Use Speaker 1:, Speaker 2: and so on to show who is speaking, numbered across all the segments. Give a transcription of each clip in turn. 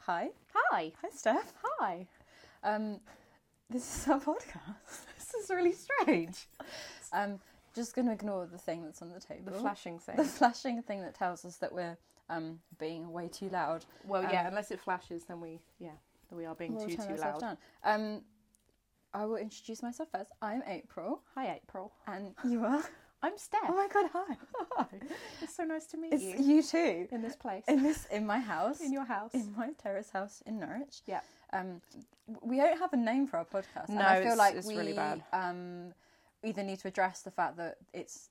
Speaker 1: Hi.
Speaker 2: Hi.
Speaker 1: Hi, Steph.
Speaker 2: Hi.
Speaker 1: Um, this is our podcast.
Speaker 2: This is really strange.
Speaker 1: Um, just going to ignore the thing that's on the table.
Speaker 2: The flashing
Speaker 1: The
Speaker 2: thing.
Speaker 1: flashing thing that tells us that we're um, being way too loud.
Speaker 2: Well,
Speaker 1: Um,
Speaker 2: yeah, unless it flashes, then we, yeah, then we are being
Speaker 1: We'll
Speaker 2: too,
Speaker 1: turn
Speaker 2: too
Speaker 1: ourselves
Speaker 2: loud.
Speaker 1: down. Um, I will introduce myself first. I'm April,
Speaker 2: Hi, April.
Speaker 1: and you are.
Speaker 2: I'm Steph.
Speaker 1: Oh my god! Hi.
Speaker 2: Hi. It's so nice to meet
Speaker 1: It's
Speaker 2: you
Speaker 1: you too.
Speaker 2: in this place,
Speaker 1: In this, in my house,
Speaker 2: in your house.
Speaker 1: in my terrace house in Norwich.
Speaker 2: Yeah.
Speaker 1: Um, we don't have a name for our podcast. and
Speaker 2: No,
Speaker 1: I feel
Speaker 2: it's-
Speaker 1: like
Speaker 2: it's
Speaker 1: we
Speaker 2: really bad.
Speaker 1: um either need to address the fact that it's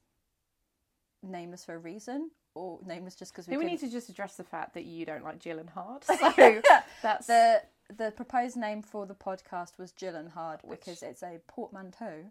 Speaker 1: nameless for a reason, or nameless just because
Speaker 2: I
Speaker 1: we.
Speaker 2: think we need
Speaker 1: couldn't-
Speaker 2: to just address the fact that you don't like Jill and Hart. So that's
Speaker 1: the the proposed name for the podcast was Jill and Hard
Speaker 2: Which-
Speaker 1: because it's a portmanteau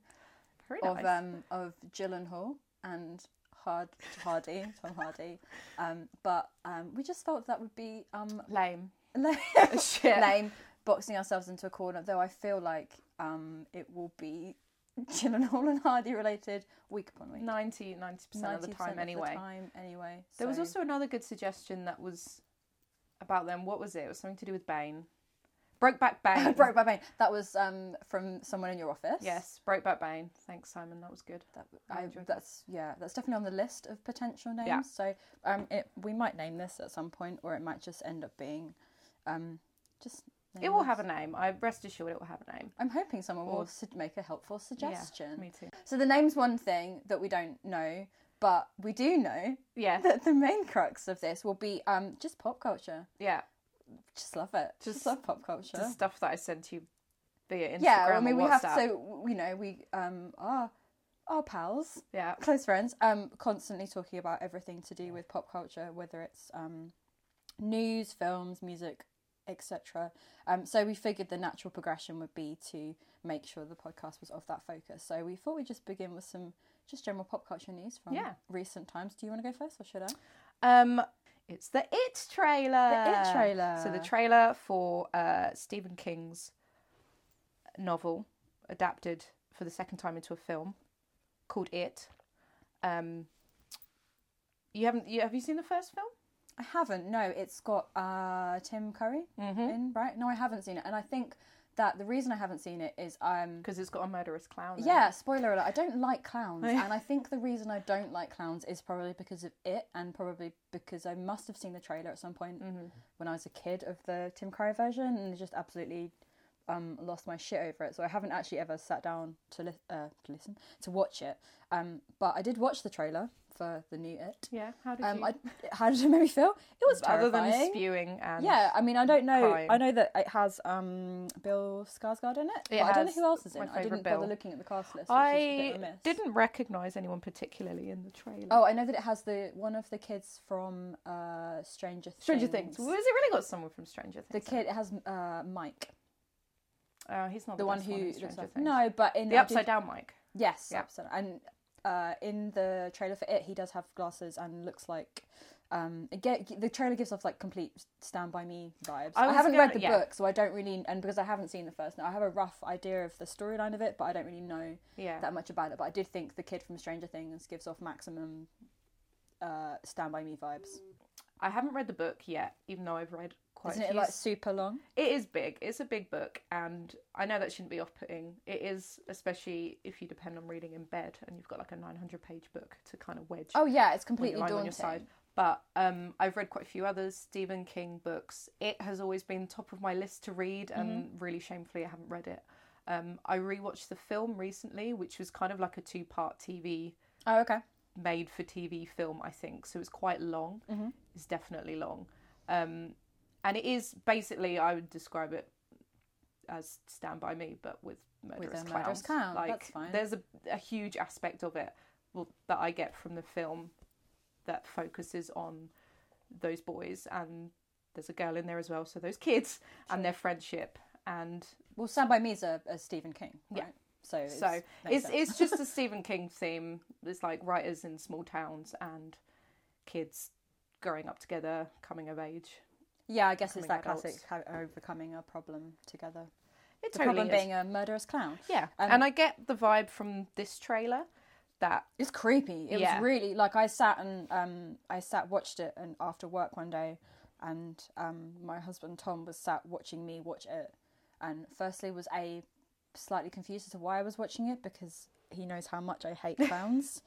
Speaker 2: very
Speaker 1: of
Speaker 2: nice.
Speaker 1: um of Gyllenhaal and Hard Hardy Tom Hardy, um but um we just felt that would be um
Speaker 2: Lame.
Speaker 1: lame,
Speaker 2: Shit.
Speaker 1: lame boxing ourselves into a corner. Though I feel like um it will be Gyllenhaal and Hardy related week upon week.
Speaker 2: 90, 90% of the
Speaker 1: 90%
Speaker 2: time, anyway.
Speaker 1: time anyway.
Speaker 2: There was
Speaker 1: so-
Speaker 2: also another good suggestion that was about them. What was it? It was something to do with Bane. Brokeback Bane.
Speaker 1: broke by pain. That was um from someone in your office.
Speaker 2: Yes, Brokeback Bane. Thanks, Simon. That was good.
Speaker 1: That,
Speaker 2: I
Speaker 1: I,
Speaker 2: enjoyed that.
Speaker 1: that's yeah, that's definitely on the list of potential names.
Speaker 2: Yeah.
Speaker 1: So um, it, we might name this at some point, or it might just end up being, um, just.
Speaker 2: It will
Speaker 1: nameless.
Speaker 2: have a name. I rest assured it will have a name.
Speaker 1: I'm hoping someone will
Speaker 2: or-
Speaker 1: su- make a helpful suggestion.
Speaker 2: Me too.
Speaker 1: so the name's one thing that we don't know, but we do know
Speaker 2: Yeah,
Speaker 1: that the main crux of this will be um just pop culture.
Speaker 2: yeah.
Speaker 1: Just love it. Just,
Speaker 2: Just-
Speaker 1: love pop culture.
Speaker 2: The stuff that I sent you via Instagram
Speaker 1: yeah, I mean
Speaker 2: or
Speaker 1: we have
Speaker 2: WhatsApp.
Speaker 1: so w- you know we um are our pals
Speaker 2: Yeah,
Speaker 1: close friends um constantly talking about everything to do with pop culture whether it's um news films music etc um so we figured the natural progression would be to make sure the podcast was of that focus so we thought we'd just begin with some just general pop culture news from
Speaker 2: Yeah.
Speaker 1: recent times do you want to go first or should i
Speaker 2: Um, it's the It trailer.
Speaker 1: The It trailer.
Speaker 2: So the trailer for uh, Stephen King's novel adapted for the second time into a film called It. Um, you haven't? You, have you seen the first film?
Speaker 1: i haven't no it's got uh tim curry
Speaker 2: Hmm?
Speaker 1: in right no i haven't seen it and i think that the reason i haven't seen it is um
Speaker 2: Because it's got a murderous clown. in it.
Speaker 1: Yeah, spoiler alert. I don't like clowns,
Speaker 2: Oh, yeah.
Speaker 1: and I think the reason I don't like clowns is probably because of it, and probably because I must have seen the trailer at some point
Speaker 2: Mm-hmm.
Speaker 1: when I was a kid of the Tim Curry version, and just absolutely um, lost my shit over it. So I haven't actually ever sat down to, li- uh, to listen to watch it. Um, but I did watch the trailer for the new It.
Speaker 2: Yeah. How did
Speaker 1: Um,
Speaker 2: you?
Speaker 1: I, how did it make me feel? It was
Speaker 2: other
Speaker 1: terrifying.
Speaker 2: than spewing and
Speaker 1: yeah, I mean, I don't know.
Speaker 2: crying.
Speaker 1: I know that it has um, Bill Skarsgård in it, but
Speaker 2: It
Speaker 1: I don't know
Speaker 2: has
Speaker 1: who else is in
Speaker 2: my
Speaker 1: it. I didn't
Speaker 2: favourite
Speaker 1: bother
Speaker 2: Bill.
Speaker 1: looking at the cast list. Which I is a bit
Speaker 2: I
Speaker 1: remiss.
Speaker 2: didn't recognise anyone particularly in the trailer.
Speaker 1: Oh, I know that it has the one of the kids from uh, Stranger Things.
Speaker 2: Stranger Things. Was it really got someone from Stranger
Speaker 1: The
Speaker 2: Things?
Speaker 1: kid it has uh, Mike,
Speaker 2: Oh, he's not
Speaker 1: the,
Speaker 2: the,
Speaker 1: one
Speaker 2: best
Speaker 1: who
Speaker 2: in
Speaker 1: looks
Speaker 2: Stranger
Speaker 1: like-
Speaker 2: Things.
Speaker 1: no, but in
Speaker 2: the
Speaker 1: I
Speaker 2: upside
Speaker 1: did-
Speaker 2: down mic.
Speaker 1: yes,
Speaker 2: Yeah.
Speaker 1: upside down. And uh, in the trailer for it, he does have glasses and looks like. Um, it get, the trailer gives off like complete Stand By Me vibes.
Speaker 2: I
Speaker 1: I,
Speaker 2: was
Speaker 1: haven't
Speaker 2: gonna-
Speaker 1: read the
Speaker 2: yeah.
Speaker 1: book, so I don't really, and because I haven't seen the first, now I have a rough idea of the storyline of it, but I don't really know
Speaker 2: Yeah.
Speaker 1: that much about it. But I did think the kid from Stranger Things gives off maximum uh, Stand By Me vibes.
Speaker 2: I haven't read the book yet, even though I've read Mm, quite
Speaker 1: Isn't
Speaker 2: a few.
Speaker 1: it like super long?
Speaker 2: it is big. It's a big book, and I know that shouldn't be off-putting. It is, especially if you depend on reading in bed and you've got like a 900-page book to kind of wedge
Speaker 1: Oh yeah, it's
Speaker 2: when you're
Speaker 1: completely
Speaker 2: lying
Speaker 1: daunting.
Speaker 2: on your side. But um, I've read quite a few others Stephen King books. It has always been top of my list to read, and
Speaker 1: Mm-hmm.
Speaker 2: really shamefully, I haven't read it. Um, I rewatched the film recently, which was kind of like a two-part TV
Speaker 1: Oh okay.
Speaker 2: made for TV film, I think. So it's quite long.
Speaker 1: Mm-hmm.
Speaker 2: It's definitely long. Um, and it is basically, I would describe it as Stand By Me, but with murderous
Speaker 1: a
Speaker 2: clowns.
Speaker 1: murderous clown,
Speaker 2: Like,
Speaker 1: that's fine.
Speaker 2: There's a, a huge aspect of it well, that I get from the film that focuses on those boys and there's a girl in there as well. So those kids and their friendship and
Speaker 1: Well, Stand by Me is a, a Stephen King, right?
Speaker 2: Yeah.
Speaker 1: So it's,
Speaker 2: so
Speaker 1: makes
Speaker 2: it's
Speaker 1: sense.
Speaker 2: it's just a Stephen King theme. It's like writers in small towns and kids growing up together, coming of age.
Speaker 1: yeah, I guess it's that
Speaker 2: becoming
Speaker 1: classic
Speaker 2: adults.
Speaker 1: how overcoming a problem together.
Speaker 2: It
Speaker 1: The
Speaker 2: totally
Speaker 1: problem
Speaker 2: is.
Speaker 1: being a murderous clown.
Speaker 2: yeah,
Speaker 1: um,
Speaker 2: and I get the vibe from this trailer that
Speaker 1: It's creepy. It
Speaker 2: Yeah.
Speaker 1: was really like I sat and um I sat watched it and after work one day and um, my husband Tom was sat watching me watch it. And firstly, was a slightly confused as to why I was watching it because he knows how much I hate clowns.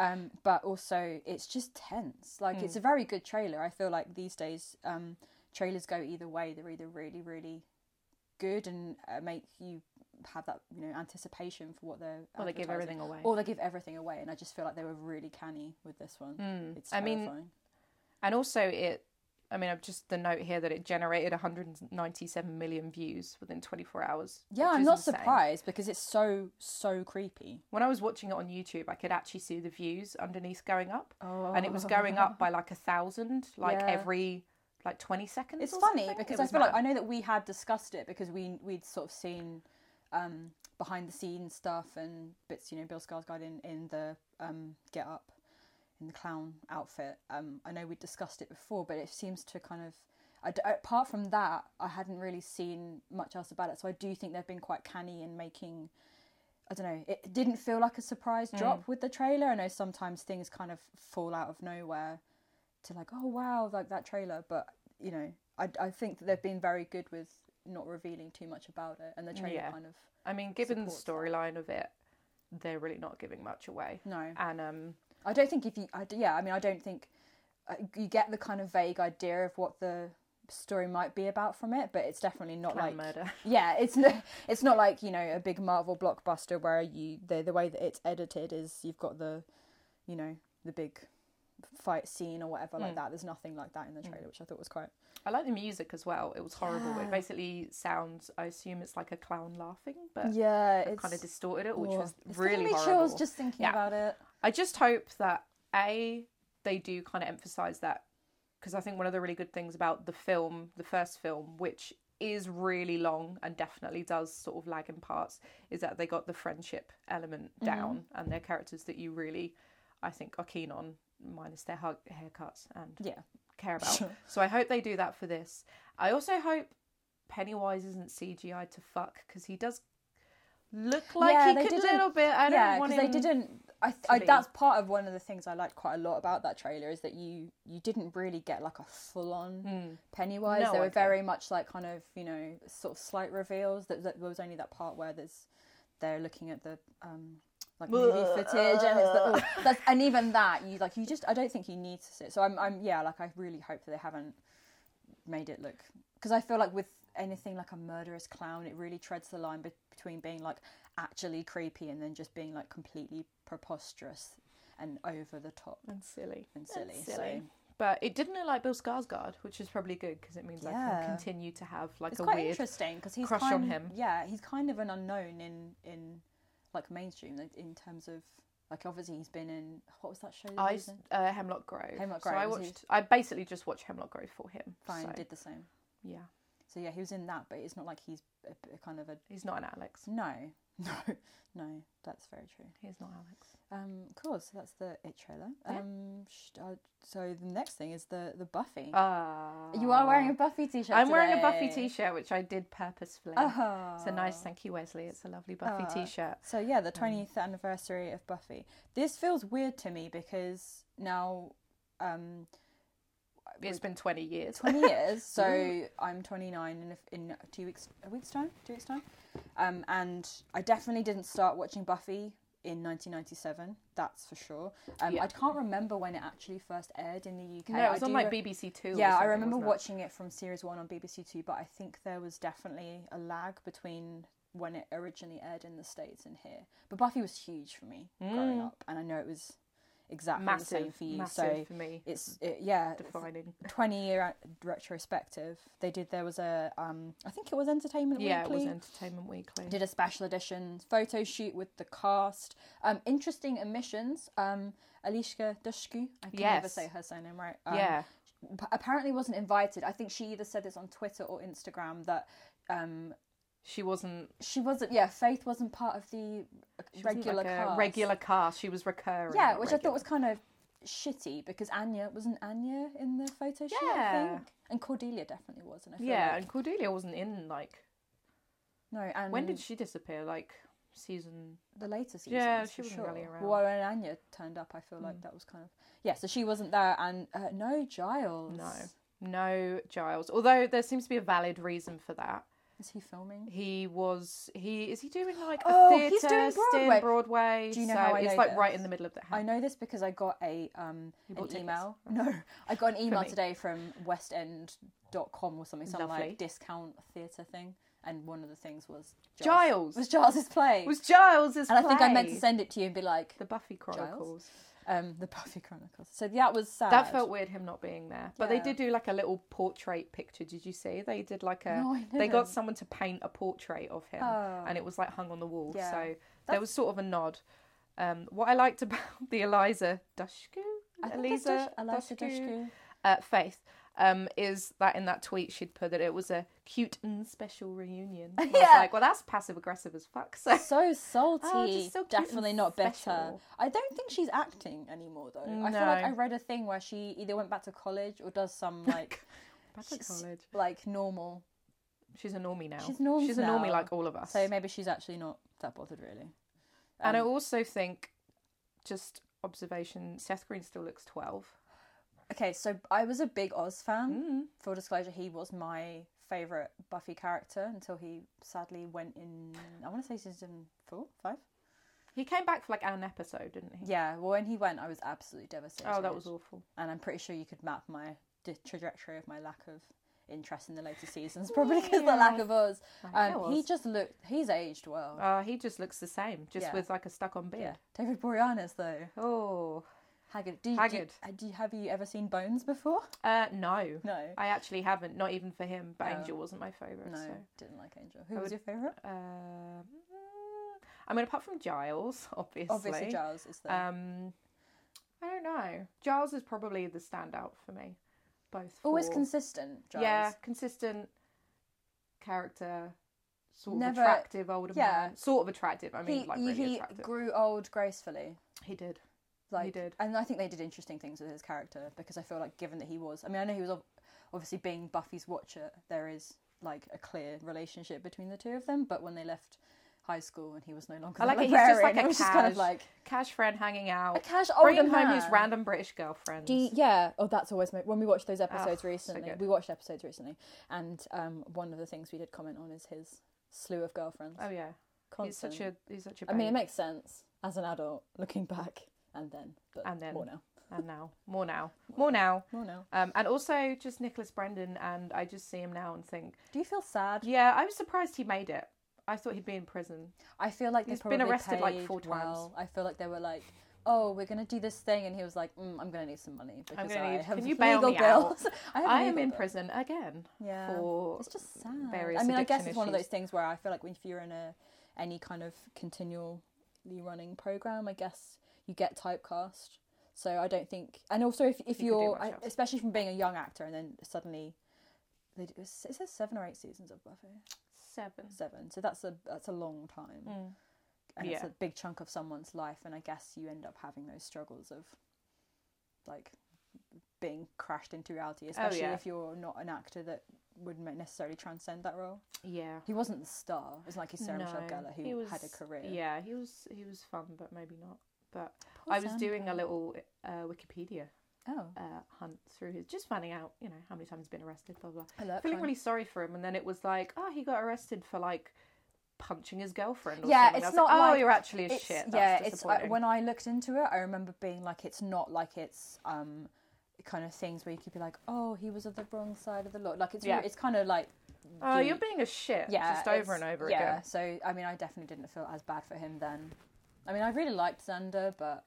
Speaker 1: um, but also, it's just tense. Like
Speaker 2: Hmm.
Speaker 1: it's a very good trailer. I feel like these days um, trailers go either way. They're either really, really good and uh, make you have that you know anticipation for what they're
Speaker 2: Well, they give
Speaker 1: advertising.
Speaker 2: everything away.
Speaker 1: Or they give everything away, and I just feel like they were really canny with this one. It's
Speaker 2: Mm. Hmm. I mean,
Speaker 1: terrifying.
Speaker 2: and also it i mean i've just the note here that it generated 197 million views within 24 hours
Speaker 1: yeah,
Speaker 2: which
Speaker 1: I'm
Speaker 2: is
Speaker 1: not
Speaker 2: insane.
Speaker 1: surprised because it's so so creepy.
Speaker 2: when i was watching it on youtube i could actually see the views underneath going up
Speaker 1: Oh,
Speaker 2: and it was going up by like a thousand like
Speaker 1: Yeah.
Speaker 2: every like 20 seconds
Speaker 1: It's
Speaker 2: or
Speaker 1: funny
Speaker 2: something.
Speaker 1: because
Speaker 2: It
Speaker 1: I
Speaker 2: was
Speaker 1: feel like
Speaker 2: mad.
Speaker 1: I know that we had discussed it because we we'd sort of seen um, behind the scenes stuff and bits. You know, Bill Skarsgård in in the um, get up in the clown outfit. Um, I know we discussed it before, but it seems to kind of. I d apart from that, I hadn't really seen much else about it, so I do think they've been quite canny in making. I don't know. It didn't feel like a surprise
Speaker 2: Mm.
Speaker 1: drop with the trailer. I know sometimes things kind of fall out of nowhere to like, oh wow, like that trailer. But you know, I, I think that they've been very good with not revealing too much about it, and the trailer
Speaker 2: Yeah.
Speaker 1: kind of
Speaker 2: i mean given the
Speaker 1: supports that.
Speaker 2: storyline of it they're really not giving much away
Speaker 1: no.
Speaker 2: and um
Speaker 1: I don't think if you, I, d- yeah, I mean, I don't think uh, you get the kind of vague idea of what the story might be about from it, but it's definitely not
Speaker 2: clown
Speaker 1: like
Speaker 2: murder
Speaker 1: yeah, it's no, it's not like you know a big Marvel blockbuster where you the the way that it's edited is you've got the you know the big fight scene or whatever
Speaker 2: Hmm.
Speaker 1: like that. There's nothing like that in the trailer, which I thought was quite
Speaker 2: i like the music as well it was horrible
Speaker 1: Yeah.
Speaker 2: it basically sounds i assume it's like a clown laughing but
Speaker 1: yeah,
Speaker 2: I've
Speaker 1: it's
Speaker 2: kind of distorted it, which
Speaker 1: oh,
Speaker 2: was
Speaker 1: it's giving
Speaker 2: really
Speaker 1: me
Speaker 2: horrible.
Speaker 1: chills just thinking
Speaker 2: Yeah.
Speaker 1: about it.
Speaker 2: I just hope that a they do kind of emphasize that because I think one of the really good things about the film, the first film, which is really long and definitely does sort of lag in parts, is that they got the friendship element
Speaker 1: Mm-hmm.
Speaker 2: down and they're characters that you really, I think, are keen on, minus their hug- haircuts and
Speaker 1: Yeah,
Speaker 2: care about.
Speaker 1: Sure.
Speaker 2: So I hope they do that for this. I also hope Pennywise isn't CGI to fuck because he does look like
Speaker 1: Yeah,
Speaker 2: he
Speaker 1: they
Speaker 2: could a
Speaker 1: didn't-
Speaker 2: little bit. I don't
Speaker 1: yeah,
Speaker 2: want
Speaker 1: because
Speaker 2: him.
Speaker 1: they didn't. I, th- I
Speaker 2: be.
Speaker 1: that's part of one of the things I liked quite a lot about that trailer is that you you didn't really get like a full on
Speaker 2: Hmm.
Speaker 1: Pennywise.
Speaker 2: No,
Speaker 1: they were
Speaker 2: okay.
Speaker 1: very much like kind of you know sort of slight reveals. That, that there was only that part where there's they're looking at the um like movie footage and it's
Speaker 2: uh,
Speaker 1: the, oh, that's, and even that you like you just I don't think you need to sit. So I'm I'm yeah like I really hope that they haven't made it look because I feel like with anything like a murderous clown, it really treads the line be- between being like actually creepy and then just being like completely preposterous and over the top
Speaker 2: And silly.
Speaker 1: and silly.
Speaker 2: silly. But it didn't look like Bill Skarsgård, which is probably good because it means I
Speaker 1: Yeah.
Speaker 2: can continue to have like
Speaker 1: So it's
Speaker 2: a
Speaker 1: quite
Speaker 2: weird.
Speaker 1: interesting because he's
Speaker 2: crush on
Speaker 1: kind,
Speaker 2: him.
Speaker 1: Yeah, he's kind of an unknown in in like mainstream like, in terms of like obviously he's been in what was that show? that he
Speaker 2: I
Speaker 1: was in?
Speaker 2: uh, Hemlock Grove.
Speaker 1: Hemlock
Speaker 2: So I
Speaker 1: Grove,
Speaker 2: watched.
Speaker 1: he's-
Speaker 2: I basically just watched Hemlock Grove for him.
Speaker 1: Fine
Speaker 2: so,
Speaker 1: did the same.
Speaker 2: Yeah,
Speaker 1: So yeah, he was in that, but it's not like he's a, a kind of a
Speaker 2: he's not an Alex.
Speaker 1: no, no, no. That's very true.
Speaker 2: He's not Alex.
Speaker 1: Um, cool. So that's the it trailer.
Speaker 2: Yeah.
Speaker 1: Um, sh- uh, so the next thing is the the Buffy.
Speaker 2: Ah.
Speaker 1: you are wearing a Buffy t-shirt.
Speaker 2: I'm wearing a Buffy
Speaker 1: today.
Speaker 2: T-shirt, which I did purposefully.
Speaker 1: Oh.
Speaker 2: It's a nice, thank you, Wesley. It's a lovely Buffy
Speaker 1: Ah.
Speaker 2: T-shirt.
Speaker 1: So yeah,
Speaker 2: Hmm.
Speaker 1: the twentieth anniversary of Buffy. This feels weird to me because now, um,
Speaker 2: It's been 20 years.
Speaker 1: twenty years. So I'm twenty nine in a- in two weeks, a week's time, two weeks time. Um, and I definitely didn't start watching Buffy in 1997. That's for sure. Um,
Speaker 2: Yeah.
Speaker 1: I can't remember when it actually first aired in the UK.
Speaker 2: No, it was
Speaker 1: I
Speaker 2: on
Speaker 1: do
Speaker 2: like
Speaker 1: re-
Speaker 2: BBC Two. or
Speaker 1: Yeah, I
Speaker 2: something,
Speaker 1: remember
Speaker 2: wasn't it?
Speaker 1: watching it from series one on BBC Two, but I think there was definitely a lag between when it originally aired in the States and here. But Buffy was huge for me growing
Speaker 2: Mm.
Speaker 1: up, and I know it was exactly the same
Speaker 2: Massive,
Speaker 1: for you.
Speaker 2: massive
Speaker 1: So
Speaker 2: for me.
Speaker 1: it's it, yeah,
Speaker 2: Defining.
Speaker 1: 20 year a- retrospective. They did, there was a, um, I think it was Entertainment
Speaker 2: Yeah, it
Speaker 1: Weekly.
Speaker 2: was Entertainment Weekly.
Speaker 1: Did a special edition photo shoot with the cast. Um, interesting omissions. Um, Alishka Dushku, I can never
Speaker 2: Yes.
Speaker 1: say her surname right. Um,
Speaker 2: yeah.
Speaker 1: p- apparently wasn't invited. I think she either said this on Twitter or Instagram that um,
Speaker 2: She wasn't
Speaker 1: she wasn't. Yeah, Faith wasn't part of the uh,
Speaker 2: she wasn't
Speaker 1: regular
Speaker 2: like a
Speaker 1: cast.
Speaker 2: regular cast. She was recurring.
Speaker 1: Yeah,
Speaker 2: not
Speaker 1: which I thought was kind of shitty because Anya wasn't Anya in the photo shoot. I
Speaker 2: Yeah.
Speaker 1: think, and Cordelia definitely was. And I feel
Speaker 2: regular. Yeah,
Speaker 1: like-
Speaker 2: and Cordelia wasn't in like
Speaker 1: no. And
Speaker 2: when did she disappear? Like season.
Speaker 1: the later seasons.
Speaker 2: Yeah,
Speaker 1: for
Speaker 2: she wasn't
Speaker 1: sure.
Speaker 2: really around. Hmm.
Speaker 1: Well, when Anya turned up, I feel like that was kind of yeah. So she wasn't there, and uh, no Giles.
Speaker 2: No. No Giles. Although there seems to be a valid reason for that.
Speaker 1: Is he filming?
Speaker 2: He was he is he doing like a
Speaker 1: Oh,
Speaker 2: theatre
Speaker 1: he's doing
Speaker 2: stint,
Speaker 1: Broadway.
Speaker 2: Broadway?
Speaker 1: Do you know
Speaker 2: so
Speaker 1: how I
Speaker 2: it's
Speaker 1: know
Speaker 2: like
Speaker 1: this?
Speaker 2: right in the middle of the
Speaker 1: I
Speaker 2: house.
Speaker 1: know this because I got a um
Speaker 2: You
Speaker 1: an
Speaker 2: bought tickets?
Speaker 1: email. No, I got an email
Speaker 2: me.
Speaker 1: today from westend.com or something, some
Speaker 2: Lovely.
Speaker 1: like discount theatre thing. And one of the things was
Speaker 2: Giles.
Speaker 1: was Giles's play.
Speaker 2: It was Giles's
Speaker 1: and I think I meant to
Speaker 2: play.
Speaker 1: send it to you and be like,
Speaker 2: the Buffy Chronicles.
Speaker 1: um, the Buffy Chronicles. So that was sad.
Speaker 2: That felt weird him not being there. But
Speaker 1: Yeah.
Speaker 2: they did do like a little portrait picture. Did you see? They did like a
Speaker 1: No, I
Speaker 2: they got
Speaker 1: didn't.
Speaker 2: someone to paint a portrait of him
Speaker 1: Oh.
Speaker 2: and it was like hung on the wall.
Speaker 1: Yeah.
Speaker 2: So there
Speaker 1: That's-
Speaker 2: was sort of a nod. Um, what I liked about the Eliza Dushku,
Speaker 1: I think that's
Speaker 2: Eliza,
Speaker 1: Dush- Eliza Dushku.
Speaker 2: uh, Faith, um, is that in that tweet she'd put that it was a cute and special reunion. And I was
Speaker 1: Yeah.
Speaker 2: like, well, that's passive aggressive as fuck. So
Speaker 1: So salty.
Speaker 2: Oh, just so cute
Speaker 1: Definitely
Speaker 2: and
Speaker 1: not better.
Speaker 2: special.
Speaker 1: I don't think she's acting anymore though. I feel like
Speaker 2: No.
Speaker 1: I read a thing where she either went back to college or does some like
Speaker 2: back to
Speaker 1: She's-
Speaker 2: college.
Speaker 1: like normal.
Speaker 2: She's a normie now.
Speaker 1: She's norms
Speaker 2: She's a normie
Speaker 1: now.
Speaker 2: like all of us.
Speaker 1: So maybe she's actually not that bothered really.
Speaker 2: and I
Speaker 1: Um,
Speaker 2: also think, just observation, Seth Green still looks 12.
Speaker 1: okay, so I was a big Oz fan.
Speaker 2: Mm.
Speaker 1: Full disclosure, he was my favorite Buffy character until he sadly went in. I want to say season four, five.
Speaker 2: He came back for like an episode, didn't he?
Speaker 1: Yeah, well, when he went, I was absolutely devastated.
Speaker 2: Oh, that was awful.
Speaker 1: and I'm pretty sure you could map my di- trajectory of my lack of interest in the later seasons, probably because the lack of us.
Speaker 2: I
Speaker 1: Um,
Speaker 2: know
Speaker 1: he
Speaker 2: us.
Speaker 1: just looked, he's aged well.
Speaker 2: Uh, he just looks the same, just
Speaker 1: Yeah.
Speaker 2: with like a stuck on beard.
Speaker 1: yeah, David Boreanaz though,
Speaker 2: Oh.
Speaker 1: haggard. Do you,
Speaker 2: Haggard.
Speaker 1: Do you, uh, do you- have you ever seen Bones before?
Speaker 2: Uh, no.
Speaker 1: No,
Speaker 2: I actually haven't, not even for him, but
Speaker 1: Oh.
Speaker 2: Angel wasn't my favourite.
Speaker 1: no,
Speaker 2: So.
Speaker 1: didn't like Angel. Who
Speaker 2: I
Speaker 1: was your favorite?
Speaker 2: Um, I mean, apart from Giles, obviously.
Speaker 1: Obviously, Giles is the.
Speaker 2: Um, I don't know. Giles is probably the standout for me. Both.
Speaker 1: Always
Speaker 2: for-
Speaker 1: consistent, Giles.
Speaker 2: Yeah, consistent character, sort of
Speaker 1: Never-
Speaker 2: attractive older
Speaker 1: yeah.
Speaker 2: man. Sort of attractive. I mean,
Speaker 1: he
Speaker 2: like
Speaker 1: you-
Speaker 2: really
Speaker 1: he
Speaker 2: attractive.
Speaker 1: grew old gracefully.
Speaker 2: He did.
Speaker 1: Like,
Speaker 2: did.
Speaker 1: and I think they did interesting things with his character because I feel like, given that he was, I mean, I know he was ob- obviously being Buffy's watcher, there is like a clear relationship between the two of them. But when they left high school and he was no longer,
Speaker 2: I
Speaker 1: the
Speaker 2: like it, he's just
Speaker 1: librarian,
Speaker 2: like a
Speaker 1: it was just kind of
Speaker 2: cash-
Speaker 1: like
Speaker 2: Cash friend hanging
Speaker 1: a
Speaker 2: out.
Speaker 1: cash older
Speaker 2: Bringing home
Speaker 1: man.
Speaker 2: his Oh, random British girlfriends.
Speaker 1: Do you- yeah. Oh, that's always my, when we watched
Speaker 2: Ah,
Speaker 1: those episodes
Speaker 2: so
Speaker 1: recently.
Speaker 2: good.
Speaker 1: we watched episodes recently, and um, one of the things we did comment on is his slew of girlfriends.
Speaker 2: Oh yeah, he's
Speaker 1: Constant.
Speaker 2: such a he's such a.
Speaker 1: I mean, it
Speaker 2: babe.
Speaker 1: makes sense as an adult looking back, and then, but
Speaker 2: And then.
Speaker 1: more now,
Speaker 2: and now more now more now.
Speaker 1: more now.
Speaker 2: Um, and also just Nicholas Brendan, and I just see him now and think,
Speaker 1: Do you feel sad?
Speaker 2: yeah, I was surprised he made it. I thought he'd be in prison.
Speaker 1: I feel like
Speaker 2: He's
Speaker 1: they've
Speaker 2: been
Speaker 1: probably
Speaker 2: arrested, like,
Speaker 1: paid
Speaker 2: four times.
Speaker 1: well. I feel like they were like, "Oh, we're gonna do this thing," and he was like, mm, "I'm gonna need some money because
Speaker 2: gonna
Speaker 1: I
Speaker 2: need-
Speaker 1: have
Speaker 2: can you bail
Speaker 1: legal
Speaker 2: me out?
Speaker 1: bills." I, have
Speaker 2: I am
Speaker 1: legal
Speaker 2: in
Speaker 1: bills.
Speaker 2: prison again
Speaker 1: Yeah,
Speaker 2: for
Speaker 1: it's just sad.
Speaker 2: various
Speaker 1: I mean, I guess it's
Speaker 2: addiction
Speaker 1: one of
Speaker 2: issues.
Speaker 1: those things where I feel like if you're in a any kind of continually running program, I guess you get typecast. So I don't think, and also if if
Speaker 2: You
Speaker 1: you
Speaker 2: can do
Speaker 1: are
Speaker 2: much else.
Speaker 1: especially from being a young actor and then suddenly. They do, it says seven or eight seasons of Buffy.
Speaker 2: seven.
Speaker 1: Seven, so that's a that's a long time
Speaker 2: Mm.
Speaker 1: and it's
Speaker 2: Yeah.
Speaker 1: a big chunk of someone's life and i guess you end up having those struggles of like being crashed into reality especially
Speaker 2: Oh, yeah.
Speaker 1: if you're not an actor that wouldn't ma- necessarily transcend that role
Speaker 2: Yeah.
Speaker 1: he wasn't the star it was like his sarah michelle
Speaker 2: No,
Speaker 1: gellar
Speaker 2: he
Speaker 1: who
Speaker 2: was-
Speaker 1: had a career
Speaker 2: Yeah, he was he was fun, but maybe not. But
Speaker 1: Poor
Speaker 2: I was
Speaker 1: Sandra.
Speaker 2: doing a little uh, Wikipedia
Speaker 1: oh
Speaker 2: uh, hunt through his, just finding out, you know, how many times he's been arrested, blah blah. blah.
Speaker 1: alert
Speaker 2: Feeling
Speaker 1: time.
Speaker 2: really sorry for him, and then it was like, oh, he got arrested for like punching his girlfriend. Or
Speaker 1: Yeah,
Speaker 2: something. I
Speaker 1: it's
Speaker 2: was like,
Speaker 1: not
Speaker 2: oh,
Speaker 1: like-
Speaker 2: you're actually a
Speaker 1: it's,
Speaker 2: shit. That's
Speaker 1: yeah it's uh,
Speaker 2: disappointing.
Speaker 1: when i looked into it i remember being like it's not like it's um kind of things where you could be like oh he was on the wrong side of the law like it's
Speaker 2: Yeah.
Speaker 1: it's kind of like
Speaker 2: Oh,
Speaker 1: you-
Speaker 2: you're being a shit. just
Speaker 1: it's-
Speaker 2: over and over
Speaker 1: yeah,
Speaker 2: again.
Speaker 1: So I mean, I definitely didn't feel as bad for him then. I mean, I really liked Xander, but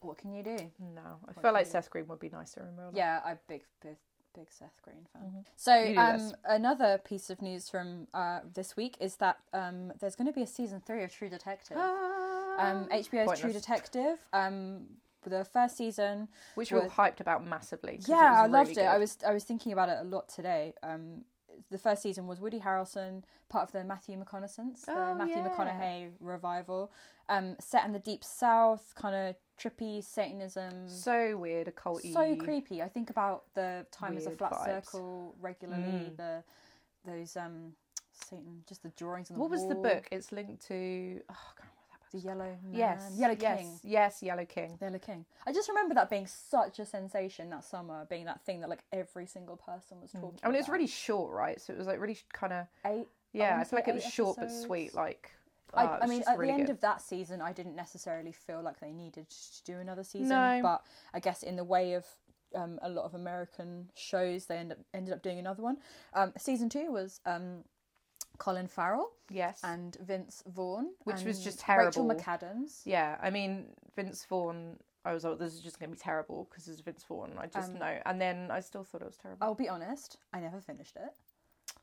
Speaker 1: what can you do?
Speaker 2: No, I
Speaker 1: Like
Speaker 2: feel like
Speaker 1: you-
Speaker 2: Seth Green would be nicer in real life.
Speaker 1: Yeah, I'm big, big, big Seth Green fan.
Speaker 2: Mm-hmm. You
Speaker 1: So
Speaker 2: do
Speaker 1: um,
Speaker 2: this.
Speaker 1: another piece of news from uh, this week is that um, there's going to be a season three of True Detective. Um, HBO's True
Speaker 2: Ah, Pointless.
Speaker 1: Detective. Um, the first season
Speaker 2: which we were
Speaker 1: was-
Speaker 2: hyped about massively. 'cause
Speaker 1: Yeah, I
Speaker 2: it was
Speaker 1: loved
Speaker 2: really
Speaker 1: it. I
Speaker 2: good.
Speaker 1: was I was thinking about it a lot today. Um, the first season was Woody Harrelson, part of the Matthew McConaughey's, the
Speaker 2: Oh,
Speaker 1: Matthew
Speaker 2: yeah.
Speaker 1: McConaughey revival, um, set in the deep south, kind of trippy Satanism.
Speaker 2: so weird, occulty.
Speaker 1: So creepy. I think about the time as a
Speaker 2: Oh, E. Weird
Speaker 1: flat
Speaker 2: vibes.
Speaker 1: circle regularly.
Speaker 2: Mm.
Speaker 1: The those um, Satan, just the drawings on the
Speaker 2: What was the
Speaker 1: wall.
Speaker 2: book? It's linked to. Oh, I can't remember what that
Speaker 1: The Yellow Man.
Speaker 2: Yes.
Speaker 1: Yellow
Speaker 2: yes,
Speaker 1: King.
Speaker 2: Yes, Yellow King.
Speaker 1: The Yellow King. I just remember that being such a sensation that summer, being that thing that like every single person was talking.
Speaker 2: Mm. Hmm. I mean, it was
Speaker 1: about.
Speaker 2: really short, right? So it was like really kind of
Speaker 1: eight.
Speaker 2: yeah. I
Speaker 1: wanna say
Speaker 2: feel like it was
Speaker 1: eight
Speaker 2: short but
Speaker 1: episodes.
Speaker 2: sweet. Like
Speaker 1: I,
Speaker 2: ah, it
Speaker 1: I
Speaker 2: was
Speaker 1: mean,
Speaker 2: just
Speaker 1: at
Speaker 2: really
Speaker 1: the end
Speaker 2: good.
Speaker 1: of that season, I didn't necessarily feel like they needed to do another season.
Speaker 2: No.
Speaker 1: But I guess in the way of um, a lot of American shows, they end up, ended up doing another one. Um, season two was um, Colin Farrell
Speaker 2: yes,
Speaker 1: and Vince Vaughn,
Speaker 2: Which was
Speaker 1: and
Speaker 2: just
Speaker 1: Rachel
Speaker 2: terrible.
Speaker 1: McAdams.
Speaker 2: yeah. I mean, Vince Vaughn. I was like, this is just gonna be terrible because it's Vince Vaughn. I just
Speaker 1: Um,
Speaker 2: know. And then I still thought it was terrible.
Speaker 1: I'll be honest, I never finished it.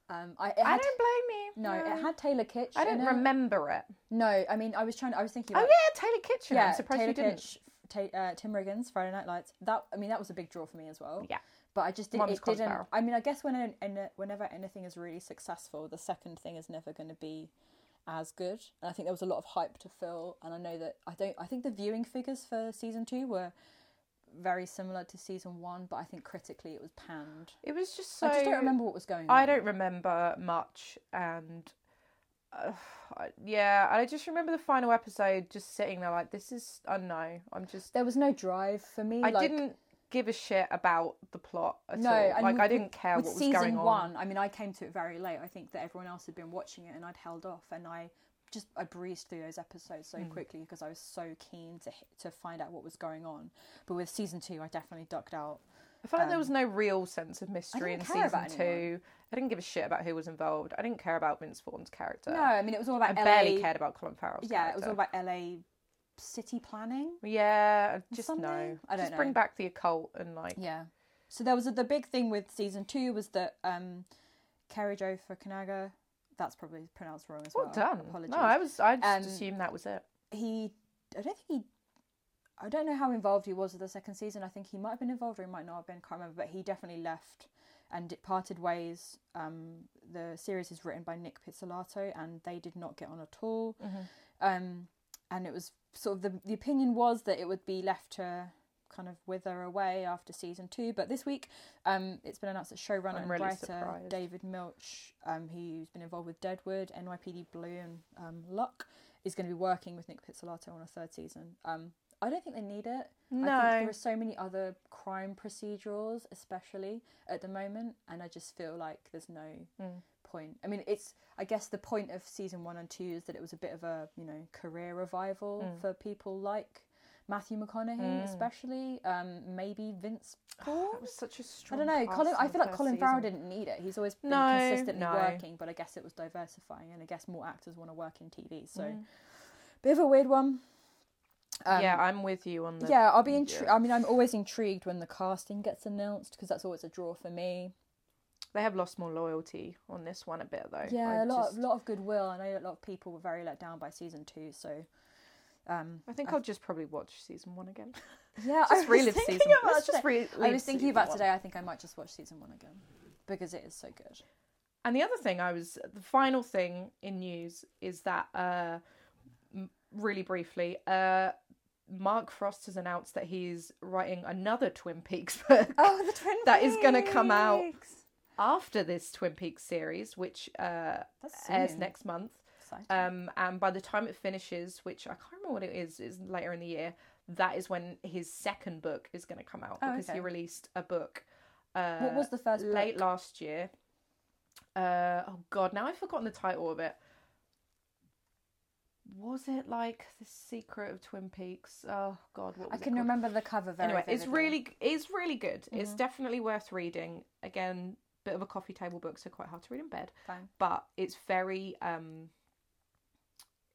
Speaker 1: Um, I, it
Speaker 2: I
Speaker 1: had,
Speaker 2: don't blame
Speaker 1: no,
Speaker 2: you.
Speaker 1: it had Taylor Kitsch.
Speaker 2: I
Speaker 1: in
Speaker 2: don't
Speaker 1: it.
Speaker 2: remember it.
Speaker 1: No, I mean, I was trying. I was thinking.
Speaker 2: Oh
Speaker 1: About,
Speaker 2: yeah, Taylor Kitchen.
Speaker 1: yeah,
Speaker 2: I'm surprised
Speaker 1: Taylor
Speaker 2: you didn't.
Speaker 1: Kitsch, Ta- uh, Tim Riggins, Friday Night Lights. That I mean, that was a big draw for me as well.
Speaker 2: Yeah.
Speaker 1: But I just did,
Speaker 2: Mum's
Speaker 1: it
Speaker 2: Colin
Speaker 1: didn't.
Speaker 2: Farrell.
Speaker 1: I mean, I guess when an, an, whenever anything is really successful, the second thing is never going to be as good. And I think there was a lot of hype to fill. And I know that I don't. I think the viewing figures for season two were very similar to season one, but I think critically it was panned.
Speaker 2: It was just so.
Speaker 1: I just don't remember what was going on.
Speaker 2: I don't remember much, and uh, I- yeah, I just remember the final episode just sitting there like, this is. I don't know. I'm just.
Speaker 1: There was no drive for me.
Speaker 2: I
Speaker 1: like,
Speaker 2: didn't give a shit about the plot at
Speaker 1: No,
Speaker 2: all.
Speaker 1: and
Speaker 2: Like
Speaker 1: with-
Speaker 2: I didn't care
Speaker 1: with
Speaker 2: what was
Speaker 1: season
Speaker 2: going on.
Speaker 1: one, I mean, I came to it very late. I think that everyone else had been watching it, and I'd held off, and I just I breezed through those episodes
Speaker 2: Hmm.
Speaker 1: so quickly because I was so keen to hit, to find out what was going on. But with season two, I definitely ducked out.
Speaker 2: I felt like there was no real sense of mystery in
Speaker 1: um, didn't care
Speaker 2: season
Speaker 1: about anyone.
Speaker 2: two. I didn't give a shit about who was involved. I didn't care about Vince Vaughn's character.
Speaker 1: No, I mean, it was all
Speaker 2: I
Speaker 1: about LA.
Speaker 2: barely cared about Colin Farrell's
Speaker 1: Yeah, it was
Speaker 2: character.
Speaker 1: all about LA city planning.
Speaker 2: Yeah, I just
Speaker 1: something?
Speaker 2: no.
Speaker 1: I don't
Speaker 2: just bring
Speaker 1: know.
Speaker 2: back the occult and like
Speaker 1: Yeah. So there was a, the big thing with season two was that um, Kerry Jo Fukunaga. That's probably pronounced wrong as well.
Speaker 2: well done.
Speaker 1: Apologies.
Speaker 2: No, I was I just
Speaker 1: Um,
Speaker 2: assumed that was it.
Speaker 1: he I don't think he I don't know how involved he was with the second season. I think he might have been involved or he might not have been, can't remember, but he definitely left and it parted ways. Um, the series is written by Nick Pizzolatto and they did not get on at all.
Speaker 2: Mm-hmm.
Speaker 1: Um, and it was sort of the, the opinion was that it would be left to kind of wither away after season two. But this week, um, it's been announced that showrunner
Speaker 2: I'm
Speaker 1: and
Speaker 2: really
Speaker 1: writer
Speaker 2: surprised.
Speaker 1: David Milch, um, who's been involved with Deadwood, NYPD Blue, and um, Luck, is going to be working with Nick Pizzolatto on a third season. Um, I don't think they need it. I think there
Speaker 2: No.
Speaker 1: are so many other crime procedurals, especially at the moment, and I just feel like there's no
Speaker 2: Mm.
Speaker 1: point. I mean, it's I guess the point of season one and two is that it was a bit of a you know career revival
Speaker 2: Mm.
Speaker 1: for people like Matthew McConaughey, especially um, maybe Vince Paul.
Speaker 2: That was such a
Speaker 1: I
Speaker 2: strong.
Speaker 1: don't know.
Speaker 2: cast
Speaker 1: Colin,
Speaker 2: in
Speaker 1: I
Speaker 2: the
Speaker 1: feel like
Speaker 2: first
Speaker 1: Colin Farrell
Speaker 2: season.
Speaker 1: didn't need it. He's always been
Speaker 2: No,
Speaker 1: consistently
Speaker 2: no.
Speaker 1: working, but I guess it was diversifying, and I guess more actors want to work in TV. So, bit of a weird one. Um,
Speaker 2: Mm. yeah, I'm with you on the.
Speaker 1: yeah, I'll be intri- I mean, I'm always intrigued when the casting gets announced because that's always a draw for me.
Speaker 2: They have lost more loyalty on this one a bit though.
Speaker 1: Yeah,
Speaker 2: I
Speaker 1: a lot,
Speaker 2: just-
Speaker 1: of, lot of goodwill. I know a lot of people were very let down by season two, so um,
Speaker 2: I think I'll just probably watch season one again.
Speaker 1: yeah, I was
Speaker 2: Just relive
Speaker 1: thinking
Speaker 2: season.
Speaker 1: about
Speaker 2: Let's just
Speaker 1: today-
Speaker 2: relive.
Speaker 1: I was thinking
Speaker 2: season
Speaker 1: about
Speaker 2: one.
Speaker 1: today. I think I might just watch season one again because it is so good.
Speaker 2: And the other thing I was, the final thing in news is that, uh, m- really briefly, uh, Mark Frost has announced that he's writing another Twin Peaks book
Speaker 1: Oh, the twin
Speaker 2: That is gonna come out after this Twin Peaks series, which uh,
Speaker 1: That's
Speaker 2: airs
Speaker 1: soon.
Speaker 2: next month.
Speaker 1: Exciting.
Speaker 2: Um, and by the time it finishes, which I can't remember what it is, is later in the year. That is when his second book is going to come out
Speaker 1: Oh,
Speaker 2: because he
Speaker 1: okay.
Speaker 2: released a book. Uh,
Speaker 1: what was the first book?
Speaker 2: late last year. Uh, oh god, now I've forgotten the title of it. Was it like the Secret of Twin Peaks? Oh god, what
Speaker 1: I
Speaker 2: was it
Speaker 1: can
Speaker 2: called?
Speaker 1: remember the cover very
Speaker 2: Anyway, it's
Speaker 1: vividly.
Speaker 2: really it's really good. It's
Speaker 1: Mm-hmm.
Speaker 2: definitely worth reading. Again, bit of a coffee table book, so quite hard to read in bed.
Speaker 1: Fine.
Speaker 2: But it's very um.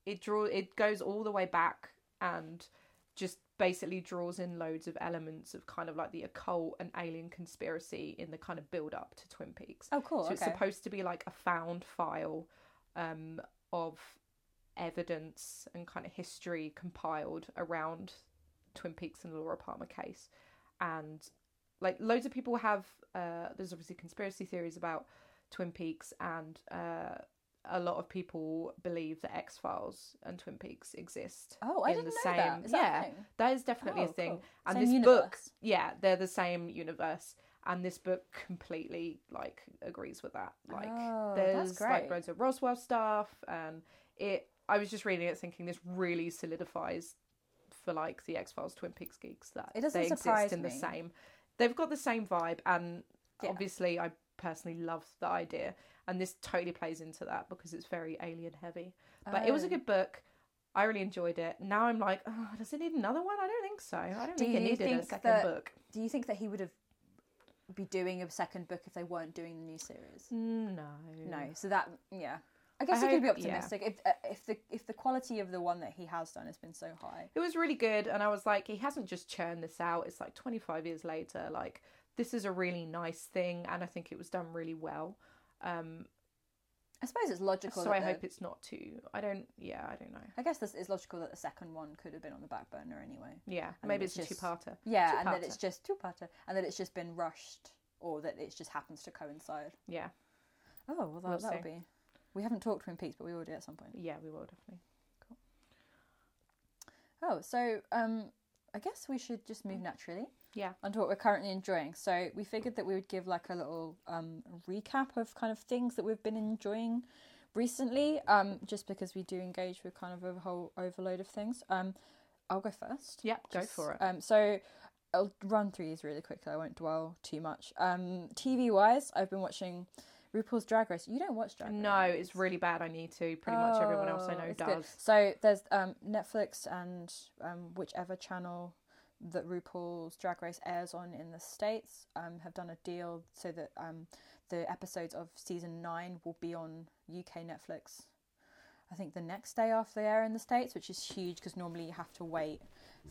Speaker 2: It draw it goes all the way back and just basically draws in loads of elements of kind of like the occult and alien conspiracy in the kind of build up to Twin Peaks.
Speaker 1: Oh, cool.
Speaker 2: so
Speaker 1: okay.
Speaker 2: it's supposed to be like a found file um, of evidence and kind of history compiled around Twin Peaks and the Laura Palmer case. And like loads of people have, uh, there's obviously conspiracy theories about Twin Peaks, and uh, a lot of people believe that X Files and Twin Peaks exist.
Speaker 1: Oh, I
Speaker 2: in
Speaker 1: didn't
Speaker 2: the
Speaker 1: know
Speaker 2: same,
Speaker 1: that. Is that a
Speaker 2: yeah,
Speaker 1: thing?
Speaker 2: that is definitely a
Speaker 1: Oh,
Speaker 2: thing.
Speaker 1: cool.
Speaker 2: And
Speaker 1: Same
Speaker 2: this book,
Speaker 1: universe.
Speaker 2: yeah, they're the same universe, and this book completely like agrees with that. Like,
Speaker 1: Oh,
Speaker 2: there's
Speaker 1: that's
Speaker 2: like
Speaker 1: great.
Speaker 2: loads of Roswell stuff, and it. I was just reading it thinking this really solidifies for like the X Files Twin Peaks geeks that
Speaker 1: It doesn't
Speaker 2: they
Speaker 1: surprise
Speaker 2: exist in
Speaker 1: me.
Speaker 2: the same. They've got the same vibe, and
Speaker 1: Yeah.
Speaker 2: obviously, I personally love the idea, and this totally plays into that because it's very alien heavy. But it was a
Speaker 1: Oh.
Speaker 2: good book. I really enjoyed it. Now I'm like, oh, does it need another one? I don't think so. I don't
Speaker 1: Do
Speaker 2: think it
Speaker 1: you
Speaker 2: needed a
Speaker 1: think
Speaker 2: second
Speaker 1: that-
Speaker 2: book.
Speaker 1: Do you think that he would have be doing a second book if they weren't doing the new series?
Speaker 2: No,
Speaker 1: Mm, No, so that yeah. I guess
Speaker 2: I
Speaker 1: you could be
Speaker 2: hope- yeah.
Speaker 1: optimistic if uh, if the if the quality of the one that he has done has been so high.
Speaker 2: It was really good, and I was like, he hasn't just churned this out. It's like 25 years later. Like, this is a really nice thing, and I think it was done really well. Um,
Speaker 1: I suppose it's logical.
Speaker 2: so
Speaker 1: that
Speaker 2: I
Speaker 1: the-
Speaker 2: hope it's not too. I don't. Yeah, I don't know.
Speaker 1: I guess this is logical that the second one could have been on the back burner anyway.
Speaker 2: Yeah,
Speaker 1: And
Speaker 2: maybe
Speaker 1: it's
Speaker 2: it's, a
Speaker 1: just-
Speaker 2: two-parter.
Speaker 1: Yeah, and that
Speaker 2: Two-parter.
Speaker 1: it's just two parter, and that it's just been rushed, or that it just happens to coincide.
Speaker 2: Yeah,
Speaker 1: Oh, well, that,
Speaker 2: We'll
Speaker 1: that'll
Speaker 2: see.
Speaker 1: be. We haven't talked Twin Peaks, but we will do at some point.
Speaker 2: yeah, we will definitely.
Speaker 1: Oh, so um, I guess we should just move naturally.
Speaker 2: Mm. Yeah.
Speaker 1: Onto what we're currently enjoying. So we figured that we would give like a little um, recap of kind of things that we've been enjoying recently, um, just because we do engage with kind of a whole overload of things. Um, I'll go first.
Speaker 2: Yep, go
Speaker 1: Just,
Speaker 2: for it.
Speaker 1: Um, so I'll run through these really quickly. I won't dwell too much. Um, TV wise, I've been watching RuPaul's Drag Race. You don't watch Drag Race?
Speaker 2: No, it's really bad. I need to. Pretty much everyone else I
Speaker 1: Oh,
Speaker 2: know
Speaker 1: it's good.
Speaker 2: does.
Speaker 1: So there's um, Netflix and um, whichever channel that RuPaul's Drag Race airs on in the states um, have done a deal so that um, the episodes of season nine will be on UK Netflix. I think the next day after they air in the states, which is huge because normally you have to wait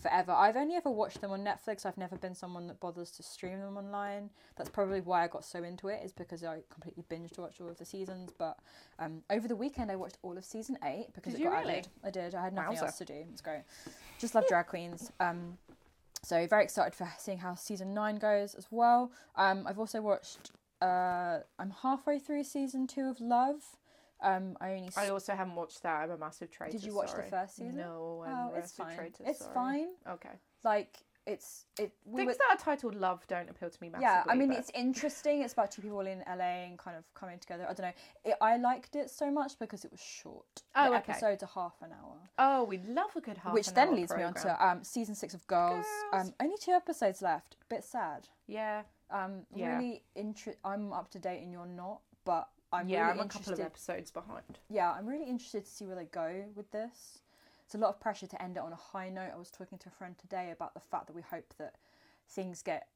Speaker 1: forever. I've only ever watched them on Netflix. I've never been someone that bothers to stream them online. That's probably why I got so into it, is because I completely binged watched all of the seasons. But um, over the weekend, I watched all of season eight because
Speaker 2: Did
Speaker 1: it
Speaker 2: you
Speaker 1: got
Speaker 2: really?
Speaker 1: added. I did. I had nothing
Speaker 2: Wowza.
Speaker 1: else to do. It's great. Just love drag queens. Um, so very excited for seeing how season nine goes as well. Um, I've also watched. Uh, I'm halfway through season two of Love. Um, I only.
Speaker 2: I also haven't watched that. I'm a massive traitor.
Speaker 1: you watch the
Speaker 2: sorry.
Speaker 1: first season?
Speaker 2: No, I'm
Speaker 1: oh,
Speaker 2: a
Speaker 1: it's
Speaker 2: massive
Speaker 1: fine.
Speaker 2: traitor.
Speaker 1: it's
Speaker 2: sorry.
Speaker 1: fine.
Speaker 2: Okay.
Speaker 1: Like it's it. We
Speaker 2: Things
Speaker 1: were,
Speaker 2: that are titled love don't appeal to me massively.
Speaker 1: yeah, I mean
Speaker 2: but-
Speaker 1: it's interesting. It's about two people in LA and kind of coming together. I don't know. It, I liked it so much because it was short.
Speaker 2: Oh,
Speaker 1: the
Speaker 2: okay.
Speaker 1: episodes are half an hour.
Speaker 2: Oh, we love a good half.
Speaker 1: which
Speaker 2: an
Speaker 1: then
Speaker 2: hour
Speaker 1: leads
Speaker 2: program.
Speaker 1: me on to um, season six of Girls.
Speaker 2: Girls.
Speaker 1: Um, only two episodes left. Bit sad.
Speaker 2: yeah,
Speaker 1: Um,
Speaker 2: Yeah.
Speaker 1: really intre- I'm up to date and you're not, but I'm
Speaker 2: yeah.
Speaker 1: really
Speaker 2: I'm a couple
Speaker 1: interested.
Speaker 2: of episodes behind.
Speaker 1: yeah, I'm really interested to see where they go with this. It's a lot of pressure to end it on a high note. I was talking to a friend today about the fact that we hope that things get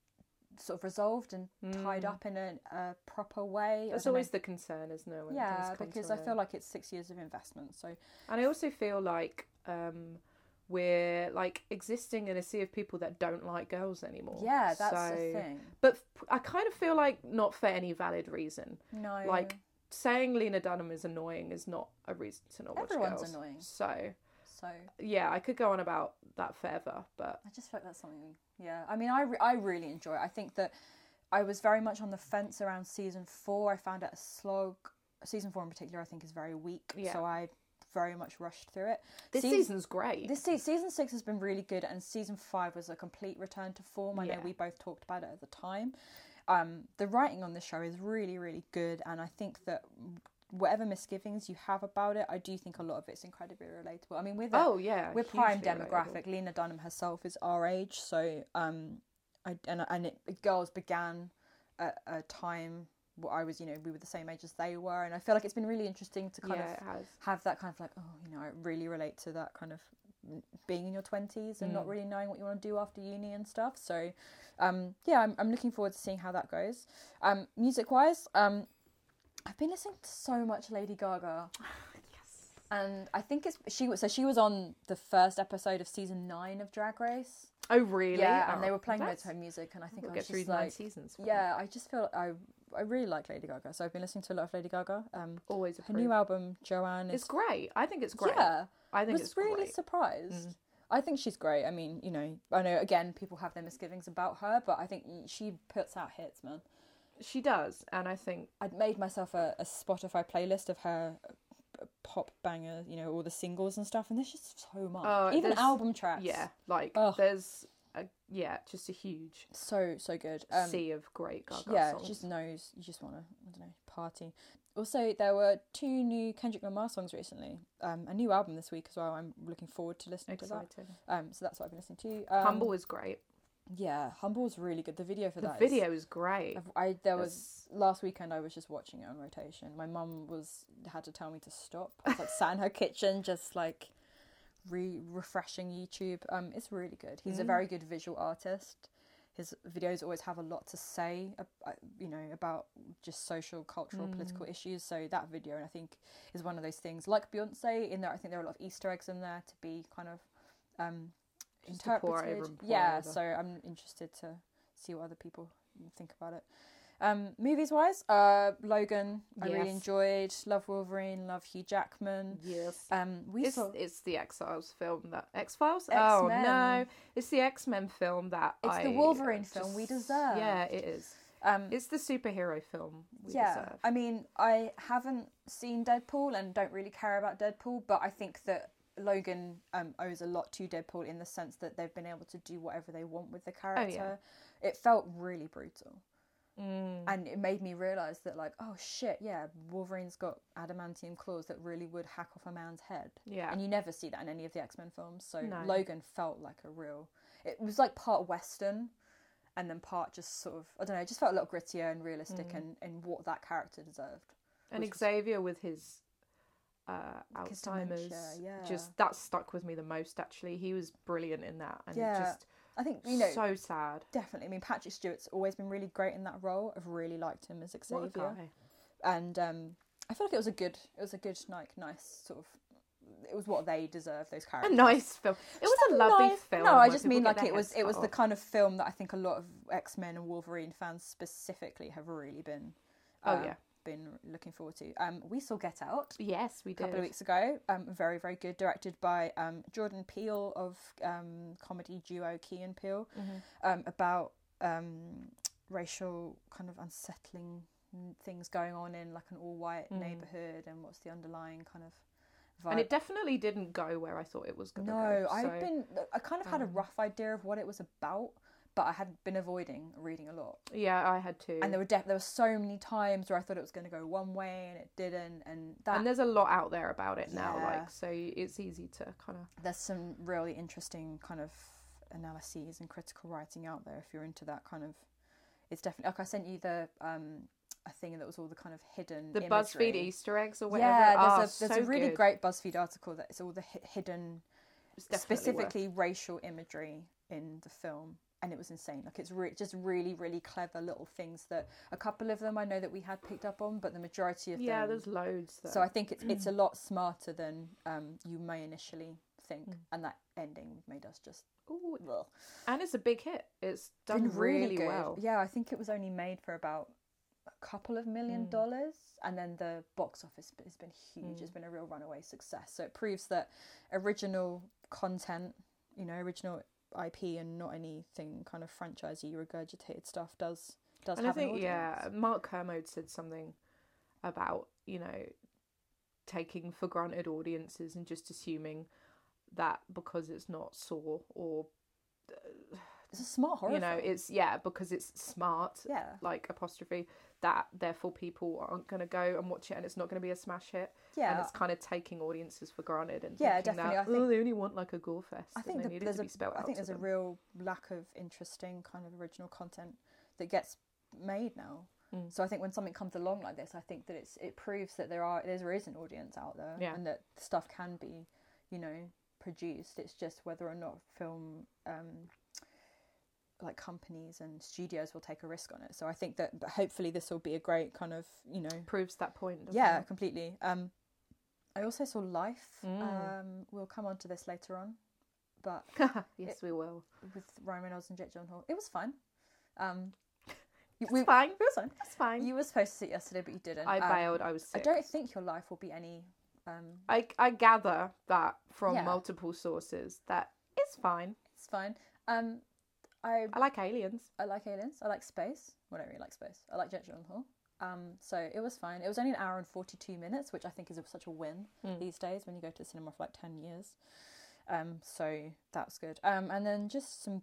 Speaker 1: sort of resolved and tied up in a, a proper way. I
Speaker 2: Mm. That's
Speaker 1: don't know.
Speaker 2: always the concern, isn't it? when things
Speaker 1: yeah,
Speaker 2: come to
Speaker 1: because I
Speaker 2: an
Speaker 1: feel like it's six years of investment. So
Speaker 2: And I also feel like um, we're like existing in a sea of people that don't like girls anymore.
Speaker 1: yeah, that's
Speaker 2: so...
Speaker 1: the thing.
Speaker 2: But f- I kind of feel like not for any valid reason.
Speaker 1: No,
Speaker 2: Like saying Lena Dunham is annoying is not a reason to not watch
Speaker 1: Everyone's
Speaker 2: girls.
Speaker 1: annoying.
Speaker 2: So
Speaker 1: so I
Speaker 2: yeah, I could go on about that forever, but
Speaker 1: just feel like that's something. Yeah, I mean, I re- I really enjoy it. I think that I was very much on the fence around season four. I found it a slog. Season four in particular, I think, is very weak.
Speaker 2: Yeah.
Speaker 1: So I very much rushed through it.
Speaker 2: this
Speaker 1: Season-
Speaker 2: season's great.
Speaker 1: This se- season six has been really good, and season five was a complete return to form. I know
Speaker 2: Yeah.
Speaker 1: we both talked about it at the time. Um, the writing on this show is really, really good, and I think that whatever misgivings you have about it, I do think a lot of it's incredibly relatable. I mean, we're the,
Speaker 2: oh yeah,
Speaker 1: we're prime
Speaker 2: hugely relatable.
Speaker 1: demographic. Lena Dunham herself is our age, so um, I and and it, girls began at a time where I was, you know, we were the same age as they were, and I feel like it's been really interesting to kind
Speaker 2: yeah,
Speaker 1: of
Speaker 2: it has.
Speaker 1: have that kind of like, oh, you know, I really relate to that kind of being in your 20s and not really knowing what you want to do after uni and stuff. So, um, yeah, I'm, I'm looking forward to seeing how that goes. Um, music wise, um, I've been listening to so much Lady Gaga. And I think it's she was so she was on the first episode of season nine of Drag Race.
Speaker 2: Oh really?
Speaker 1: Yeah, and
Speaker 2: Oh,
Speaker 1: they were playing
Speaker 2: that's-
Speaker 1: loads of her music, and I think
Speaker 2: We'll
Speaker 1: I
Speaker 2: get
Speaker 1: was
Speaker 2: through
Speaker 1: just
Speaker 2: nine
Speaker 1: like,
Speaker 2: seasons. for that.
Speaker 1: yeah, I just feel I I really like Lady Gaga, so I've been listening to a lot of Lady Gaga. Um,
Speaker 2: always
Speaker 1: her
Speaker 2: approve.
Speaker 1: new album Joanne is
Speaker 2: It's great. I think it's great.
Speaker 1: yeah,
Speaker 2: I think
Speaker 1: was
Speaker 2: it's
Speaker 1: really
Speaker 2: great. Mm.
Speaker 1: surprised. I think she's great. I mean, you know, I know again people have their misgivings about her, but I think she puts out hits, man.
Speaker 2: She does, and I think
Speaker 1: I'd made myself a, a Spotify playlist of her uh, pop banger, you know, all the singles and stuff, and there's just so much.
Speaker 2: Oh,
Speaker 1: Even
Speaker 2: there's-
Speaker 1: album tracks.
Speaker 2: yeah, like
Speaker 1: Ugh.
Speaker 2: there's a, yeah, just a huge
Speaker 1: So so good. Um,
Speaker 2: sea of great Gaga
Speaker 1: yeah,
Speaker 2: songs.
Speaker 1: she just knows. You just want to, I don't know, party. Also, there were two new Kendrick Lamar songs recently. Um, a new album this week as well. I'm looking forward to listening to
Speaker 2: exciting.
Speaker 1: that. Um, so that's what I've been listening to. Um,
Speaker 2: Humble is great.
Speaker 1: Yeah, Humble was really good. The video for
Speaker 2: The
Speaker 1: that. is-
Speaker 2: video is great.
Speaker 1: I've- I there was
Speaker 2: It's-
Speaker 1: last weekend. I was just watching it on rotation. My mum was had to tell me to stop. I was like sat in her kitchen, just like re refreshing YouTube. Um, it's really good. He's a very good visual artist. His videos always have a lot to say, ab- uh, you know, about just social, cultural, political issues. So that video, and I think, is one of those things like Beyonce. In there, I think there are a lot of Easter eggs in there to be kind of um,
Speaker 2: Just to pour over
Speaker 1: interpreted.
Speaker 2: and pour
Speaker 1: yeah,
Speaker 2: over.
Speaker 1: so I'm interested to see what other people think about it. Um, movies wise, uh, Logan, I really
Speaker 2: Yes.
Speaker 1: enjoyed. Love Wolverine, love Hugh Jackman.
Speaker 2: Yes.
Speaker 1: Um, we
Speaker 2: It's,
Speaker 1: saw
Speaker 2: it's the X Files film that X Files. Oh
Speaker 1: X-Men.
Speaker 2: no, it's the X Men film that.
Speaker 1: It's the
Speaker 2: I uh,
Speaker 1: Wolverine film we
Speaker 2: Yeah, it is.
Speaker 1: um,
Speaker 2: It's the superhero film we
Speaker 1: yeah.
Speaker 2: deserve.
Speaker 1: I mean, I haven't seen Deadpool and don't really care about Deadpool, but I think that Logan um, owes a lot to Deadpool in the sense that they've been able to do whatever they want with the
Speaker 2: Oh,
Speaker 1: character. It felt really brutal.
Speaker 2: Mm.
Speaker 1: and it made me realize that like oh shit yeah wolverine's got adamantium claws that really would hack off a man's head
Speaker 2: Yeah.
Speaker 1: and you never see that in any of the x-men films so
Speaker 2: No.
Speaker 1: logan felt like a real it was like part western and then part just sort of i don't know it just felt a lot grittier and realistic
Speaker 2: Mm.
Speaker 1: and, and what that character deserved
Speaker 2: and
Speaker 1: which was-
Speaker 2: Xavier with his uh,
Speaker 1: his
Speaker 2: Alzheimer's.
Speaker 1: dementia,
Speaker 2: Just that stuck with me the most. Actually, he was brilliant in that, and
Speaker 1: Yeah,
Speaker 2: just
Speaker 1: i think you know
Speaker 2: so sad.
Speaker 1: definitely i mean patrick stewart's always been really great in that role i've really liked him as
Speaker 2: What a
Speaker 1: xavier
Speaker 2: guy.
Speaker 1: and um i feel like it was a good it was a good like nice sort of it was what they deserved those
Speaker 2: A
Speaker 1: characters
Speaker 2: nice film. It was a lovely
Speaker 1: Life.
Speaker 2: film.
Speaker 1: No, I
Speaker 2: where
Speaker 1: just
Speaker 2: people
Speaker 1: mean
Speaker 2: get
Speaker 1: like
Speaker 2: their
Speaker 1: it was
Speaker 2: heads
Speaker 1: it was
Speaker 2: cut
Speaker 1: the
Speaker 2: off.
Speaker 1: kind of film that I think a lot of X Men and Wolverine fans specifically have really been. um,
Speaker 2: Oh, yeah.
Speaker 1: been looking forward to. Um, we saw Get Out
Speaker 2: Yes, we
Speaker 1: a couple
Speaker 2: did.
Speaker 1: of weeks ago. Um, very very good, directed by um Jordan Peele of um comedy duo Key and Peele,
Speaker 2: Mm-hmm.
Speaker 1: um about um racial kind of unsettling things going on in like an all white neighborhood and what's the underlying kind of. Vibe
Speaker 2: Mm. and it definitely didn't go where I thought it was going to go.
Speaker 1: no, I've
Speaker 2: so- um
Speaker 1: been. I kind of had a rough idea of what it was about, but I had been avoiding reading a lot.
Speaker 2: Yeah, I had too.
Speaker 1: And there were def- there were so many times where I thought it was going to go one way and it didn't, and that
Speaker 2: and there's a lot out there about it now,
Speaker 1: Yeah.
Speaker 2: like so it's easy to kind of
Speaker 1: there's some really interesting kind of analyses and critical writing out there if you're into that kind of. It's definitely like I sent you the um a thing that was all the kind of hidden
Speaker 2: the
Speaker 1: imagery.
Speaker 2: BuzzFeed Easter eggs or whatever.
Speaker 1: Yeah,
Speaker 2: are
Speaker 1: there's, a, there's
Speaker 2: so
Speaker 1: a really
Speaker 2: good.
Speaker 1: great BuzzFeed article that it's all the hi- hidden
Speaker 2: It's definitely worth-
Speaker 1: specifically racial imagery in the film and it was insane like it's re- just really really clever little things that a couple of them i know that we had picked up on but the majority of
Speaker 2: Yeah,
Speaker 1: them
Speaker 2: there's loads. Though.
Speaker 1: so i think it's it's a lot smarter than um, you may initially think
Speaker 2: Mm.
Speaker 1: and that ending made us just
Speaker 2: Ooh,
Speaker 1: ugh.
Speaker 2: and it's a big hit. It's done
Speaker 1: Been
Speaker 2: really,
Speaker 1: good.
Speaker 2: well.
Speaker 1: yeah i think it was only made for about a couple of
Speaker 2: Mm.
Speaker 1: million dollars and then the box office b- has been huge it's been a real runaway success so it proves that original content you know original ip and not anything kind of franchisey regurgitated stuff does does
Speaker 2: And I
Speaker 1: have an
Speaker 2: think
Speaker 1: audience.
Speaker 2: yeah, Mark Kermode said something about you know taking for granted audiences and just assuming that because it's not Saw or
Speaker 1: it's a smart horror
Speaker 2: you know
Speaker 1: film.
Speaker 2: it's yeah because it's smart
Speaker 1: yeah
Speaker 2: like apostrophe that therefore people aren't going to go and watch it and it's not going to be a smash hit and
Speaker 1: yeah
Speaker 2: it's kind of taking audiences for granted and
Speaker 1: Yeah,
Speaker 2: thinking
Speaker 1: definitely,
Speaker 2: that
Speaker 1: I think-
Speaker 2: oh they only want like a gore fest
Speaker 1: i
Speaker 2: and
Speaker 1: think
Speaker 2: they
Speaker 1: that
Speaker 2: need it
Speaker 1: there's
Speaker 2: to
Speaker 1: a
Speaker 2: be spelled
Speaker 1: i
Speaker 2: out
Speaker 1: think
Speaker 2: to
Speaker 1: there's a
Speaker 2: them.
Speaker 1: real lack of interesting kind of original content that gets made now
Speaker 2: Mm.
Speaker 1: so i think when something comes along like this i think that it's it proves that there are there is an audience out there
Speaker 2: Yeah.
Speaker 1: and that stuff can be you know produced it's just whether or not film um like companies and studios will take a risk on it so i think that but hopefully this will be a great kind of you know
Speaker 2: proves that point doesn't
Speaker 1: yeah
Speaker 2: it?
Speaker 1: completely um i also saw life
Speaker 2: Mm.
Speaker 1: um we'll come on to this later on but
Speaker 2: yes we will
Speaker 1: with Ryan Reynolds and Jake Gyllenhaal. It was fun. Um, you-
Speaker 2: it's fine
Speaker 1: it was fun.
Speaker 2: it's fine
Speaker 1: You were supposed to see it yesterday, but you didn't.
Speaker 2: I
Speaker 1: Um,
Speaker 2: bailed I was
Speaker 1: I
Speaker 2: sick
Speaker 1: don't think your life will be any. Um,
Speaker 2: I, I gather that from
Speaker 1: Yeah.
Speaker 2: multiple sources that it's fine
Speaker 1: it's fine. Um, I
Speaker 2: I like aliens
Speaker 1: I like aliens. I like space. Well, I don't really like space. I like Jake Gyllenhaal. Um, so it was fine. It was only an hour and forty two minutes, which I think is a, such a win these days when you go to the cinema for like ten years. Um, so that's good. Um, and then just some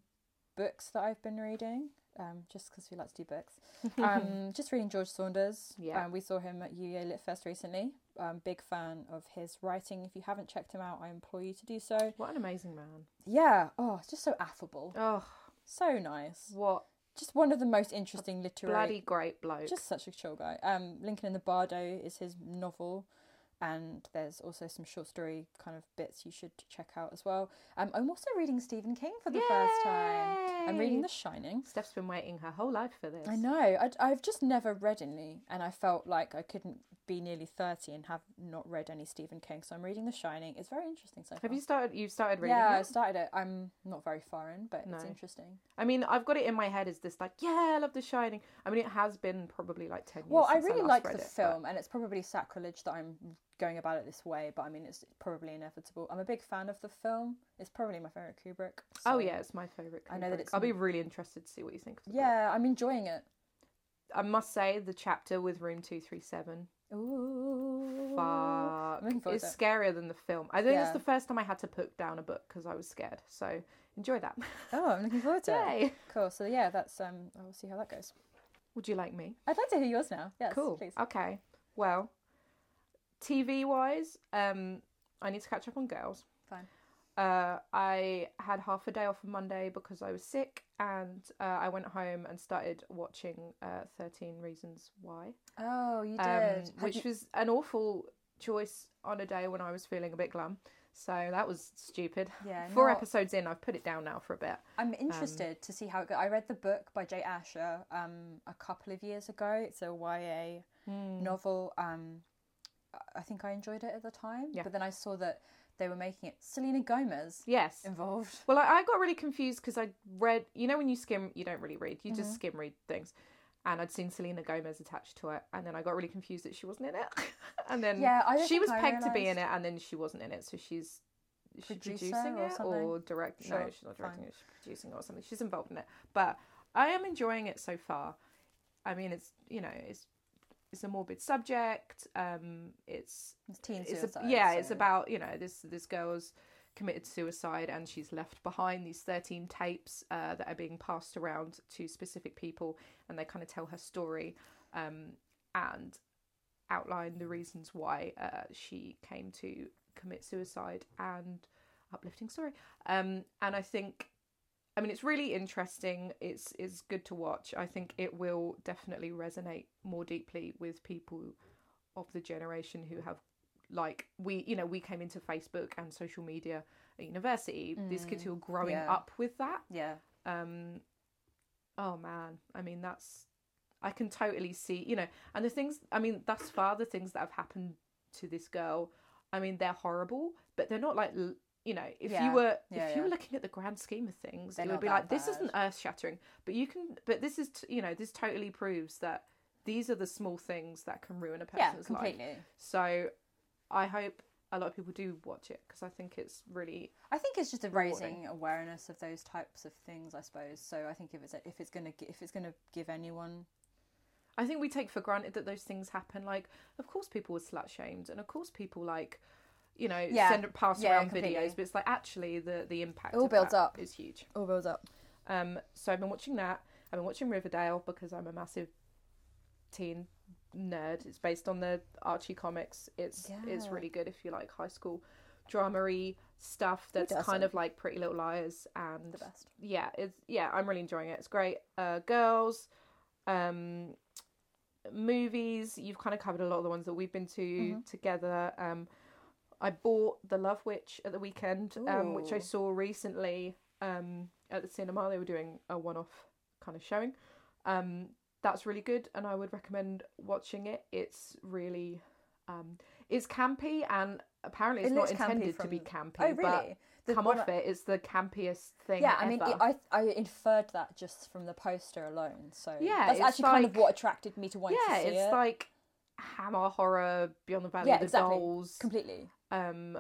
Speaker 1: books that I've been reading, um, just because we like to do books. Um, just reading George Saunders.
Speaker 2: Yeah.
Speaker 1: Um, we saw him at UEA Lit Fest recently. Um, big fan of his writing. If you haven't checked him out, I implore you to do so.
Speaker 2: What an amazing man.
Speaker 1: Yeah. Oh, it's just so affable.
Speaker 2: Oh,
Speaker 1: So nice.
Speaker 2: what
Speaker 1: Just one of the most interesting literary.
Speaker 2: bloody great bloke.
Speaker 1: Just such a chill guy. Um, Lincoln in the Bardo is his novel, and there's also some short story kind of bits you should check out as well. Um, I'm also reading Stephen King for the first time. I'm reading
Speaker 2: Yay!
Speaker 1: The Shining.
Speaker 2: Steph's been waiting her whole life for this.
Speaker 1: I know. I, I've just never read any, and I felt like I couldn't be nearly 30 and have not read any Stephen King. So I'm reading The Shining. It's very interesting so far.
Speaker 2: Have you started? You've started reading
Speaker 1: yeah, I
Speaker 2: it.
Speaker 1: started it. I'm not very far in, but it's
Speaker 2: No.
Speaker 1: interesting.
Speaker 2: I mean, I've got it in my head as this like, yeah, I love The Shining. I mean, it has been probably like ten years.
Speaker 1: Well, I
Speaker 2: since
Speaker 1: really
Speaker 2: last
Speaker 1: like
Speaker 2: read
Speaker 1: the
Speaker 2: it, but- Oh,
Speaker 1: film, and it's probably sacrilege that I'm going about it this way, but I mean, it's probably inevitable. I'm a big fan of the film. It's probably my favourite Kubrick. so-
Speaker 2: Oh yeah, it's my favorite.
Speaker 1: I know that
Speaker 2: Kubrick.
Speaker 1: it's
Speaker 2: I'll be
Speaker 1: m-
Speaker 2: really interested to see what you think. Of the book.
Speaker 1: Yeah, I'm enjoying it.
Speaker 2: I must say the chapter with Room Two Three Seven.
Speaker 1: Ooh.
Speaker 2: Fuck,
Speaker 1: looking forward
Speaker 2: it's
Speaker 1: to it.
Speaker 2: scarier than the film. I think
Speaker 1: Yeah.
Speaker 2: it's the first time I had to put down a book because I was scared. So enjoy that.
Speaker 1: Oh, I'm looking forward to it.
Speaker 2: Yay.
Speaker 1: Cool. So, yeah, that's, um, we'll see how that goes.
Speaker 2: Would you like me?
Speaker 1: I'd like to hear yours now. Yes,
Speaker 2: cool.
Speaker 1: please.
Speaker 2: Okay. Well, TV wise, um, I need to catch up on girls.
Speaker 1: Fine.
Speaker 2: Uh, I had half a day off on Monday because I was sick, and uh, I went home and started watching uh, Thirteen Reasons Why,
Speaker 1: Oh, you did.
Speaker 2: um,
Speaker 1: Had
Speaker 2: which
Speaker 1: you-
Speaker 2: was an awful choice on a day when I was feeling a bit glum. So that was stupid.
Speaker 1: Yeah,
Speaker 2: Four
Speaker 1: not-
Speaker 2: episodes in, I've put it down now for a bit.
Speaker 1: I'm interested to see how it goes. I read the book by Jay Asher um, a couple of years ago. It's a YA
Speaker 2: Hmm.
Speaker 1: novel. Um, I- I think I enjoyed it at the time,
Speaker 2: Yeah.
Speaker 1: but then I saw that they were making it Selena Gomez
Speaker 2: Yes.
Speaker 1: involved.
Speaker 2: Well, I, I got really confused because I read, you know, when you skim, you don't really read, you
Speaker 1: Mm-hmm.
Speaker 2: just skim read things. And I'd seen Selena Gomez attached to it, and then I got really confused that she wasn't in it. and then
Speaker 1: Yeah, I don't
Speaker 2: she
Speaker 1: think
Speaker 2: was
Speaker 1: I
Speaker 2: pegged to be in it, and then she wasn't in it, so she's is she
Speaker 1: Producer
Speaker 2: producing
Speaker 1: or
Speaker 2: it
Speaker 1: something?
Speaker 2: or directing. No,
Speaker 1: Sure,
Speaker 2: she's not directing it. She's producing it or something. She's involved in it, but I am enjoying it so far. I mean, it's you know, it's it's a morbid subject. Um, it's
Speaker 1: It's teen
Speaker 2: it's a-
Speaker 1: suicide.
Speaker 2: yeah, it's
Speaker 1: so-
Speaker 2: about you know this this girl's committed suicide and she's left behind these 13 tapes uh, that are being passed around to specific people and they kind of tell her story um, and outline the reasons why uh, she came to commit suicide and uplifting story um, and i think i mean it's really interesting it's it's good to watch i think it will definitely resonate more deeply with people of the generation who have like we you know we came into facebook and social media at university these kids who are growing
Speaker 1: yeah.
Speaker 2: up with that
Speaker 1: yeah.
Speaker 2: um oh man i mean that's i can totally see you know and the things i mean thus far the things that have happened to this girl i mean they're horrible but they're not like l- you know if
Speaker 1: Yeah.
Speaker 2: you were
Speaker 1: Yeah,
Speaker 2: if you were
Speaker 1: yeah.
Speaker 2: looking at the grand scheme of things
Speaker 1: They're
Speaker 2: it would
Speaker 1: not
Speaker 2: be
Speaker 1: that
Speaker 2: like this
Speaker 1: bad.
Speaker 2: isn't earth shattering but you can but this is t- you know this totally proves that these are the small things that can ruin a
Speaker 1: Yeah,
Speaker 2: person's life
Speaker 1: completely.
Speaker 2: so i hope a lot of people do watch it because i think it's really
Speaker 1: I think it's just a
Speaker 2: Rewarding.
Speaker 1: raising awareness of those types of things, I suppose. So I think if it's if it's gonna gi- if it's gonna give anyone,
Speaker 2: I think we take for granted that those things happen. Like, of course, people were slut shamed, and of course, people like, you know,
Speaker 1: Yeah.
Speaker 2: send pass
Speaker 1: Yeah,
Speaker 2: around
Speaker 1: completely.
Speaker 2: videos. But it's like actually the the impact
Speaker 1: It all
Speaker 2: of
Speaker 1: builds
Speaker 2: that
Speaker 1: up.
Speaker 2: is huge.
Speaker 1: all builds up.
Speaker 2: Um, so I've been watching that. I've been watching Riverdale because I'm a massive teen nerd. It's based on the Archie comics. It's it's
Speaker 1: Yeah.
Speaker 2: really good if you like high school dramery stuff. That's
Speaker 1: doesn't?
Speaker 2: kind of like Pretty Little Liars and
Speaker 1: The best.
Speaker 2: yeah, it's yeah, I'm really enjoying it. It's great. Uh, girls, um, movies. You've kind of covered a lot of the ones that we've been to
Speaker 1: Mm-hmm.
Speaker 2: together. Um, I bought The Love Witch at the weekend, um, which I
Speaker 1: Ooh.
Speaker 2: saw recently um, at the cinema. They were doing a one-off kind of showing. Um, that's really good, and I would recommend watching it. It's really, um, it's campy, and apparently it's
Speaker 1: It
Speaker 2: not
Speaker 1: looks campy
Speaker 2: intended to be campy.
Speaker 1: from- Oh
Speaker 2: But
Speaker 1: really? The
Speaker 2: come
Speaker 1: one
Speaker 2: off
Speaker 1: I-
Speaker 2: it. It's the campiest thing.
Speaker 1: Yeah, I mean,
Speaker 2: ever.
Speaker 1: it, I I inferred that just from the poster alone. So
Speaker 2: Yeah,
Speaker 1: that's
Speaker 2: it's
Speaker 1: actually kind of
Speaker 2: like-
Speaker 1: what attracted me to want
Speaker 2: yeah,
Speaker 1: to see
Speaker 2: it's
Speaker 1: it.
Speaker 2: like Hammer horror, Beyond the Valley
Speaker 1: Yeah,
Speaker 2: of the
Speaker 1: exactly.
Speaker 2: Dolls.
Speaker 1: Completely.
Speaker 2: um,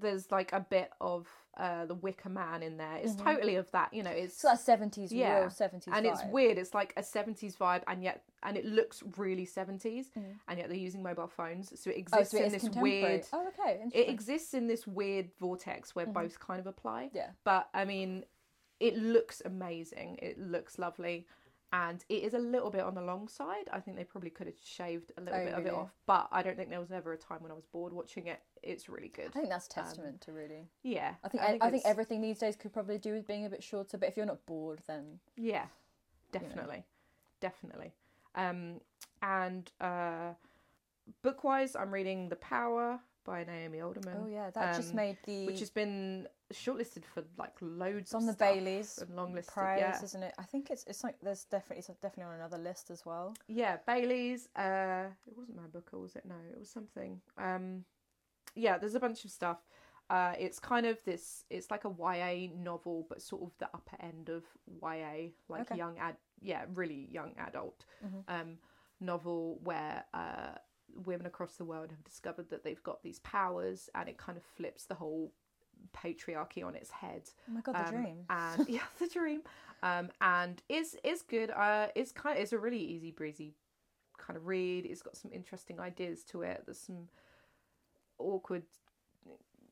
Speaker 2: there's like a bit of uh, the Wicker Man in there. It's totally of that. You know, it's
Speaker 1: It's like seventies,
Speaker 2: Yeah.
Speaker 1: real Mm-hmm. seventies,
Speaker 2: and it's weird. It's like a seventies vibe, and yet and it looks really seventies, and yet they're using mobile phones, so it
Speaker 1: Mm. Oh,
Speaker 2: exists
Speaker 1: so it
Speaker 2: in
Speaker 1: is
Speaker 2: this
Speaker 1: contemporary.
Speaker 2: weird.
Speaker 1: Oh, okay,
Speaker 2: It
Speaker 1: interesting. Mm-hmm.
Speaker 2: exists in this weird vortex where both kind of apply.
Speaker 1: Yeah.
Speaker 2: But I mean, it looks amazing. It looks lovely. And it is a little bit on the long side. I think they probably could have shaved a little
Speaker 1: Oh,
Speaker 2: bit of it
Speaker 1: really?
Speaker 2: off, but I don't think there was ever a time when I was bored watching it. It's really good.
Speaker 1: I think that's testament to really.
Speaker 2: yeah,
Speaker 1: I think e- I think,
Speaker 2: um, it's-
Speaker 1: everything these days could probably do with being a bit shorter. But if you're not bored, then
Speaker 2: Yeah,
Speaker 1: You know.
Speaker 2: definitely, definitely. Um, and uh, book wise, I'm reading The Power by Naomi Alderman,
Speaker 1: oh yeah, that just
Speaker 2: Um,
Speaker 1: made the
Speaker 2: which has been shortlisted for like loads.
Speaker 1: it's on
Speaker 2: of
Speaker 1: the
Speaker 2: stuff
Speaker 1: Baileys
Speaker 2: and long listed.
Speaker 1: prize,
Speaker 2: Yeah,
Speaker 1: isn't it? I think it's it's like there's definitely it's definitely on another list as well.
Speaker 2: yeah, Bailey's. Uh, it wasn't my book, or was it? No, it was something. Um, yeah, there's a bunch of stuff. Uh, it's kind of this. It's like a YA novel, but sort of the upper end of YA, like
Speaker 1: Okay. Mm-hmm.
Speaker 2: young ad. Yeah, really young adult um, novel where uh, women across the world have discovered that they've got these powers, and it kind of flips the whole patriarchy on its head
Speaker 1: Oh my god, the
Speaker 2: um,
Speaker 1: dream.
Speaker 2: and yeah, the dream. Um, and is is good. Uh, is kind. It's a really easy breezy kind of read. It's got some interesting ideas to it. There's some awkward,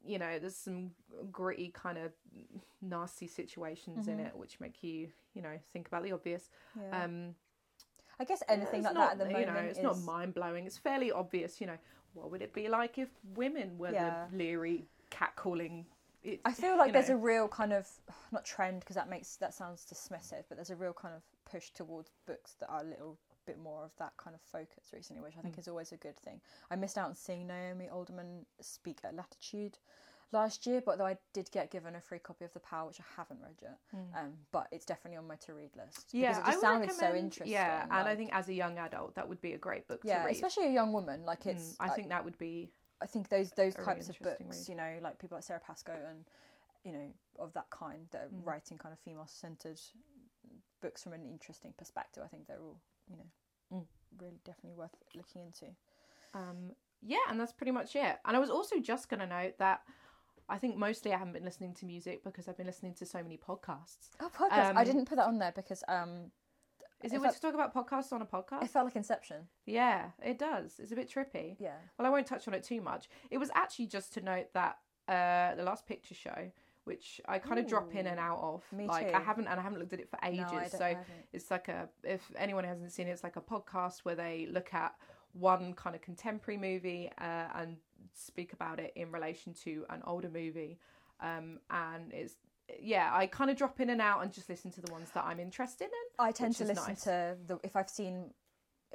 Speaker 2: you know, there's some gritty kind of nasty situations in it, which make you, you know, think about the obvious.
Speaker 1: Mm-hmm. Yeah.
Speaker 2: Um,
Speaker 1: I guess anything
Speaker 2: it's
Speaker 1: like
Speaker 2: not,
Speaker 1: that at the
Speaker 2: you
Speaker 1: moment
Speaker 2: know, it's
Speaker 1: is
Speaker 2: not mind blowing. It's fairly obvious, you know. What would it be like if women were
Speaker 1: Yeah.
Speaker 2: the leery catcalling? It,
Speaker 1: I feel like
Speaker 2: you
Speaker 1: there's
Speaker 2: know.
Speaker 1: a real kind of not trend because that makes that sounds dismissive, but there's a real kind of push towards books that are a little bit more of that kind of focus recently, which I
Speaker 2: Hmm.
Speaker 1: think is always a good thing. I missed out on seeing Naomi Alderman speak at Latitude last year, but though I did get given a free copy of The Power, which I haven't read yet,
Speaker 2: Hmm.
Speaker 1: um, but it's definitely on my to read list because it just
Speaker 2: would
Speaker 1: sounded so
Speaker 2: recommend-
Speaker 1: interesting.
Speaker 2: Yeah, and I
Speaker 1: like-
Speaker 2: think as a young adult, that would be a great book
Speaker 1: yeah,
Speaker 2: to read.
Speaker 1: especially a young woman, like
Speaker 2: Mm,
Speaker 1: it's
Speaker 2: I
Speaker 1: like,
Speaker 2: think that would be
Speaker 1: I think those those
Speaker 2: a really
Speaker 1: types of
Speaker 2: interesting
Speaker 1: books, you know, like people like Sarah Pascoe and you know of that kind that are writing kind of female centered books from an interesting perspective. I think they're all you know
Speaker 2: Mm.
Speaker 1: really definitely worth looking into.
Speaker 2: um, yeah, and that's pretty much it. And I was also just going to note that I think mostly I haven't been listening to music because I've been listening to so many podcasts.
Speaker 1: Oh, podcast! I
Speaker 2: Um,
Speaker 1: didn't put that on there because um,
Speaker 2: Is
Speaker 1: If
Speaker 2: it weird
Speaker 1: I-
Speaker 2: to talk about podcasts on a podcast?
Speaker 1: it felt like Inception.
Speaker 2: yeah, it does. It's a bit trippy.
Speaker 1: Yeah.
Speaker 2: Well, I won't touch on it too much. It was actually just to note that uh, the last picture show, which I kind of drop in and out of.
Speaker 1: me
Speaker 2: like
Speaker 1: too.
Speaker 2: I haven't, and I haven't looked at it for ages.
Speaker 1: No, I don't.
Speaker 2: so
Speaker 1: I haven't.
Speaker 2: it's like a if anyone hasn't seen it it's like a podcast where they look at one kind of contemporary movie uh, and speak about it in relation to an older movie um, and it's yeah i kind of drop in and out and just listen to the ones that i'm interested in
Speaker 1: I tend
Speaker 2: which
Speaker 1: to
Speaker 2: is
Speaker 1: listen
Speaker 2: nice.
Speaker 1: to the if I've seen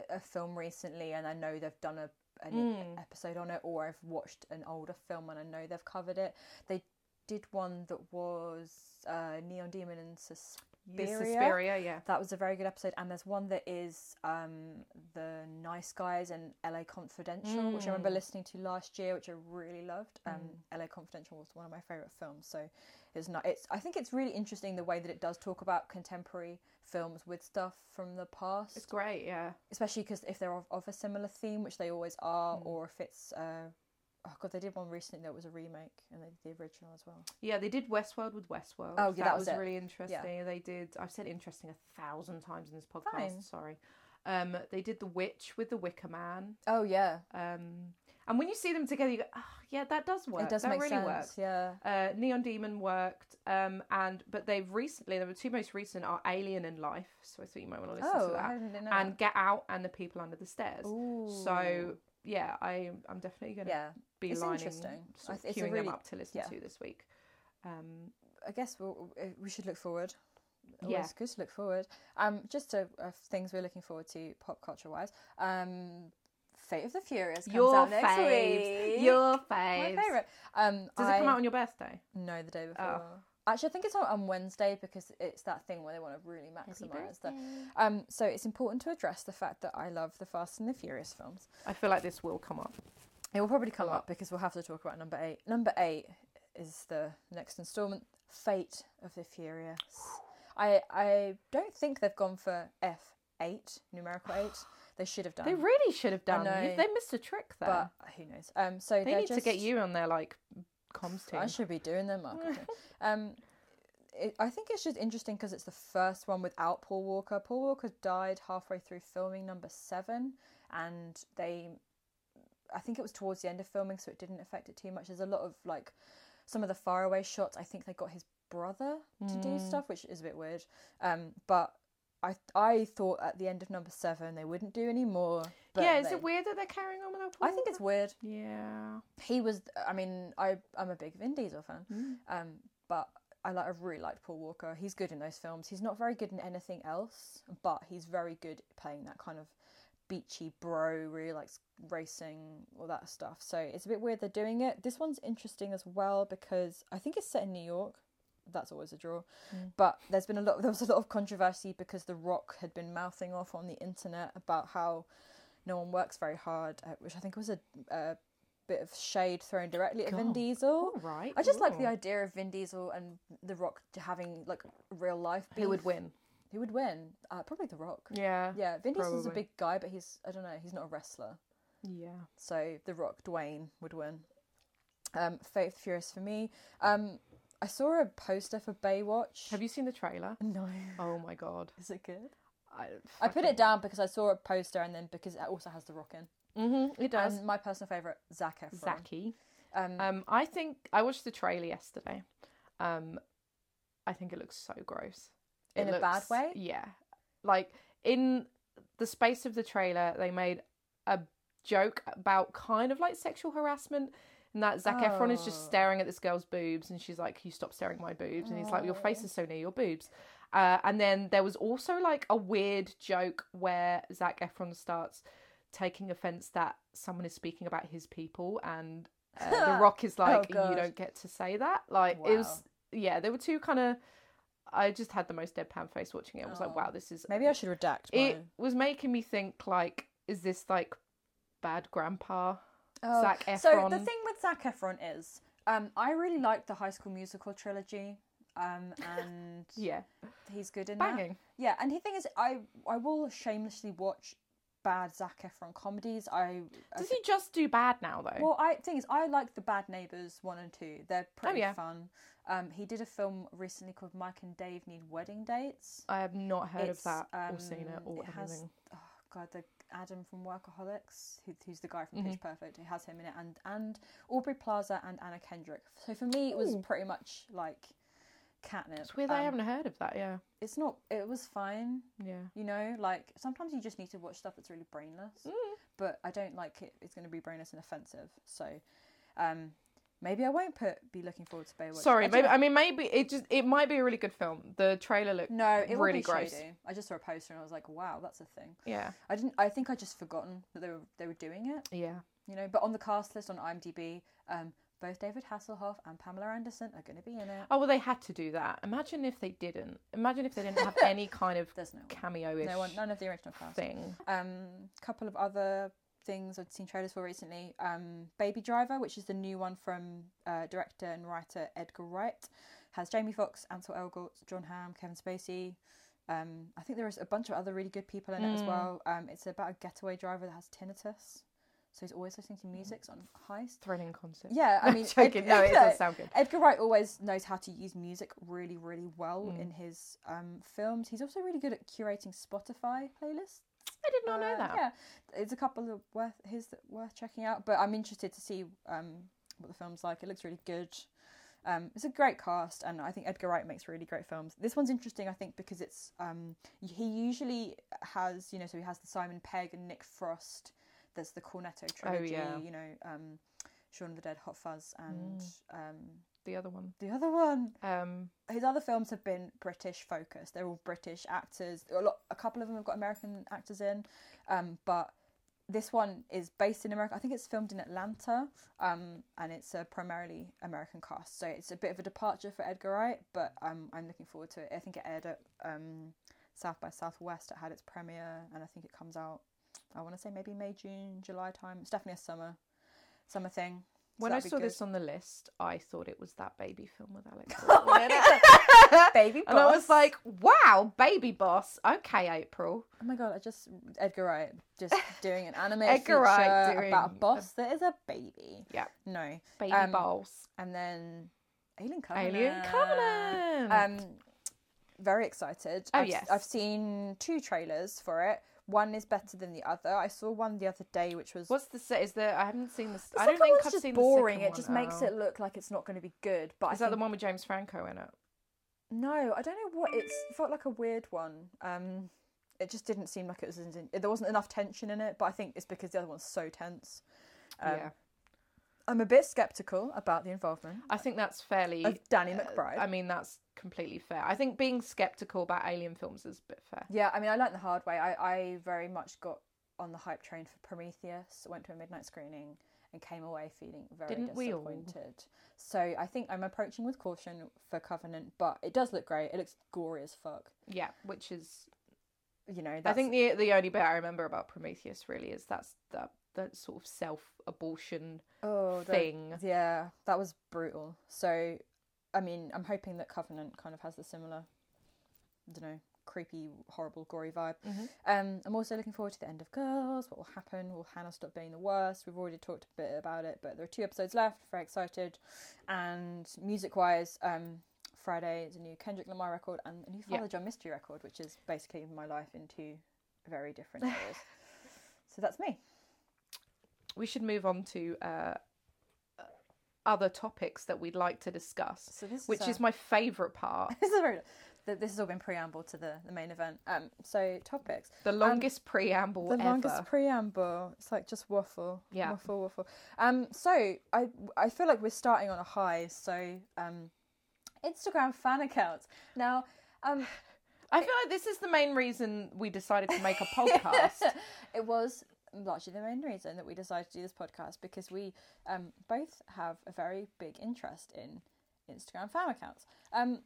Speaker 1: a film recently and I know they've done a an
Speaker 2: Mm.
Speaker 1: episode on it, or I've watched an older film and I know they've covered it. They did one that was uh, Neon Demon and
Speaker 2: The
Speaker 1: Suspiria.
Speaker 2: Suspiria, yeah
Speaker 1: That was a very good episode, and there's one that is um, the Nice Guys and LA Confidential, which I remember
Speaker 2: Mm.
Speaker 1: listening to last year, which I really loved. Um, LA Confidential was one of my favorite films, so it's not. It's I think it's really interesting the way that it does talk about contemporary films with stuff from the past
Speaker 2: it's great yeah
Speaker 1: especially because if they're of, of a similar theme, which they always are,
Speaker 2: Mm.
Speaker 1: or if it's uh, oh god, they did one recently that was a remake and they did the original as well.
Speaker 2: yeah they did westworld with westworld
Speaker 1: Oh, yeah, that was
Speaker 2: was,
Speaker 1: it.
Speaker 2: really interesting they did i've said interesting a thousand times in this podcast
Speaker 1: Fine.
Speaker 2: sorry um, they did the witch with the wicker man
Speaker 1: Oh yeah,
Speaker 2: Um, and when you see them together, you go, oh, yeah, that does work.
Speaker 1: it does
Speaker 2: that
Speaker 1: make
Speaker 2: really
Speaker 1: sense.
Speaker 2: works.
Speaker 1: Yeah.
Speaker 2: Uh, Neon Demon worked, um, and but they've recently the two most recent are Alien and Life, so I thought you might want to listen to
Speaker 1: Oh, I
Speaker 2: that,
Speaker 1: didn't know.
Speaker 2: and Get Out and The People Under the Stairs. So
Speaker 1: Ooh.
Speaker 2: yeah, I I'm definitely going to
Speaker 1: yeah,
Speaker 2: be
Speaker 1: it's
Speaker 2: lining,
Speaker 1: interesting.
Speaker 2: sort of
Speaker 1: I th- it's a
Speaker 2: queuing
Speaker 1: really-
Speaker 2: them up to listen
Speaker 1: yeah.
Speaker 2: to this week. Um,
Speaker 1: I guess we'll, uh, we should look forward. Always
Speaker 2: Yeah.
Speaker 1: good to look forward. Um, just to uh, things we're looking forward to pop culture wise. Um, Fate of the Furious comes
Speaker 2: your
Speaker 1: out next
Speaker 2: faves,
Speaker 1: week.
Speaker 2: your
Speaker 1: my
Speaker 2: faves.
Speaker 1: favorite. Um,
Speaker 2: Does
Speaker 1: I-
Speaker 2: it come out Oh. on your birthday?
Speaker 1: No, the day before. Actually, I think it's on, on Wednesday because it's that thing where they want to really maximise that. Um, so it's important to address the fact that I love the Fast and the Furious films.
Speaker 2: I feel like this will come up.
Speaker 1: It will probably come up because we'll have to talk about number eight. Number eight is the next instalment, Fate of the Furious. I I don't think they've gone for F eight, numerical eight. They should have done,
Speaker 2: They really should have done.
Speaker 1: know.
Speaker 2: You- They missed a trick there.
Speaker 1: but who knows? Um, so
Speaker 2: They
Speaker 1: they're
Speaker 2: need to get
Speaker 1: just-
Speaker 2: you on their like comms
Speaker 1: I
Speaker 2: team.
Speaker 1: should be doing them up. okay. um, it, I think it's just interesting because it's the first one without Paul Walker. Paul Walker died halfway through filming number seven, and they, I think it was towards the end of filming, so it didn't affect it too much. There's a lot of like some of the faraway shots. I think they got his brother to do
Speaker 2: Hmm.
Speaker 1: stuff, which is a bit weird. Um, but I I thought at the end of number seven they wouldn't do any more. But
Speaker 2: yeah, is
Speaker 1: they-
Speaker 2: it weird that they're carrying on with Al
Speaker 1: I think it's weird.
Speaker 2: Pacino? Yeah.
Speaker 1: He was. I mean, I I'm a big Vin Diesel fan. Um, but I like I really liked Paul Walker. He's good in those films. He's not very good in anything else, but he's very good at playing that kind of beachy bro, really likes racing, all that stuff. So it's a bit weird they're doing it. This one's interesting as well because I think it's set in New York. That's always a draw. But there's been a lot there was a lot of controversy because The Rock had been mouthing off on the internet about how no one works very hard, uh, which I think was a, a bit of shade thrown directly at Vin
Speaker 2: God.
Speaker 1: Diesel.
Speaker 2: All right.
Speaker 1: I just like the
Speaker 2: Ooh.
Speaker 1: idea of Vin Diesel and The Rock to having like real life.
Speaker 2: Who would
Speaker 1: beef.
Speaker 2: win?
Speaker 1: Who would win? Uh, probably The Rock.
Speaker 2: Yeah.
Speaker 1: Yeah, Vin Diesel's a
Speaker 2: Probably.
Speaker 1: big guy, but he's I don't know, he's not a wrestler.
Speaker 2: Yeah.
Speaker 1: So The Rock, Dwayne would win. Um, Faith Furious for me. Um, I saw a poster for Baywatch.
Speaker 2: Have you seen the trailer?
Speaker 1: No.
Speaker 2: Oh my god.
Speaker 1: Is it good?
Speaker 2: I,
Speaker 1: I put it down because I saw a poster and then because it also has The Rock in.
Speaker 2: Mm-hmm, it does.
Speaker 1: And my personal favourite, Zac Efron.
Speaker 2: Zaki.
Speaker 1: Um,
Speaker 2: Um, I think I watched the trailer yesterday. Um, I think it looks so gross. It
Speaker 1: In a bad
Speaker 2: looks-
Speaker 1: way?
Speaker 2: Yeah. Like in the space of the trailer, they made a joke about kind of like sexual harassment. And that Zac Efron is
Speaker 1: Oh.
Speaker 2: just staring at this girl's boobs, and she's like, "Can you stop staring at my boobs?" And he's like, "Your
Speaker 1: Oh.
Speaker 2: face is so near your boobs." Uh, and then there was also like a weird joke where Zac Efron starts taking offense that someone is speaking about his people, and uh, The Rock is like,
Speaker 1: Oh, God.
Speaker 2: "You don't get to say that." Like it was,
Speaker 1: Wow.
Speaker 2: yeah. There were two kind of. I just had the most deadpan face watching it. I was
Speaker 1: Oh.
Speaker 2: like, "Wow, this is."
Speaker 1: maybe I should redact mine.
Speaker 2: It was making me think like, is this like bad grandpa?
Speaker 1: Oh,
Speaker 2: Zac
Speaker 1: So the
Speaker 2: Efron.
Speaker 1: thing with Zac Efron is, um, I really liked the High School Musical trilogy, um, and
Speaker 2: Yeah,
Speaker 1: he's good in that.
Speaker 2: banging.
Speaker 1: Yeah, and the thing is, I I will shamelessly watch bad Zac Efron comedies. I, I
Speaker 2: Does he just do bad now though?
Speaker 1: well, I thing is, I like the Bad Neighbors one and two. They're pretty
Speaker 2: Oh, yeah.
Speaker 1: fun. Um, he did a film recently called Mike and Dave Need Wedding Dates.
Speaker 2: I have not heard
Speaker 1: It's,
Speaker 2: of that or seen it
Speaker 1: um,
Speaker 2: or
Speaker 1: it has-
Speaker 2: anything.
Speaker 1: oh god the adam from workaholics who, who's the guy from pitch
Speaker 2: Mm-hmm.
Speaker 1: perfect who has him in it and and aubrey plaza and anna kendrick so for me it was pretty much like catnip
Speaker 2: It's weird I
Speaker 1: Um,
Speaker 2: haven't heard of that. Yeah,
Speaker 1: it's not it was fine
Speaker 2: yeah.
Speaker 1: you know like sometimes you just need to watch stuff that's really brainless
Speaker 2: Mm.
Speaker 1: but i don't like it it's going to be brainless and offensive so um maybe i won't put be looking forward to baywatch
Speaker 2: Sorry,
Speaker 1: I don't
Speaker 2: maybe
Speaker 1: know.
Speaker 2: I mean maybe it just it might be a really good film. The trailer looked
Speaker 1: no it
Speaker 2: really
Speaker 1: really be
Speaker 2: gross.
Speaker 1: shady. i just saw a poster and i was like wow that's a thing
Speaker 2: Yeah,
Speaker 1: i didn't i think i just forgotten that they were they were doing it
Speaker 2: yeah.
Speaker 1: you know. But on the cast list on IMDb, um, both David Hasselhoff and Pamela Anderson are going to be in it.
Speaker 2: Oh well, they had to do that. Imagine if they didn't. Imagine if they didn't have any kind of
Speaker 1: There's no one,
Speaker 2: cameo-ish
Speaker 1: no one, none of the original cast.
Speaker 2: thing.
Speaker 1: Um, couple of other things I've seen trailers for recently. Um, Baby Driver, which is the new one from uh, director and writer Edgar Wright, has Jamie Foxx, Ansel Elgort, John Hamm, Kevin Spacey. Um, I think there is a bunch of other really good people in it as
Speaker 2: Mm.
Speaker 1: well. Um, it's about a getaway driver that has tinnitus, so he's always listening to music on heist.
Speaker 2: Thrilling concept.
Speaker 1: Yeah, I
Speaker 2: Hmm. No,
Speaker 1: mean,
Speaker 2: joking.
Speaker 1: Ed-
Speaker 2: no, it
Speaker 1: no.
Speaker 2: does sound good.
Speaker 1: Edgar Wright always knows how to use music really, really well
Speaker 2: Hmm.
Speaker 1: in his um, films. He's also really good at curating Spotify playlists.
Speaker 2: I did not know
Speaker 1: Uh,
Speaker 2: that.
Speaker 1: Yeah, there's a couple of worth his that worth checking out. But I'm interested to see um, what the film's like. It looks really good. Um, it's a great cast, and I think Edgar Wright makes really great films. This one's interesting, I think, because it's um, he usually has you know so he has the Simon Pegg and Nick Frost. There's the Cornetto trilogy,
Speaker 2: Oh, yeah.
Speaker 1: you know, um, Shaun of the Dead, Hot Fuzz, and
Speaker 2: Hmm.
Speaker 1: um,
Speaker 2: The other one.
Speaker 1: the other one
Speaker 2: Um,
Speaker 1: his other films have been British focused. They're all British actors. A lot, a couple of them have got American actors in, um, but this one is based in America. I think it's filmed in Atlanta, um, and it's a primarily American cast. So it's a bit of a departure for Edgar Wright, but um, I'm looking forward to it. I think it aired at um, South by Southwest. It had its premiere, and I think it comes out. I want to say maybe May, June, July time. It's definitely a summer, summer thing. So
Speaker 2: when I
Speaker 1: that'd be
Speaker 2: saw
Speaker 1: good.
Speaker 2: this on the list, I thought it was that baby film with Alex.
Speaker 1: Oh
Speaker 2: Baldwin
Speaker 1: my
Speaker 2: in it.
Speaker 1: God. baby,
Speaker 2: And I was
Speaker 1: Boss.
Speaker 2: like, wow, baby boss. Okay, April.
Speaker 1: Oh my god, I just Edgar Wright just doing an anime
Speaker 2: Edgar
Speaker 1: feature
Speaker 2: Wright doing
Speaker 1: about a
Speaker 2: a-
Speaker 1: boss that is a baby.
Speaker 2: Yeah.
Speaker 1: No.
Speaker 2: Baby
Speaker 1: Um,
Speaker 2: boss.
Speaker 1: And then Alien Covenant.
Speaker 2: Alien Covenant.
Speaker 1: Um very excited.
Speaker 2: Oh,
Speaker 1: I've,
Speaker 2: yes.
Speaker 1: I've seen two trailers for it. One is better than the other. I saw one the other day which was
Speaker 2: What's the set? Is there? I haven't seen this.
Speaker 1: the
Speaker 2: I
Speaker 1: second
Speaker 2: don't think
Speaker 1: one's
Speaker 2: I've
Speaker 1: just
Speaker 2: seen
Speaker 1: boring.
Speaker 2: The
Speaker 1: it just makes it look like it's not going to be good, but
Speaker 2: Is
Speaker 1: I
Speaker 2: that the
Speaker 1: think
Speaker 2: one with James Franco in it?
Speaker 1: No, I don't know what it's it felt like a weird one. Um, it just didn't seem like it was. In, there wasn't enough tension in it, but I think it's because the other one's so tense. Um,
Speaker 2: yeah,
Speaker 1: I'm a bit skeptical about the involvement
Speaker 2: I think that's fairly.
Speaker 1: of Danny
Speaker 2: uh,
Speaker 1: McBride.
Speaker 2: I mean, that's completely fair. I think being skeptical about alien films is a bit fair.
Speaker 1: yeah, I mean, I learned the hard way. I, I very much got on the hype train for Prometheus, went to a midnight screening, and came away feeling very
Speaker 2: Didn't we all?
Speaker 1: disappointed. So I think I'm approaching with caution for Covenant, but it does look great. It looks gory as fuck.
Speaker 2: Yeah, which is
Speaker 1: You know, that's,
Speaker 2: I think the the only bit I remember about Prometheus really is that's that that sort of self abortion
Speaker 1: oh, the-
Speaker 2: thing.
Speaker 1: Yeah, that was brutal. So, I mean, I'm hoping that Covenant kind of has the similar, I don't know, creepy, horrible, gory vibe.
Speaker 2: Mhm.
Speaker 1: Um, I'm also looking forward to the end of Girls. What will happen? Will Hannah stop being the worst? We've already talked a bit about it, but there are two episodes left. Very excited. And music-wise, um, Friday is a new Kendrick Lamar record and a new
Speaker 2: Yeah.
Speaker 1: Father John Mystery record, which is basically my life in two very different areas. so that's me.
Speaker 2: We should move on to uh, other topics that we'd like to discuss,
Speaker 1: So this
Speaker 2: which
Speaker 1: is,
Speaker 2: is my favourite part.
Speaker 1: this is very, th- this has all been preamble to the, the main event. Um, so topics.
Speaker 2: The longest preamble
Speaker 1: Um, The
Speaker 2: ever.
Speaker 1: longest preamble. It's like just waffle.
Speaker 2: Yeah.
Speaker 1: Waffle, waffle. Um, so I I feel like we're starting on a high. So um, Instagram fan accounts. Now, um,
Speaker 2: I feel like this is the main reason we decided to make a podcast.
Speaker 1: it was largely the main reason that we decided to do this podcast because we um, both have a very big interest in Instagram fan accounts. Um,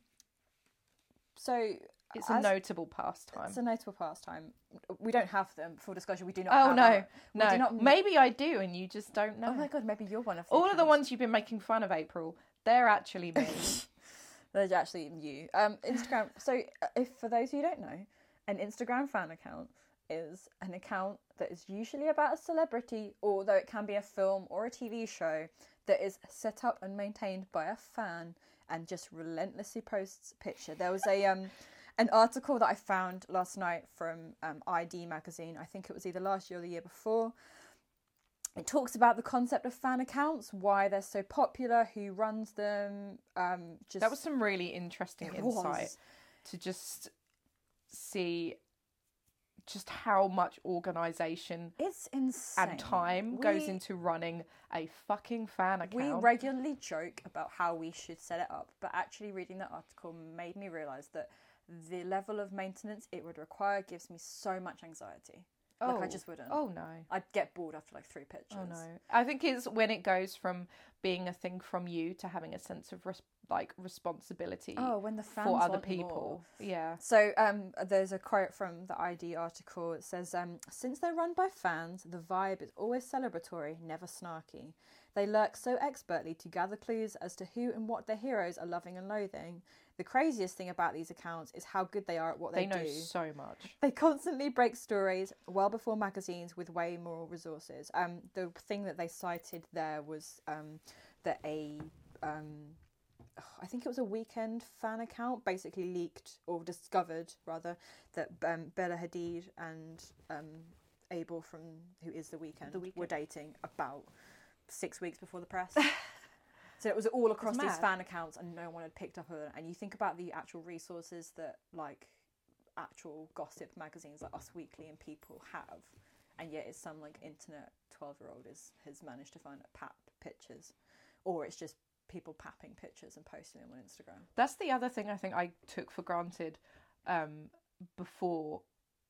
Speaker 1: so
Speaker 2: It's a
Speaker 1: As-
Speaker 2: notable pastime.
Speaker 1: it's a notable pastime. We don't have them. Full disclosure, we do not.
Speaker 2: Oh
Speaker 1: have
Speaker 2: no,
Speaker 1: our- we
Speaker 2: no.
Speaker 1: do not-
Speaker 2: Maybe I do, and you just don't know.
Speaker 1: Oh my god, maybe you're one of
Speaker 2: All of the
Speaker 1: accounts.
Speaker 2: ones you've been making fun of, April, they're actually me.
Speaker 1: There's actually you. Um, Instagram. so, uh, if for those who don't know, an Instagram fan account is an account that is usually about a celebrity, although it can be a film or a TV show that is set up and maintained by a fan and just relentlessly posts a picture. There was a um. An article that I found last night from um, ID magazine, I think it was either last year or the year before, it talks about the concept of fan accounts, why they're so popular, who runs them. Um, just
Speaker 2: That was some really interesting
Speaker 1: It was.
Speaker 2: insight to just see just how much organization
Speaker 1: It's insane.
Speaker 2: and time goes
Speaker 1: We-
Speaker 2: into running a fucking fan account.
Speaker 1: We regularly joke about how we should set it up, but actually reading that article made me realise that the level of maintenance it would require gives me so much anxiety. Like I just wouldn't.
Speaker 2: Oh no.
Speaker 1: I'd get bored after like three pictures.
Speaker 2: Oh no. I think it's when it goes from being a thing from you to having a sense of res- like responsibility
Speaker 1: Oh, when the fans
Speaker 2: for other
Speaker 1: want
Speaker 2: people.
Speaker 1: more.
Speaker 2: Yeah.
Speaker 1: So um, there's a quote from the ID article. It says, um, "Since they're run by fans, the vibe is always celebratory, never snarky. They lurk so expertly to gather clues as to who and what their heroes are loving and loathing. The craziest thing about these accounts is how good they are at what
Speaker 2: They
Speaker 1: they,
Speaker 2: know
Speaker 1: do.
Speaker 2: so much.
Speaker 1: They constantly break stories well before magazines with way more resources. Um, the thing that they cited there was um, that a, um, I think it was a weekend fan account basically leaked or discovered rather that um, Bella Hadid and um, Abel from who is the weekend,
Speaker 2: The
Speaker 1: were
Speaker 2: Weeknd.
Speaker 1: dating about six weeks before the press. So it was all across these
Speaker 2: mad.
Speaker 1: fan accounts, and no one had picked up on it. And you think about the actual resources that like actual gossip magazines like Us Weekly and People have, and yet it's some like internet twelve year old is has managed to find a pap pictures, or it's just people papping pictures and posting them on Instagram.
Speaker 2: That's the other thing I think I took for granted um, before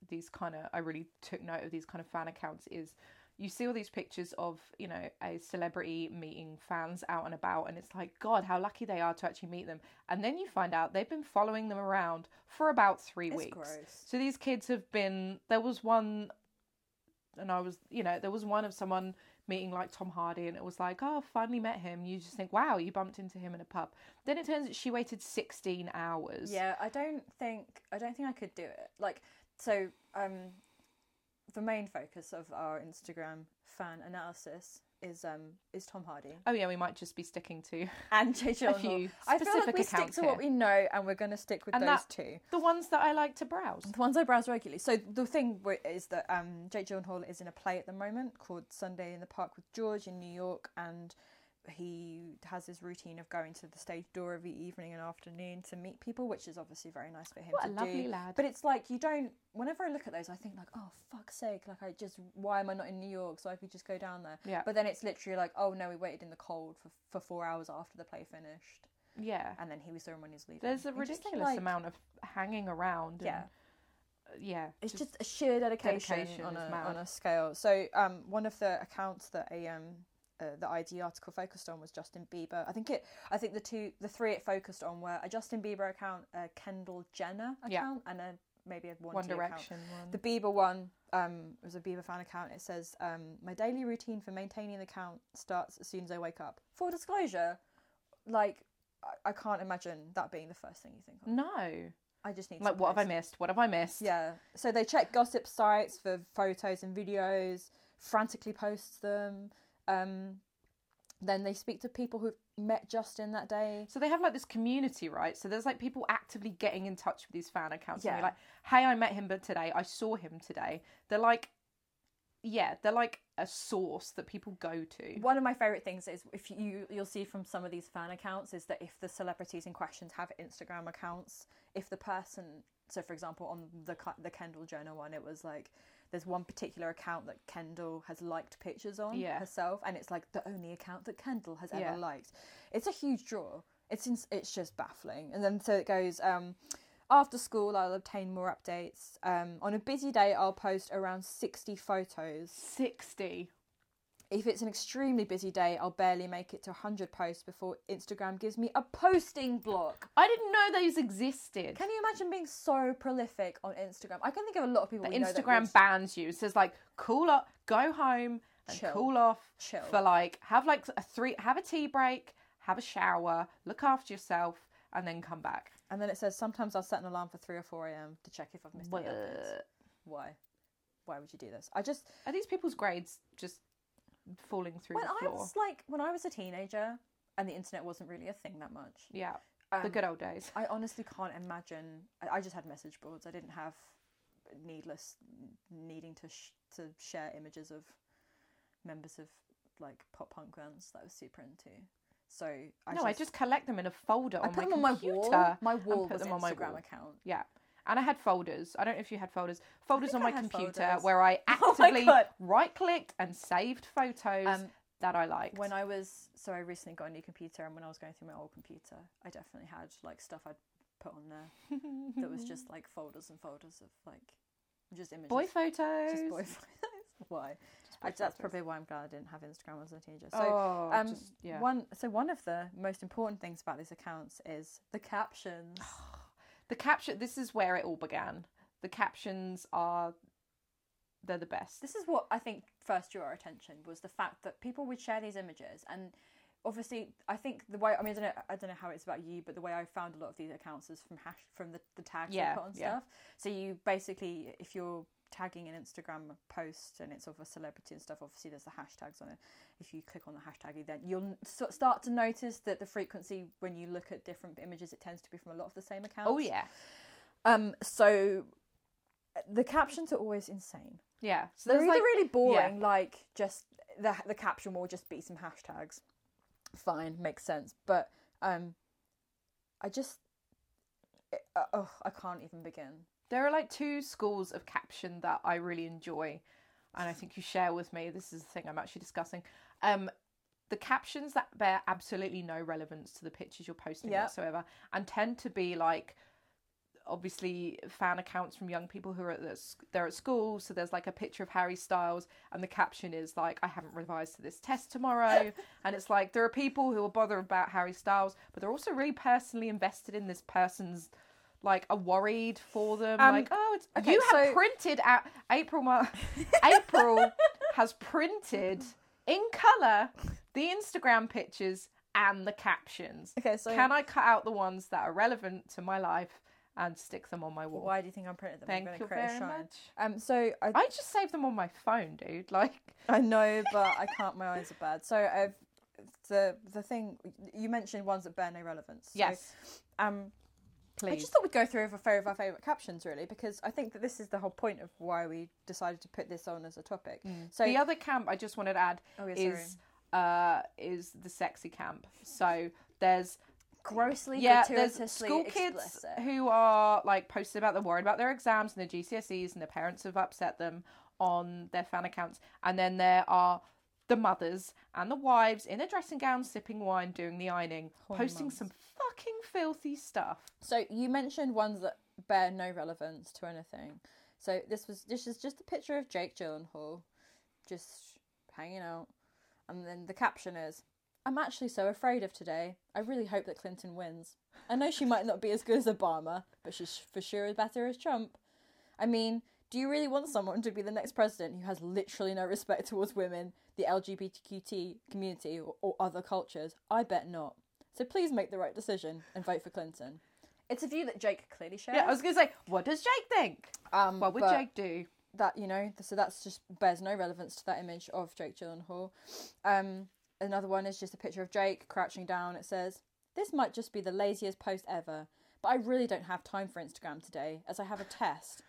Speaker 2: these kind of, I really took note of these kind of fan accounts is you see all these pictures of, you know, a celebrity meeting fans out and about, and it's like, God, how lucky they are to actually meet them. And then you find out they've been following them around for about three
Speaker 1: It's
Speaker 2: weeks.
Speaker 1: gross.
Speaker 2: So these kids have been, there was one, and I was, you know, there was one of someone meeting like Tom Hardy, and it was like, oh, finally met him. You just think, wow, you bumped into him in a pub. Then it turns out she waited 16 hours.
Speaker 1: Yeah, I don't think I don't think I could do it. Like so um the main focus of our Instagram fan analysis is um is Tom Hardy
Speaker 2: Oh, yeah, we might just be sticking to
Speaker 1: and Jay
Speaker 2: a
Speaker 1: Gyllenhaal.
Speaker 2: few
Speaker 1: I feel
Speaker 2: specific
Speaker 1: like we stick
Speaker 2: accounts
Speaker 1: to what we
Speaker 2: here.
Speaker 1: know and we're going to stick with
Speaker 2: And
Speaker 1: those
Speaker 2: that-
Speaker 1: two.
Speaker 2: The ones that I like to browse.
Speaker 1: The ones I browse regularly. So the thing wi- is that um, Jake Gyllenhaal is in a play at the moment called Sunday in the Park with George in New York, and he has his routine of going to the stage door every evening and afternoon to meet people, which is obviously very nice for him
Speaker 2: What a
Speaker 1: to
Speaker 2: lovely
Speaker 1: do.
Speaker 2: lad.
Speaker 1: But it's like you don't. Whenever I look at those, I think like, oh fuck's sake! Like I just why am I not in New York so I could just go down there?
Speaker 2: Yeah.
Speaker 1: But then it's literally like, oh no, we waited in the cold for for four hours after the play finished,
Speaker 2: yeah.
Speaker 1: and then he was there when he was leaving.
Speaker 2: There's a
Speaker 1: You just
Speaker 2: ridiculous
Speaker 1: think, like,
Speaker 2: amount of hanging around. And, uh,
Speaker 1: Yeah.
Speaker 2: Yeah.
Speaker 1: It's just, a sheer dedication,
Speaker 2: dedication
Speaker 1: on,
Speaker 2: is
Speaker 1: a,
Speaker 2: mad.
Speaker 1: on a scale. So um, one of the accounts that a um, uh, the ID article focused on was Justin Bieber. I think it. I think the two, the three it focused on were a Justin Bieber account, a Kendall Jenner
Speaker 2: Yeah.
Speaker 1: account, and a maybe a one,
Speaker 2: One
Speaker 1: account.
Speaker 2: Direction one.
Speaker 1: The Bieber one um, was a Bieber fan account. It says, um, "My daily routine for maintaining the account starts as soon as I wake up." For disclosure, like I, I can't imagine that being the first thing you think of.
Speaker 2: no.
Speaker 1: I just need
Speaker 2: Mm. Like,
Speaker 1: some
Speaker 2: what have I
Speaker 1: place.
Speaker 2: missed? What have I missed?
Speaker 1: Yeah. So they check gossip sites for photos and videos, frantically posts them. Um, then they speak to people who've met Justin that day.
Speaker 2: So they have like this community, right? So there's like people actively getting in touch with these fan accounts. Yeah.
Speaker 1: Yeah.
Speaker 2: like, hey, I met him but today. I saw him today. They're like, yeah, they're like a source that people go to.
Speaker 1: One of my favorite things is if you you'll see from some of these fan accounts is that if the celebrities in questions have Instagram accounts, if the person so for example on the Ke- the Kendall Jenner one, it was like there's one particular account that Kendall has liked pictures on
Speaker 2: Yeah.
Speaker 1: herself, and it's like the only account that Kendall has ever
Speaker 2: Yeah.
Speaker 1: liked. It's a huge draw. It's ins- it's just baffling. And then so it goes. Um, after school, I'll obtain more updates. Um, on a busy day, I'll post around sixty photos.
Speaker 2: 60.
Speaker 1: If it's an extremely busy day, I'll barely make it to 100 posts before Instagram gives me a posting block.
Speaker 2: I didn't know those existed.
Speaker 1: Can you imagine being so prolific on Instagram? I can think of a lot of people.
Speaker 2: That
Speaker 1: we know that
Speaker 2: Instagram
Speaker 1: would-
Speaker 2: bans you. It says like cool off, go home and
Speaker 1: Chill.
Speaker 2: cool off
Speaker 1: Chill.
Speaker 2: for like have like a three, have a tea break, have a shower, look after yourself, and then come back.
Speaker 1: and then it says sometimes I'll set an alarm for 3 or 4 a.m. to check if I've missed any updates. Why? Why would you do this? I just
Speaker 2: Are these people's grades just falling through
Speaker 1: when
Speaker 2: the
Speaker 1: I
Speaker 2: floor?
Speaker 1: was like when I was a teenager and the internet wasn't really a thing that much.
Speaker 2: Yeah, the
Speaker 1: um,
Speaker 2: good old days.
Speaker 1: I honestly can't imagine. I, I just had message boards. I didn't have needless needing to sh- to share images of members of like pop punk bands that I was super into. So I
Speaker 2: no,
Speaker 1: just,
Speaker 2: I just collect them in a folder.
Speaker 1: I
Speaker 2: on
Speaker 1: put them
Speaker 2: my
Speaker 1: on my
Speaker 2: computer
Speaker 1: wall. My
Speaker 2: and
Speaker 1: wall
Speaker 2: put
Speaker 1: was
Speaker 2: them
Speaker 1: an
Speaker 2: on my
Speaker 1: Instagram
Speaker 2: wall.
Speaker 1: account.
Speaker 2: Yeah. And I had folders. I don't know if you had folders. Folders on
Speaker 1: think
Speaker 2: my
Speaker 1: I had
Speaker 2: computer
Speaker 1: folders.
Speaker 2: where I
Speaker 1: Oh my
Speaker 2: actively
Speaker 1: God.
Speaker 2: right clicked and saved photos
Speaker 1: Um,
Speaker 2: that I liked.
Speaker 1: When I was so I recently got a new computer, and when I was going through my old computer, I definitely had like stuff I'd put on there that was just like folders and folders of like just images.
Speaker 2: boy photos.
Speaker 1: just boy photos. why?
Speaker 2: boy
Speaker 1: I- that's
Speaker 2: photos.
Speaker 1: probably why I'm glad I didn't have Instagram as a teenager. So
Speaker 2: oh,
Speaker 1: um,
Speaker 2: just- yeah.
Speaker 1: one so one of the most important things about these accounts is the captions.
Speaker 2: The caption. This is where it all began. The captions are, they're the best.
Speaker 1: this is what I think first drew our attention was the fact that people would share these images and obviously I think the way I mean I don't know, I don't know how it's about you but the way I found a lot of these accounts is from hash from the, the tags
Speaker 2: Yeah,
Speaker 1: they put on
Speaker 2: yeah.
Speaker 1: stuff. So you basically if you're tagging an Instagram post and it's of a celebrity and stuff obviously there's the hashtags on it. If you click on the hashtag then you'll so- start to notice that the frequency when you look at different images it tends to be from a lot of the same accounts.
Speaker 2: oh yeah,
Speaker 1: Um so the captions are always insane.
Speaker 2: yeah. So
Speaker 1: They're
Speaker 2: there's
Speaker 1: either
Speaker 2: like
Speaker 1: really boring, like just the the caption will just be some hashtags. Fine, makes sense. But um, I just it, uh, oh, I can't even begin.
Speaker 2: there are like two schools of caption that I really enjoy, and I think you share with me. This is the thing I'm actually discussing. Um, the captions that bear absolutely no relevance to the pictures you're posting
Speaker 1: Yeah.
Speaker 2: whatsoever, and tend to be like obviously fan accounts from young people who are at the, s- they're at school so there's like a picture of harry styles and the caption is like i haven't revised to this test tomorrow and it's like there are people who will bother about harry styles but they're also really personally invested in this person's like are worried for them
Speaker 1: Um,
Speaker 2: like oh it's
Speaker 1: okay,
Speaker 2: you have
Speaker 1: so-
Speaker 2: printed out april Mar- april has printed in color the instagram pictures and the captions
Speaker 1: Okay, so
Speaker 2: can I cut out the ones that are relevant to my life and stick them on my wall?
Speaker 1: why do you think I printed them?
Speaker 2: Thank
Speaker 1: I'm gonna
Speaker 2: you
Speaker 1: create a
Speaker 2: very
Speaker 1: shrine.
Speaker 2: much.
Speaker 1: Um, so I
Speaker 2: I just save them on my phone, dude. Like,
Speaker 1: I know, but I can't. My eyes are bad. So I've the the thing you mentioned ones that bear no relevance. So,
Speaker 2: yes,
Speaker 1: um, I
Speaker 2: please.
Speaker 1: just thought we'd go through a few of our favourite captions, really, because I think that this is the whole point of why we decided to put this on as a topic. So
Speaker 2: the other camp I just wanted to add
Speaker 1: Oh, yeah, sorry.
Speaker 2: is uh, is the sexy camp. So there's
Speaker 1: Grossly,
Speaker 2: yeah, there's
Speaker 1: gratuitously
Speaker 2: school kids
Speaker 1: explicit.
Speaker 2: who are like posted about they're worried about their exams and their GCSEs, and their parents have upset them on their fan accounts. And then there are the mothers and the wives in their dressing gowns, sipping wine, doing the ironing, posting some fucking filthy stuff.
Speaker 1: So you mentioned ones that bear no relevance to anything. So this was this is just a picture of Jake Gyllenhaal, just hanging out, and then the caption is, "I'm actually so afraid of today. I really hope that Clinton wins. I know she might not be as good as Obama, but she's for sure better as Trump. I mean." Do you really want someone to be the next president who has literally no respect towards women, the LGBTQT community, or, or other cultures? I bet not. So please make the right decision and vote for Clinton. It's a view that Jake clearly shares.
Speaker 2: Yeah, I was gonna say, what does Jake think?
Speaker 1: um,
Speaker 2: What would
Speaker 1: but
Speaker 2: Jake do?
Speaker 1: That you know, th- so that's just bears no relevance to that image of Jake Gyllenhaal. Um, another one is just a picture of Jake crouching down. It says, "This might just be the laziest post ever, but I really don't have time for Instagram today as I have a test,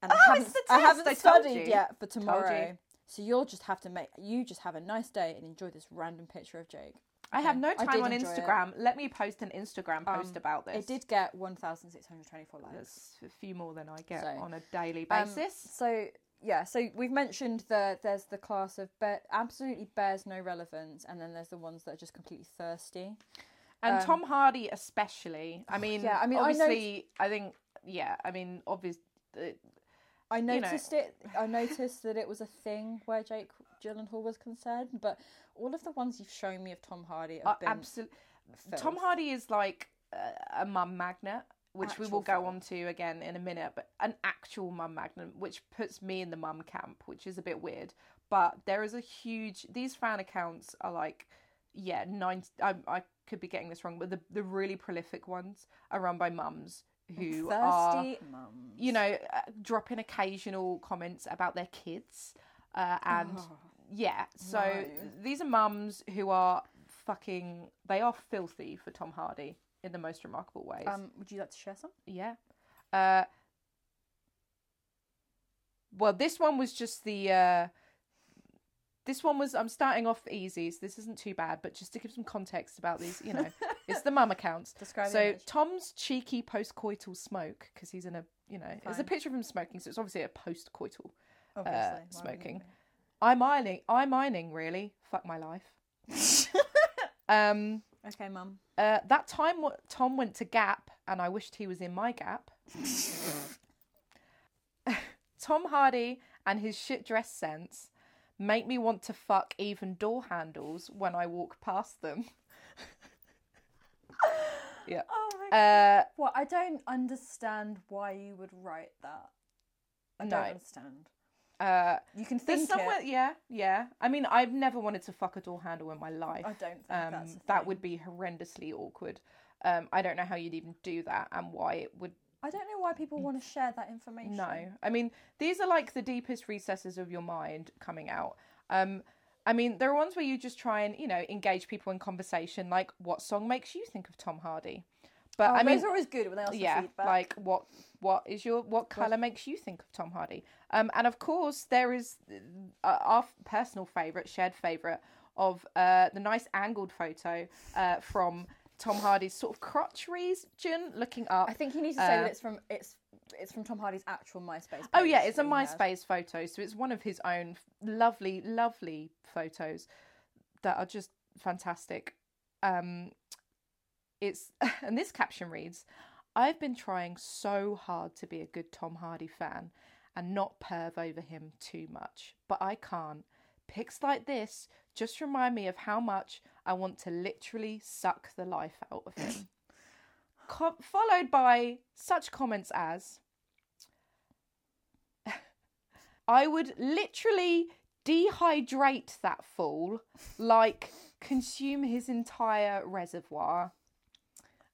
Speaker 1: and I
Speaker 2: Oh,
Speaker 1: haven't,
Speaker 2: it's the
Speaker 1: I
Speaker 2: test,
Speaker 1: haven't
Speaker 2: I told
Speaker 1: studied
Speaker 2: you.
Speaker 1: yet for
Speaker 2: you.
Speaker 1: tomorrow. So you'll just have to make you just have a nice day and enjoy this random picture of Jake."
Speaker 2: I have no
Speaker 1: I
Speaker 2: time
Speaker 1: did
Speaker 2: on
Speaker 1: enjoy it. Um,
Speaker 2: Instagram. Let me post an Instagram post about this.
Speaker 1: It did get one thousand six hundred twenty-four likes.
Speaker 2: That's a few more than I get
Speaker 1: So,
Speaker 2: on a daily
Speaker 1: Um,
Speaker 2: basis.
Speaker 1: so yeah, so we've mentioned that there's the class of be- absolutely bears no relevance, and then there's the ones that are just completely thirsty.
Speaker 2: and Tom Hardy, especially. I mean,
Speaker 1: Um, yeah, I mean, I know-
Speaker 2: obviously, I, think, yeah, I mean, uh, obviously,
Speaker 1: I
Speaker 2: know-
Speaker 1: noticed it. I noticed that it was a thing where Jake Gyllenhaal was concerned, but all of the ones you've shown me of Tom Hardy
Speaker 2: Uh,
Speaker 1: have been
Speaker 2: absolutely. Tom
Speaker 1: filth.
Speaker 2: Hardy is like a, a mum magnet, which we
Speaker 1: Actual
Speaker 2: will go
Speaker 1: filth.
Speaker 2: on to again in a minute, but an actual mum magnet, which puts me in the mum camp, which is a bit weird. But there is a huge, these fan accounts are like, yeah, nine, I, I could be getting this wrong, but the, the really prolific ones are run by mums who are
Speaker 1: thirsty. Um, mums.
Speaker 2: you know, uh, drop in occasional comments about their kids. Uh, and yeah, so
Speaker 1: Oh, no.
Speaker 2: th- these are mums who are fucking, they are filthy for Tom Hardy in the most remarkable ways.
Speaker 1: Um, would you like to share some?
Speaker 2: yeah. Uh, well, this one was just the. Uh, this one was. I'm starting off easy, so this isn't too bad. But just to give some context about these, you know, it's the mum accounts.
Speaker 1: Describe the
Speaker 2: So
Speaker 1: image.
Speaker 2: Tom's cheeky post-coital smoke because he's in a, you know, it's a
Speaker 1: Fine.
Speaker 2: picture of him smoking, so it's obviously a post-coital.
Speaker 1: Obviously, why
Speaker 2: uh,
Speaker 1: wouldn't
Speaker 2: smoking.
Speaker 1: we?
Speaker 2: I'm ironing. I'm ironing. Really, fuck my life. um,
Speaker 1: Okay, mum.
Speaker 2: uh, that time w- Tom went to Gap, and I wished he was in my Gap. Tom Hardy and his shit dress sense make me want to fuck even door handles when I walk past them. yeah.
Speaker 1: Oh my
Speaker 2: Uh,
Speaker 1: Well, I don't understand why you would write that. I
Speaker 2: No.
Speaker 1: don't understand.
Speaker 2: uh,
Speaker 1: You can
Speaker 2: There's
Speaker 1: think
Speaker 2: somewhere,
Speaker 1: it.
Speaker 2: yeah, yeah. I mean, I've never wanted to fuck a door handle in my life.
Speaker 1: I don't think
Speaker 2: Um,
Speaker 1: that's a
Speaker 2: that
Speaker 1: thing.
Speaker 2: would be horrendously awkward. Um, I don't know how you'd even do that and why it would.
Speaker 1: I don't know why people want to share that information.
Speaker 2: No, I mean, these are like the deepest recesses of your mind coming out. Um, I mean, there are ones where you just try and you know engage people in conversation, like what song makes you think of Tom Hardy. But
Speaker 1: Oh,
Speaker 2: I mean,
Speaker 1: those are always good when they ask
Speaker 2: yeah
Speaker 1: for feedback.
Speaker 2: like what what is your what color makes you think of tom hardy um and of course there is uh, our personal favorite shared favorite of uh the nice angled photo uh from tom hardy's sort of crotch region looking up
Speaker 1: I think you need to say
Speaker 2: uh,
Speaker 1: that it's from it's it's from Tom Hardy's actual MySpace. Page
Speaker 2: Oh yeah, it's a
Speaker 1: that he has.
Speaker 2: MySpace photo, so it's one of his own f- lovely, lovely photos that are just fantastic. Um, it's and this caption reads, "I've been trying so hard to be a good Tom Hardy fan and not perv over him too much, but I can't. Pics like this just remind me of how much I want to literally suck the life out of him." Co- followed by such comments as. I would literally dehydrate that fool, like consume his entire reservoir.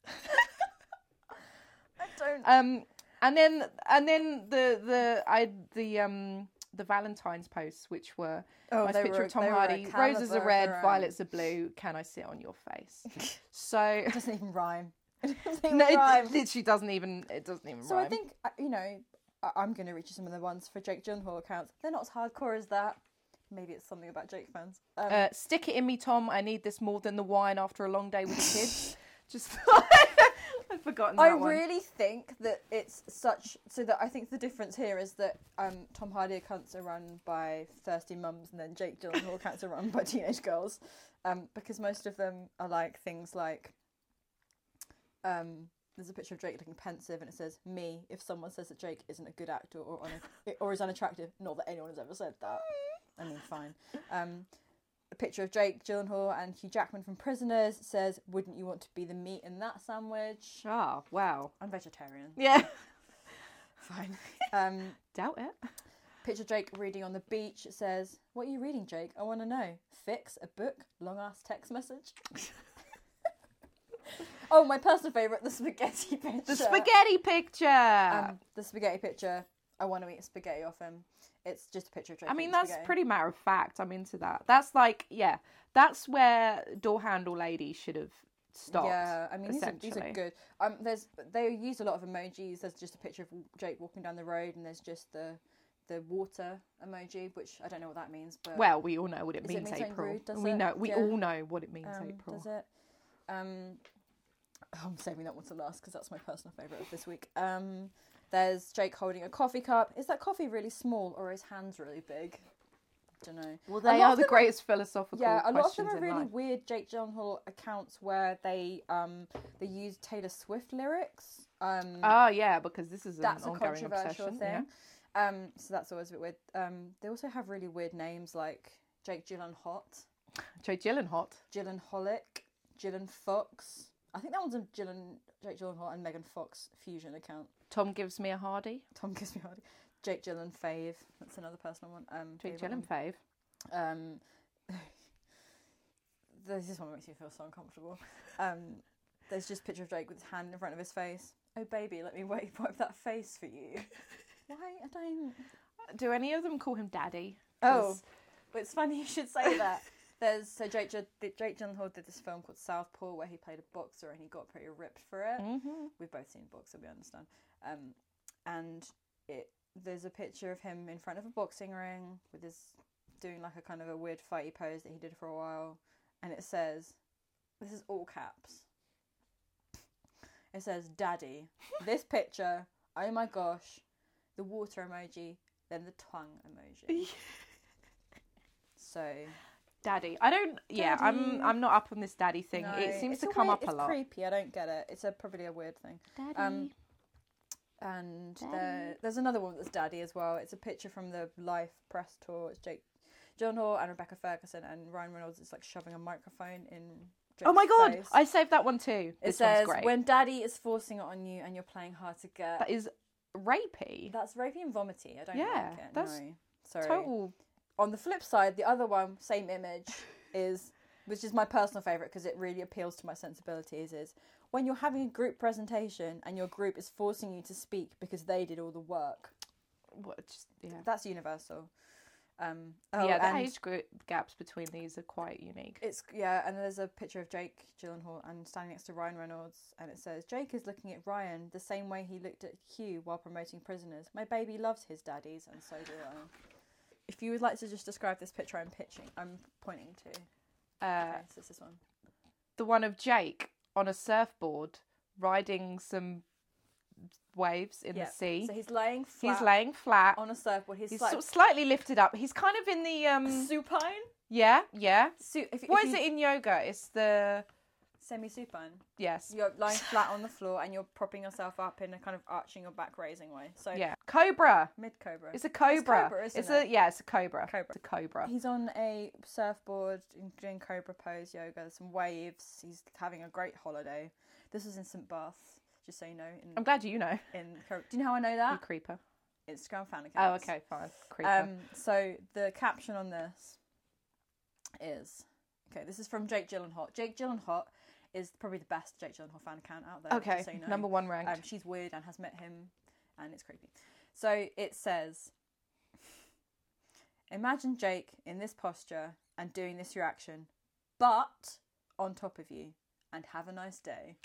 Speaker 1: I don't.
Speaker 2: Um, and then and then the the I the um the Valentine's posts, which were
Speaker 1: Oh,
Speaker 2: nice
Speaker 1: they
Speaker 2: picture
Speaker 1: were-
Speaker 2: of Tom
Speaker 1: they were a
Speaker 2: Hardy, roses
Speaker 1: caliber
Speaker 2: are
Speaker 1: of
Speaker 2: red,
Speaker 1: their own.
Speaker 2: violets are blue. Can I sit on your face? so
Speaker 1: It doesn't even rhyme. It doesn't even
Speaker 2: no, it
Speaker 1: rhyme.
Speaker 2: literally doesn't even it doesn't even.
Speaker 1: So
Speaker 2: rhyme.
Speaker 1: I think uh, you know I- I'm going to reach some of the ones for Jake Gyllenhaal accounts. They're not as hardcore as that. Maybe it's something about Jake fans. Um,
Speaker 2: Uh, Stick it in me, Tom. I need this more than the wine after a long day with the kids. Just I've forgotten that
Speaker 1: I
Speaker 2: one.
Speaker 1: really think that it's such so that I think the difference here is that um, Tom Hardy accounts are run by thirsty mums and then Jake Gyllenhaal accounts are run by teenage girls, um, because most of them are like things like. Um, there's a picture of Drake looking pensive, and it says "me." If someone says that Drake isn't a good actor or una- or is unattractive, not that anyone has ever said that. I mean, fine. Um, a picture of Drake Gyllenhaal and Hugh Jackman from Prisoners says, "Wouldn't you want to be the meat in that sandwich?"
Speaker 2: Ah, wow.
Speaker 1: I'm vegetarian.
Speaker 2: Yeah.
Speaker 1: Fine. um,
Speaker 2: Doubt it.
Speaker 1: picture Drake reading on the beach. It says, "What are you reading, Drake? I want to know. Fix a book, long ass text message." oh, my personal favourite, the spaghetti picture.
Speaker 2: The spaghetti picture.
Speaker 1: Um, the spaghetti picture. I want to eat spaghetti off him. It's just a picture of Drake.
Speaker 2: I mean,
Speaker 1: eating
Speaker 2: that's
Speaker 1: spaghetti.
Speaker 2: pretty matter of fact. I'm into that. That's like, yeah, that's where door handle lady should have stopped.
Speaker 1: Yeah, I mean these are, these are
Speaker 2: essentially.
Speaker 1: good. Um, there's they use a lot of emojis. There's just a picture of Drake walking down the road, and there's just the the water emoji, which I don't know what that means, but
Speaker 2: Well, we all know what it
Speaker 1: Does it
Speaker 2: means,
Speaker 1: mean something
Speaker 2: April.
Speaker 1: rude, does
Speaker 2: we
Speaker 1: it?
Speaker 2: know. We
Speaker 1: Yeah.
Speaker 2: all know what it means,
Speaker 1: um,
Speaker 2: April.
Speaker 1: does it? Um, oh, I'm saving that one to last because that's my personal favourite of this week. Um, there's Jake holding a coffee cup. Is that coffee really small or are his hands really big? Don't know.
Speaker 2: Well,
Speaker 1: lot
Speaker 2: they are
Speaker 1: of
Speaker 2: the
Speaker 1: them-
Speaker 2: greatest philosophical
Speaker 1: Yeah, a lot of
Speaker 2: questions
Speaker 1: them are
Speaker 2: in
Speaker 1: really
Speaker 2: life.
Speaker 1: weird Jake Gyllenhaal accounts where they um they use Taylor Swift lyrics. Um,
Speaker 2: Oh yeah, because this is an
Speaker 1: that's a
Speaker 2: ongoing
Speaker 1: controversial
Speaker 2: obsession.
Speaker 1: thing.
Speaker 2: Yeah.
Speaker 1: Um, so that's always a bit weird. Um, they also have really weird names like Jake Gyllenhot,
Speaker 2: Jay Gyllenhaal.
Speaker 1: Gyllenholic, Gyllen Fox. I think that one's a Gyllen Jake Gyllenhaal and Megan Fox fusion account.
Speaker 2: Tom gives me a Hardy.
Speaker 1: Tom gives me hard. Jake Gyllen Fave. That's another personal one. Um,
Speaker 2: Jay
Speaker 1: favourite
Speaker 2: Gyllen fave.
Speaker 1: one. Um, this is one that makes me feel so uncomfortable. Um, there's just a picture of Jake with his hand in front of his face. Oh baby, let me wipe wipe that face for you. Why I don't.
Speaker 2: Do any of them call him daddy?
Speaker 1: Oh,
Speaker 2: 'Cause-
Speaker 1: but it's funny you should say that. There's so Jake Gy- did- Jake Gyllenhaal did this film called Southpaw where he played a boxer and he got pretty ripped for it.
Speaker 2: mm-hmm.
Speaker 1: We've both seen Boxer, we understand. Um, and it there's a picture of him in front of a boxing ring with his doing like a kind of a weird fighty pose that he did for a while, and it says, "This is all caps." It says, "Daddy." this picture. Oh my gosh, the water emoji, then the tongue emoji. so
Speaker 2: Daddy. I don't. Yeah,
Speaker 1: Daddy.
Speaker 2: I'm. I'm not up on this daddy thing.
Speaker 1: No,
Speaker 2: it seems
Speaker 1: it's
Speaker 2: to
Speaker 1: a
Speaker 2: come
Speaker 1: weird-
Speaker 2: up a lot.
Speaker 1: It's creepy. I don't get it. It's a, probably a weird thing.
Speaker 2: Daddy.
Speaker 1: Um, And there,
Speaker 2: Daddy.
Speaker 1: there's another one that's daddy as well. It's a picture from the Life press tour. It's Jake John Hall and Rebecca Ferguson and Ryan Reynolds is like shoving a microphone in. Jake's
Speaker 2: oh my god!
Speaker 1: face.
Speaker 2: I saved that one too.
Speaker 1: it
Speaker 2: this
Speaker 1: says
Speaker 2: one's great.
Speaker 1: when daddy is forcing it on you and you're playing hard to get.
Speaker 2: that is rapey.
Speaker 1: that's rapey and vomity. I don't
Speaker 2: Yeah,
Speaker 1: like it.
Speaker 2: that's
Speaker 1: no. Sorry.
Speaker 2: Total.
Speaker 1: on the flip side, the other one, same image, is which is my personal favourite because it really appeals to my sensibilities. Is when you're having a group presentation and your group is forcing you to speak because they did all the work.
Speaker 2: What, just, yeah.
Speaker 1: That's universal. Um, oh,
Speaker 2: yeah, the
Speaker 1: and
Speaker 2: age group gaps between these are quite unique.
Speaker 1: it's yeah, and there's a picture of Jake Gyllenhaal and standing next to Ryan Reynolds, and it says Jake is looking at Ryan the same way he looked at Hugh while promoting Prisoners. My baby loves his daddies, and so do I. If you would like to just describe this picture, I'm pitching, I'm pointing to.
Speaker 2: Uh,
Speaker 1: Okay, so it's this one.
Speaker 2: the one of Jake on a surfboard riding some waves in
Speaker 1: Yeah.
Speaker 2: the sea.
Speaker 1: So he's laying flat
Speaker 2: he's laying flat.
Speaker 1: on a surfboard. He's,
Speaker 2: he's
Speaker 1: like
Speaker 2: sort of slightly lifted up. He's kind of in the um.
Speaker 1: supine.
Speaker 2: Yeah, yeah.
Speaker 1: Su- if,
Speaker 2: Why is it in yoga? It's the
Speaker 1: semi supine?
Speaker 2: yes.
Speaker 1: You're lying flat on the floor and you're propping yourself up in a kind of arching your back raising way. So
Speaker 2: Yeah, cobra.
Speaker 1: mid cobra.
Speaker 2: It's a cobra.
Speaker 1: cobra, isn't
Speaker 2: It's a
Speaker 1: it?
Speaker 2: yeah. It's a cobra.
Speaker 1: Cobra.
Speaker 2: It's a cobra.
Speaker 1: He's on a surfboard and doing cobra pose yoga. There's some waves. He's having a great holiday. This was in St Bath, just so you know. In,
Speaker 2: I'm glad you know.
Speaker 1: in Cor- do you know how I know
Speaker 2: You
Speaker 1: that?
Speaker 2: creeper.
Speaker 1: Instagram fan account.
Speaker 2: Oh, okay, fine. Creeper.
Speaker 1: Um, so the caption on this is okay. This is from Jake Gyllenhaal. Jake Gyllenhaal is probably the best Jake Gyllenhaal fan account out there.
Speaker 2: okay,
Speaker 1: just so you know.
Speaker 2: number one ranked.
Speaker 1: Um, she's weird and has met him, and it's creepy. So it says, imagine Jake in this posture and doing this reaction, but on top of you, and have a nice day.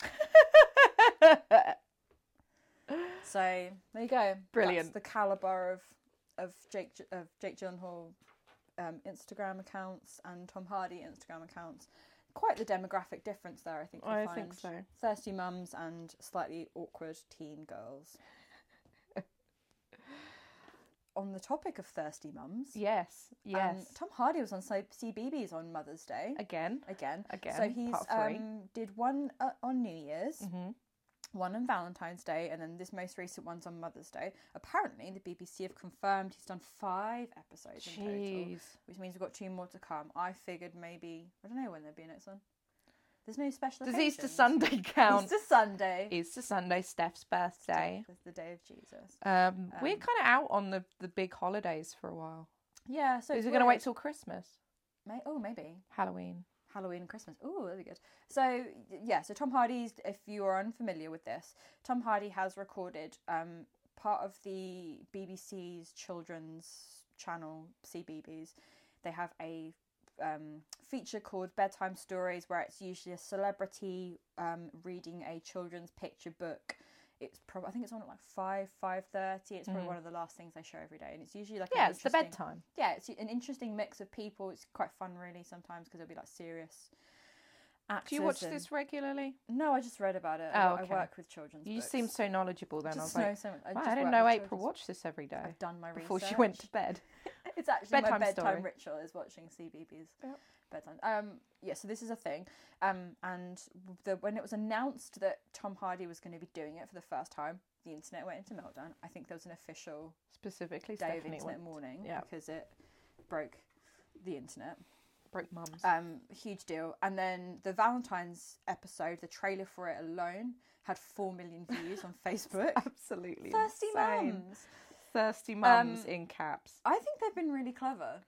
Speaker 1: So there you go.
Speaker 2: Brilliant.
Speaker 1: That's the caliber of of Jake Gy- of Jake Gyllenhaal um, Instagram accounts and Tom Hardy Instagram accounts. Quite the demographic difference there, I think. you'll
Speaker 2: I
Speaker 1: find.
Speaker 2: think so.
Speaker 1: Thirsty mums and slightly awkward teen girls. on the topic of thirsty mums,
Speaker 2: Yes, yes.
Speaker 1: um, Tom Hardy was on so- CBBS on Mother's Day
Speaker 2: again,
Speaker 1: again.
Speaker 2: again.
Speaker 1: so he's
Speaker 2: part 3
Speaker 1: um, did one uh, on New Year's,
Speaker 2: Mhm.
Speaker 1: one on Valentine's Day, and then this most recent one's on Mother's Day. Apparently, the BBC have confirmed he's done five episodes in total,
Speaker 2: Jeez.
Speaker 1: which means we've got two more to come. I figured maybe I don't know when there'd be a next one. There's no special.
Speaker 2: Does Easter
Speaker 1: occasions.
Speaker 2: Sunday count?
Speaker 1: Easter Sunday.
Speaker 2: Easter Sunday, Steph's birthday.
Speaker 1: It's the day of Jesus.
Speaker 2: Um, we're
Speaker 1: Um,
Speaker 2: kind of out on the, the big holidays for a while.
Speaker 1: Yeah. So
Speaker 2: Is
Speaker 1: it's
Speaker 2: it going to wait
Speaker 1: weird.
Speaker 2: till Christmas?
Speaker 1: May- oh, maybe.
Speaker 2: Halloween.
Speaker 1: Halloween and Christmas. Ooh, that'd be good. So y- yeah, so Tom Hardy's. If you are unfamiliar with this, Tom Hardy has recorded um, part of the BBC's children's channel CBBS. They have a um, feature called bedtime stories, where it's usually a celebrity um, reading a children's picture book. It's probably I think it's on at like five five thirty. It's probably one of the last things they show every day, and Mm. it's usually like an
Speaker 2: Yeah, it's the
Speaker 1: interesting-
Speaker 2: bedtime.
Speaker 1: yeah, it's an interesting mix of people. It's quite fun, really, sometimes because it'll be like serious. Actors
Speaker 2: Do you watch
Speaker 1: and-
Speaker 2: this regularly?
Speaker 1: No, I just read about it. I
Speaker 2: Oh,
Speaker 1: wo-
Speaker 2: okay.
Speaker 1: I work with children's.
Speaker 2: You
Speaker 1: books.
Speaker 2: seem so knowledgeable then.
Speaker 1: Just
Speaker 2: I was like,
Speaker 1: know so much- I,
Speaker 2: wow,
Speaker 1: just
Speaker 2: I didn't
Speaker 1: work
Speaker 2: know
Speaker 1: with
Speaker 2: April
Speaker 1: children's-
Speaker 2: watched this every day
Speaker 1: I've done my
Speaker 2: before
Speaker 1: research.
Speaker 2: she went to bed.
Speaker 1: It's actually
Speaker 2: Bedtime
Speaker 1: my bedtime
Speaker 2: story.
Speaker 1: ritual is watching CBBS.
Speaker 2: Yep.
Speaker 1: Bedtime. Um, yeah, so this is a thing. Um, and the, when it was announced that Tom Hardy was going to be doing it for the first time, the internet went into meltdown. I think there was an official
Speaker 2: Specifically,
Speaker 1: day of
Speaker 2: Stephanie
Speaker 1: internet
Speaker 2: went,
Speaker 1: morning
Speaker 2: yeah.
Speaker 1: because it broke the internet.
Speaker 2: broke mum's.
Speaker 1: um, huge deal. And then the Valentine's episode, the trailer for it alone had four million views on Facebook.
Speaker 2: Absolutely.
Speaker 1: Thirsty
Speaker 2: insane.
Speaker 1: mums.
Speaker 2: Thirsty mums
Speaker 1: Um,
Speaker 2: in caps.
Speaker 1: I think they've been really clever.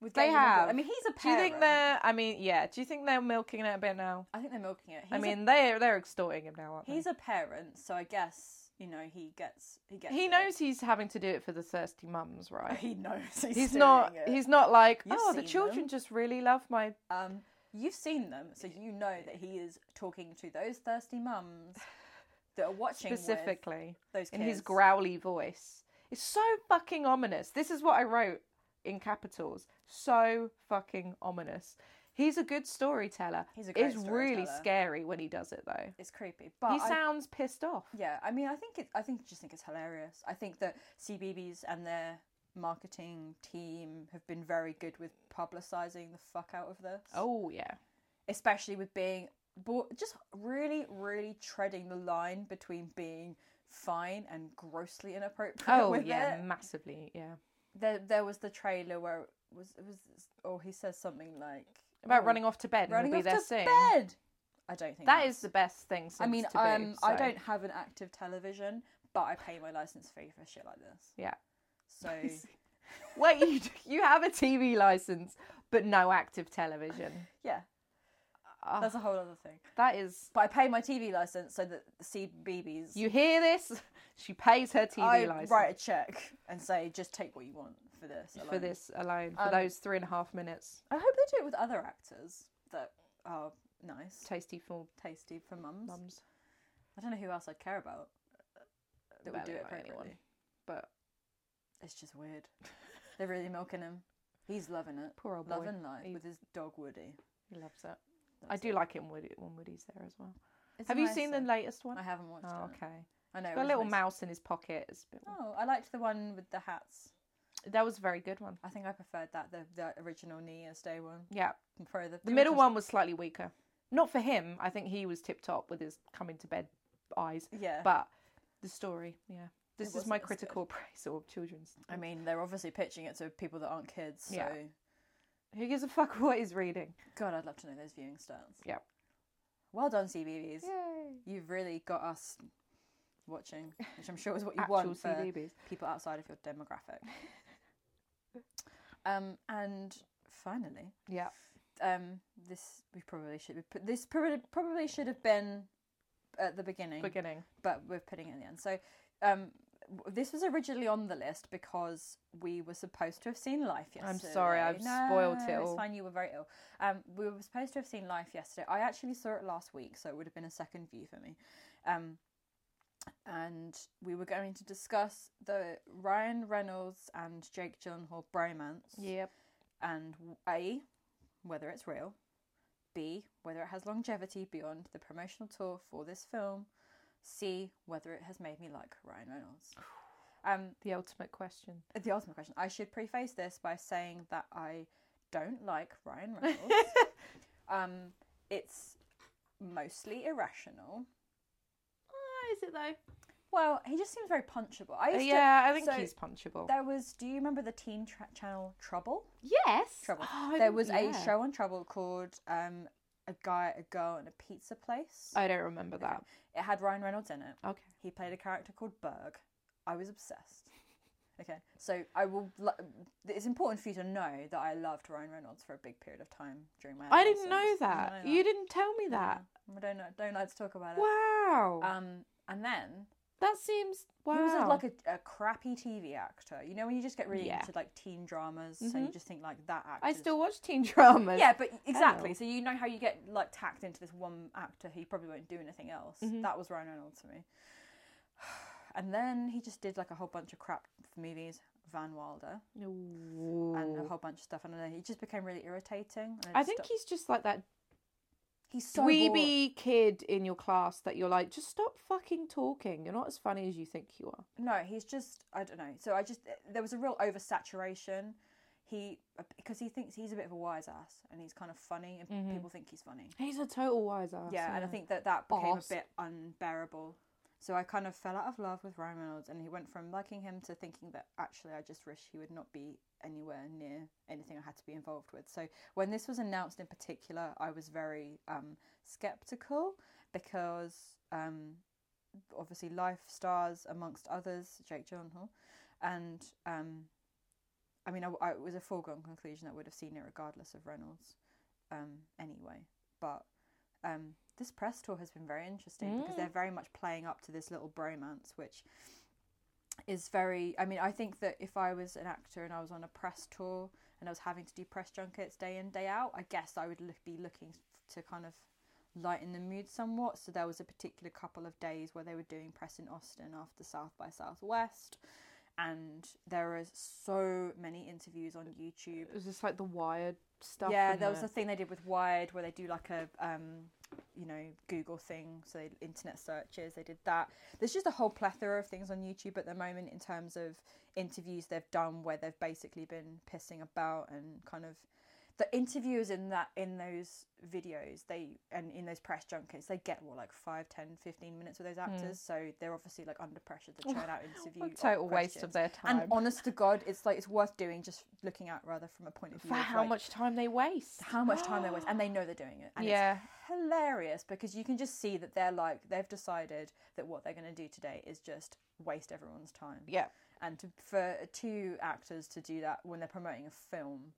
Speaker 1: With
Speaker 2: They
Speaker 1: getting him on board.
Speaker 2: have.
Speaker 1: I mean, he's a
Speaker 2: Do you
Speaker 1: parent.
Speaker 2: think they're? I mean, yeah. Do you think they're milking it a bit now?
Speaker 1: I think they're milking it. He's
Speaker 2: I mean, they're they're extorting him now, aren't
Speaker 1: a, he's a parent, so I guess you know he gets he
Speaker 2: they?
Speaker 1: gets.
Speaker 2: He
Speaker 1: it.
Speaker 2: knows he's having to do it for the thirsty mums, right?
Speaker 1: He knows. He's,
Speaker 2: He's
Speaker 1: doing
Speaker 2: not.
Speaker 1: It.
Speaker 2: He's not like.
Speaker 1: You've
Speaker 2: oh, the
Speaker 1: seen
Speaker 2: children
Speaker 1: them."
Speaker 2: just really love my.
Speaker 1: Um, you've seen them, so you know that he is talking to those thirsty mums that are watching with
Speaker 2: Specifically,
Speaker 1: those
Speaker 2: in
Speaker 1: kids.
Speaker 2: his growly voice. It's so fucking ominous. This is what I wrote in capitals. So fucking ominous. He's a good storyteller.
Speaker 1: He's a great
Speaker 2: It's really
Speaker 1: storyteller.
Speaker 2: scary when he does it though.
Speaker 1: It's creepy, but
Speaker 2: he
Speaker 1: I
Speaker 2: sounds pissed off.
Speaker 1: Yeah, I mean, I think it. I think just think it's hilarious. I think that CBBS and their marketing team have been very good with publicising the fuck out of this.
Speaker 2: Oh yeah.
Speaker 1: especially with being bo- just really, really treading the line between being fine and grossly inappropriate.
Speaker 2: Oh
Speaker 1: with
Speaker 2: yeah,
Speaker 1: it.
Speaker 2: massively. Yeah.
Speaker 1: There, there was the trailer where it was it was, or he says something like
Speaker 2: About
Speaker 1: "Oh,
Speaker 2: running off to bed and
Speaker 1: running
Speaker 2: we'll be
Speaker 1: off
Speaker 2: there
Speaker 1: to
Speaker 2: soon.
Speaker 1: bed. I don't think
Speaker 2: That
Speaker 1: that's-
Speaker 2: is the best thing. Since
Speaker 1: I mean,
Speaker 2: to
Speaker 1: um,
Speaker 2: be,
Speaker 1: I
Speaker 2: so.
Speaker 1: don't have an active television, but I pay my license fee for shit like this.
Speaker 2: Yeah.
Speaker 1: So
Speaker 2: Wait, you, you have a TV license, but no active television.
Speaker 1: yeah,
Speaker 2: Ah,
Speaker 1: that's a whole other thing.
Speaker 2: that is.
Speaker 1: But I pay my TV license so that the CBBS.
Speaker 2: You hear this? She pays her TV
Speaker 1: I
Speaker 2: license
Speaker 1: write a check and say just take what you want for this.
Speaker 2: for
Speaker 1: alone."
Speaker 2: this alone for
Speaker 1: Um,
Speaker 2: those three and a half minutes.
Speaker 1: I hope they do it with other actors that are nice,
Speaker 2: Tasty for
Speaker 1: tasty for mums.
Speaker 2: mums.
Speaker 1: I don't know who else I'd care about uh, that would
Speaker 2: Well,
Speaker 1: do it
Speaker 2: not
Speaker 1: for anyone.
Speaker 2: but
Speaker 1: It's just weird. They're really milking him. He's loving it.
Speaker 2: poor old Oh, boy.
Speaker 1: Loving life
Speaker 2: He-
Speaker 1: with his dog Woody.
Speaker 2: He loves it. I
Speaker 1: That's
Speaker 2: do
Speaker 1: it.
Speaker 2: like it when, Woody, when Woody's there as well.
Speaker 1: It's
Speaker 2: have you
Speaker 1: nice
Speaker 2: seen
Speaker 1: though.
Speaker 2: the latest one?
Speaker 1: I haven't watched
Speaker 2: Oh,
Speaker 1: it.
Speaker 2: okay.
Speaker 1: I know. it
Speaker 2: Got a
Speaker 1: was
Speaker 2: little
Speaker 1: nice.
Speaker 2: mouse in his pocket. It's a bit...
Speaker 1: Oh, I liked the one with the hats.
Speaker 2: That was a very good one.
Speaker 1: I think I preferred that the the original New Year's Day one.
Speaker 2: Yeah.
Speaker 1: Probably the,
Speaker 2: The middle one was slightly weaker. Not for him. I think he was tip top with his coming to bed eyes.
Speaker 1: Yeah, but
Speaker 2: But the story, yeah. This is
Speaker 1: wasn't
Speaker 2: my
Speaker 1: as good.
Speaker 2: critical appraisal of children's.
Speaker 1: I mean they're obviously pitching it to people that aren't kids. So
Speaker 2: Yeah. Who gives a fuck what he's reading?
Speaker 1: God, I'd love to know those viewing stats.
Speaker 2: Yeah.
Speaker 1: Well done, CBBS.
Speaker 2: Yay.
Speaker 1: You've really got us watching, which I'm sure is what you
Speaker 2: Actual
Speaker 1: want for
Speaker 2: CDBs.
Speaker 1: people outside of your demographic. um, and finally,
Speaker 2: Yeah.
Speaker 1: um, this we probably should have put this probably probably should have been at the beginning,
Speaker 2: Beginning.
Speaker 1: but we're putting it in the end. So, um, w- this was originally on the list because we were supposed to have seen Life yesterday.
Speaker 2: I'm sorry, I've
Speaker 1: no,
Speaker 2: spoilt it all.
Speaker 1: It's fine. You were very ill. Um, we were supposed to have seen Life yesterday. I actually saw it last week, so it would have been a second view for me. Um, and we were going to discuss the Ryan Reynolds and Jake Gyllenhaal bromance
Speaker 2: Yep.
Speaker 1: and A, whether it's real, B, whether it has longevity beyond the promotional tour for this film, C, whether it has made me like Ryan Reynolds. Um,
Speaker 2: The ultimate question.
Speaker 1: the ultimate question. I should preface this by saying that I don't like Ryan Reynolds. um, it's mostly irrational. Ah,
Speaker 2: is it though?
Speaker 1: Well, he just seems very punchable. I used to-
Speaker 2: yeah, I think
Speaker 1: so
Speaker 2: he's punchable.
Speaker 1: There was. Do you remember the Teen tra- Channel Trouble?
Speaker 2: yes.
Speaker 1: Trouble.
Speaker 2: Oh, I
Speaker 1: there
Speaker 2: don't-
Speaker 1: was
Speaker 2: yeah.
Speaker 1: a show on Trouble called um, "A Guy, a Girl, and a Pizza Place."
Speaker 2: I don't remember that.
Speaker 1: It had Ryan Reynolds in it.
Speaker 2: Okay.
Speaker 1: He played a character called Berg. I was obsessed. Okay, so I will. Lo- it's important for you to know that I loved Ryan Reynolds for a big period of time during my.
Speaker 2: I didn't know
Speaker 1: adolescence.
Speaker 2: that.
Speaker 1: No,
Speaker 2: You didn't tell me
Speaker 1: no,
Speaker 2: that.
Speaker 1: no. Mm, I don't know. Don't like to talk about it.
Speaker 2: Wow.
Speaker 1: Um, and then
Speaker 2: that seems wow.
Speaker 1: He was a- like a, a crappy TV actor. You know when you just get really
Speaker 2: Yeah. Mm-hmm.
Speaker 1: into like teen dramas and you just think like that actor.
Speaker 2: I still watch teen dramas.
Speaker 1: yeah, but exactly. So you know how you get like tacked into this one actor who probably won't do anything else.
Speaker 2: Mm-hmm.
Speaker 1: That was Ryan Reynolds for me. And then he just did like a whole bunch of crap movies, Van Wilder,
Speaker 2: Ooh.
Speaker 1: and a whole bunch of stuff. And then he just became really irritating. And
Speaker 2: I
Speaker 1: just
Speaker 2: think
Speaker 1: stopped-
Speaker 2: he's just like that
Speaker 1: he's so bored.
Speaker 2: dweeby kid in your class that you're like, just stop fucking talking. You're not as funny as you think you are.
Speaker 1: No, he's just I don't know. So I just eh, there was a real oversaturation. He because he thinks he's a bit of a wise ass and he's kind of funny and
Speaker 2: Mm-hmm.
Speaker 1: people think he's funny.
Speaker 2: He's a total wise ass.
Speaker 1: Yeah, and I think that that became
Speaker 2: Ass.
Speaker 1: a bit unbearable. So I kind of fell out of love with Ryan Reynolds, and he went from liking him to thinking that actually I just wish he would not be anywhere near anything I had to be involved with. So when this was announced in particular, I was very um, skeptical because um, obviously life stars amongst others, Jake Gyllenhaal, and um, I mean I, I- it was a foregone conclusion that I would have seen it regardless of Reynolds um, anyway, but um, this press tour has been very interesting because they're very much playing up to this little bromance, which is very. I mean, I think that if I was an actor and I was on a press tour and I was having to do press junkets day in day out, I guess I would look, be looking to kind of lighten the mood somewhat. So there was a particular couple of days where they were doing press in Austin after South by Southwest. And there is so many interviews on YouTube
Speaker 2: it was just like the wired stuff.
Speaker 1: yeah,
Speaker 2: and
Speaker 1: there was
Speaker 2: the-
Speaker 1: a thing they did with Wired where they do like a um, you know Google thing, so they, internet searches. They did that. There's just a whole plethora of things on YouTube at the moment in terms of interviews they've done where they've basically been pissing about and kind of the interviewers in that in those videos they and in those press junkets they get what like 5 10 15 minutes with those actors so they're obviously like under pressure to churn out interview
Speaker 2: Hmm. What a total waste of
Speaker 1: questions.
Speaker 2: their time.
Speaker 1: and honest to god it's like it's worth doing just looking at rather from a point of view
Speaker 2: for
Speaker 1: of,
Speaker 2: how
Speaker 1: like,
Speaker 2: much time they waste.
Speaker 1: how much time they waste, and they know they're doing it. And
Speaker 2: Yeah.
Speaker 1: it's hilarious because you can just see that they're like they've decided that what they're going to do today is just waste everyone's time.
Speaker 2: Yeah.
Speaker 1: And to, for two actors to do that when they're promoting a film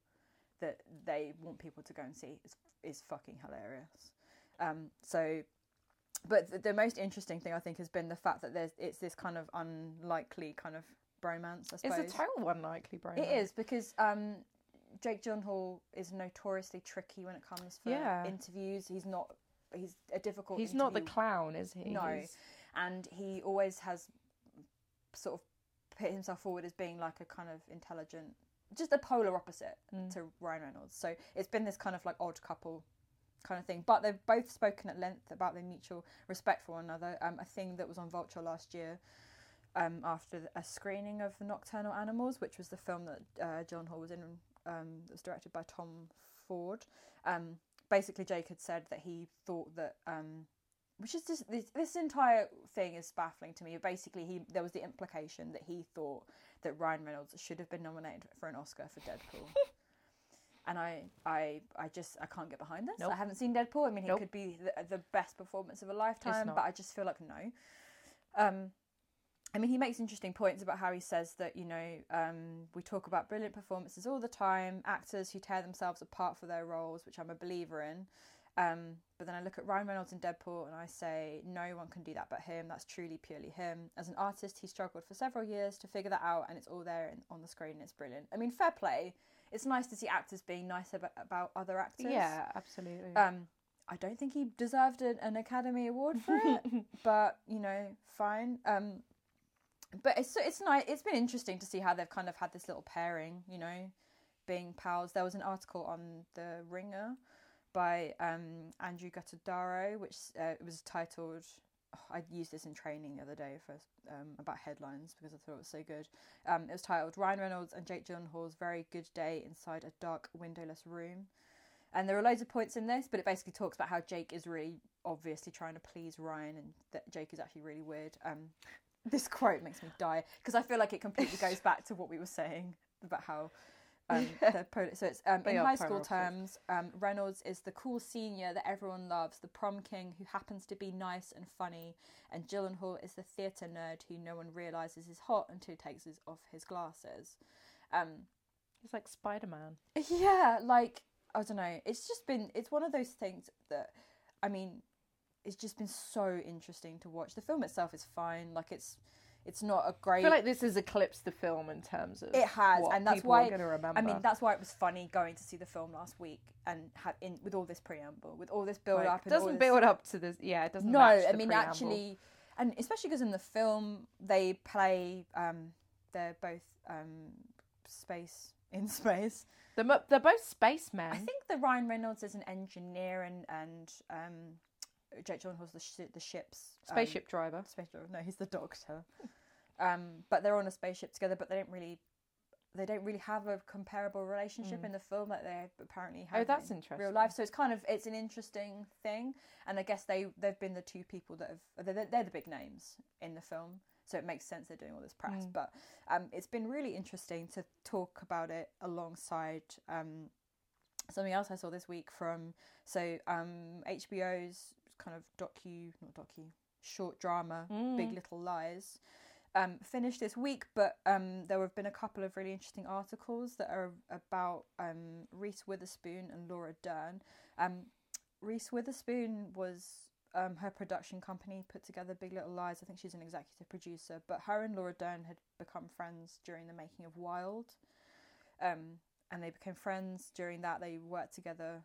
Speaker 1: that they want people to go and see is is fucking hilarious. Um, so, but the, the most interesting thing I think has been the fact that there's it's this kind of unlikely kind of bromance. I
Speaker 2: It's
Speaker 1: suppose
Speaker 2: a total unlikely brain.
Speaker 1: it is because um, Jake Gyllenhaal is notoriously tricky when it comes for
Speaker 2: Yeah.
Speaker 1: interviews. He's not. He's a difficult.
Speaker 2: He's not the
Speaker 1: interview-
Speaker 2: clown, is he?
Speaker 1: No,
Speaker 2: He's-
Speaker 1: and he always has sort of put himself forward as being like a kind of intelligent, just a polar opposite to Ryan Reynolds. So it's been this kind of like odd couple kind of thing. But they've both spoken at length about their mutual respect for one another. Um, a thing that was on Vulture last year. Um, after a screening of Nocturnal Animals, which was the film that uh, John Hall was in, um, that was directed by Tom Ford. Um, basically, Jake had said that he thought that um, which is just this, this entire thing is baffling to me. Basically, he there was the implication that he thought that Ryan Reynolds should have been nominated for an Oscar for Deadpool. And I, I, I just I can't get behind this.
Speaker 2: Nope.
Speaker 1: I haven't seen Deadpool. I mean,
Speaker 2: Nope.
Speaker 1: it could be the, the best performance of a lifetime,
Speaker 2: not.
Speaker 1: but I just feel like no. Um, I mean, he makes interesting points about how he says that, you know, um, we talk about brilliant performances all the time, actors who tear themselves apart for their roles, which I'm a believer in. Um, but then I look at Ryan Reynolds in Deadpool and I say, no one can do that but him. That's truly purely him. As an artist, he struggled for several years to figure that out, and it's all there in, on the screen. And it's brilliant. I mean, fair play. It's nice to see actors being nice about, about other actors.
Speaker 2: Yeah, absolutely.
Speaker 1: Um, I don't think he deserved an, an Academy Award for it, but you know, fine. Um, but it's so- it's nice. It's been interesting to see how they've kind of had this little pairing, you know, being pals. There was an article on The Ringer by um, Andrew Gattadaro, which uh, was titled. oh, I used this in training the other day for um, about headlines because I thought it was so good. Um, it was titled "Ryan Reynolds and Jake Gyllenhaal's Very Good Day Inside a Dark Windowless Room," and there are loads of points in this, but it basically talks about how Jake is really obviously trying to please Ryan, and that Jake is actually really weird. Um, this quote makes me die because I feel like it completely goes back to what we were saying about how um, they're polar. So it's um,
Speaker 2: They
Speaker 1: in
Speaker 2: are
Speaker 1: high school
Speaker 2: polar
Speaker 1: terms.
Speaker 2: opposites.
Speaker 1: Um, Reynolds is the cool senior that everyone loves, the prom king who happens to be nice and funny, and Gyllenhaal is the theatre nerd who no one realizes is hot until he takes his, off his glasses. Um,
Speaker 2: He's like Spider Man.
Speaker 1: yeah, like I don't know. It's just been it's one of those things that I mean, it's just been so interesting to watch. The film itself is fine. Like it's it's not a
Speaker 2: I
Speaker 1: great.
Speaker 2: feel like this has eclipsed the film in terms of
Speaker 1: it has,
Speaker 2: what
Speaker 1: and that's
Speaker 2: people
Speaker 1: why
Speaker 2: are going to remember.
Speaker 1: I mean, that's why it was funny going to see the film last week and have in with all this preamble, with all this build
Speaker 2: Like,
Speaker 1: up.
Speaker 2: it
Speaker 1: and all
Speaker 2: doesn't
Speaker 1: this-
Speaker 2: build up to this. Yeah, it doesn't.
Speaker 1: No,
Speaker 2: match
Speaker 1: I
Speaker 2: the
Speaker 1: mean
Speaker 2: preamble.
Speaker 1: actually, and especially because in the film they play. Um, they're both um, space in space.
Speaker 2: they're, mo- they're both spacemen.
Speaker 1: I think the Ryan Reynolds is an engineer and and um, Jake Gyllenhaal's the sh- the ship's um,
Speaker 2: spaceship driver.
Speaker 1: space driver. No, he's the doctor. um, but they're on a spaceship together, but they don't really they don't really have a comparable relationship in the film that they apparently have.
Speaker 2: Hmm. Oh, that's
Speaker 1: in
Speaker 2: interesting.
Speaker 1: Real life, so it's kind of it's an interesting thing, and I guess they they've been the two people that have they're, they're the big names in the film, so it makes sense they're doing all this press. But um, it's been really interesting to talk about it alongside um, something else I saw this week from so um, HBO's kind of docu not docu short drama Big Little Lies um, finished this week, but um, there have been a couple of really interesting articles that are about um, Reese Witherspoon and Laura Dern. Um, Reese Witherspoon was um, her production company put together Big Little Lies. I think she's an executive producer, but her and Laura Dern had become friends during the making of Wild, um, and they became friends during that. They worked together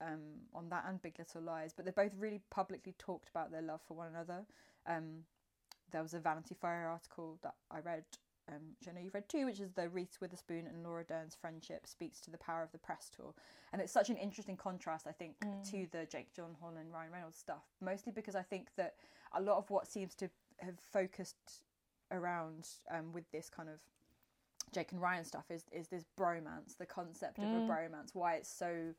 Speaker 1: um, on that and Big Little Lies, but they both really publicly talked about their love for one another. Um, there was a Vanity Fair article that I read, um, which I know you've read too, which is the Reese Witherspoon and Laura Dern's friendship speaks to the power of the press tour, and it's such an interesting contrast, I think, to the Jake Gyllenhaal and Ryan Reynolds stuff. Mostly because I think that a lot of what seems to have focused around um, with this kind of Jake and Ryan stuff is is this bromance, the concept of a bromance, why it's so.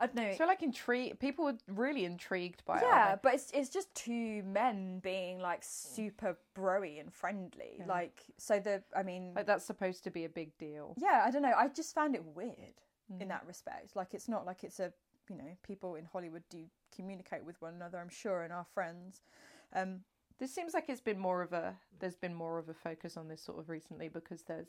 Speaker 1: I don't know.
Speaker 2: So like intrigued. People were really intrigued by it.
Speaker 1: Yeah,
Speaker 2: aren't
Speaker 1: but it's it's just two men being like super broy and friendly. Like so the I mean
Speaker 2: they? Like that's supposed to be a big deal.
Speaker 1: yeah, I don't know. I just found it weird in that respect. Like it's not like it's a you know people in Hollywood do communicate with one another. I'm sure and are friends. Um,
Speaker 2: This seems like it's been more of a. There's been more of a focus on this sort of recently because there's.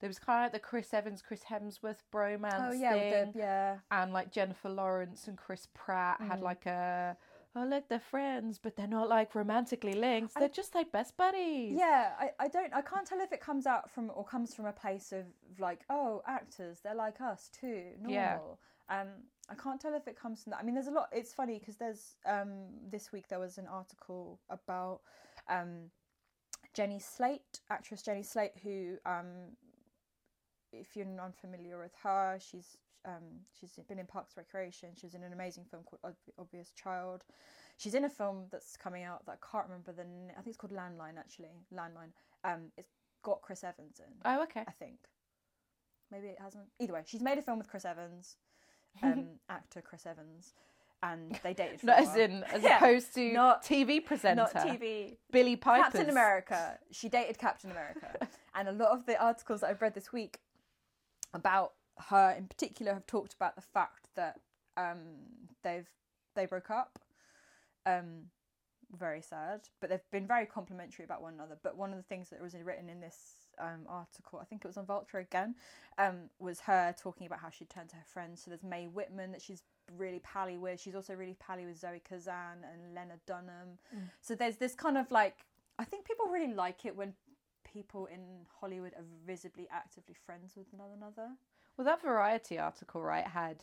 Speaker 2: There was kind of like the Chris Evans, Chris Hemsworth bromance
Speaker 1: oh yeah,
Speaker 2: thing.
Speaker 1: with the, yeah.
Speaker 2: and like Jennifer Lawrence and Chris Pratt
Speaker 1: Mm.
Speaker 2: had like a oh look they're friends but they're not like romantically linked they're just like best buddies
Speaker 1: Yeah, I, I don't I can't tell if it comes out from or comes from a place of like, oh, actors, they're like us too,
Speaker 2: Yeah.
Speaker 1: normal. Um I can't tell if it comes from that. I mean, there's a lot it's funny because there's um this week there was an article about um Jenny Slate, actress Jenny Slate who um if you're unfamiliar with her, she's um, she's been in Parks and Recreation. She was in an amazing film called Ob- Obvious Child. She's in a film that's coming out that I can't remember the. n- I think it's called Landline actually. Landline. Um, it's got Chris Evans in.
Speaker 2: oh okay
Speaker 1: I think. Maybe it hasn't. Either way, she's made a film with Chris Evans, um, actor Chris Evans, and they dated. For
Speaker 2: no,
Speaker 1: a
Speaker 2: as
Speaker 1: while.
Speaker 2: in as
Speaker 1: Yeah.
Speaker 2: opposed to
Speaker 1: Not-
Speaker 2: TV presenter
Speaker 1: not TV.
Speaker 2: Billy Piper
Speaker 1: Captain America. She dated Captain America. and a lot of the articles that I've read this week about her in particular have talked about the fact that um, they've they broke up. Um, very sad, but they've been very complimentary about one another. But one of the things that was written in this um, article, I think it was on Vulture again, um, was her talking about how she'd turned to her friends. So there's Mae Whitman that she's really pally with. She's also really pally with Zoe Kazan and Lena Dunham. So there's this kind of like, I think people really like it when people in Hollywood are visibly actively friends with one another.
Speaker 2: well that Variety article right had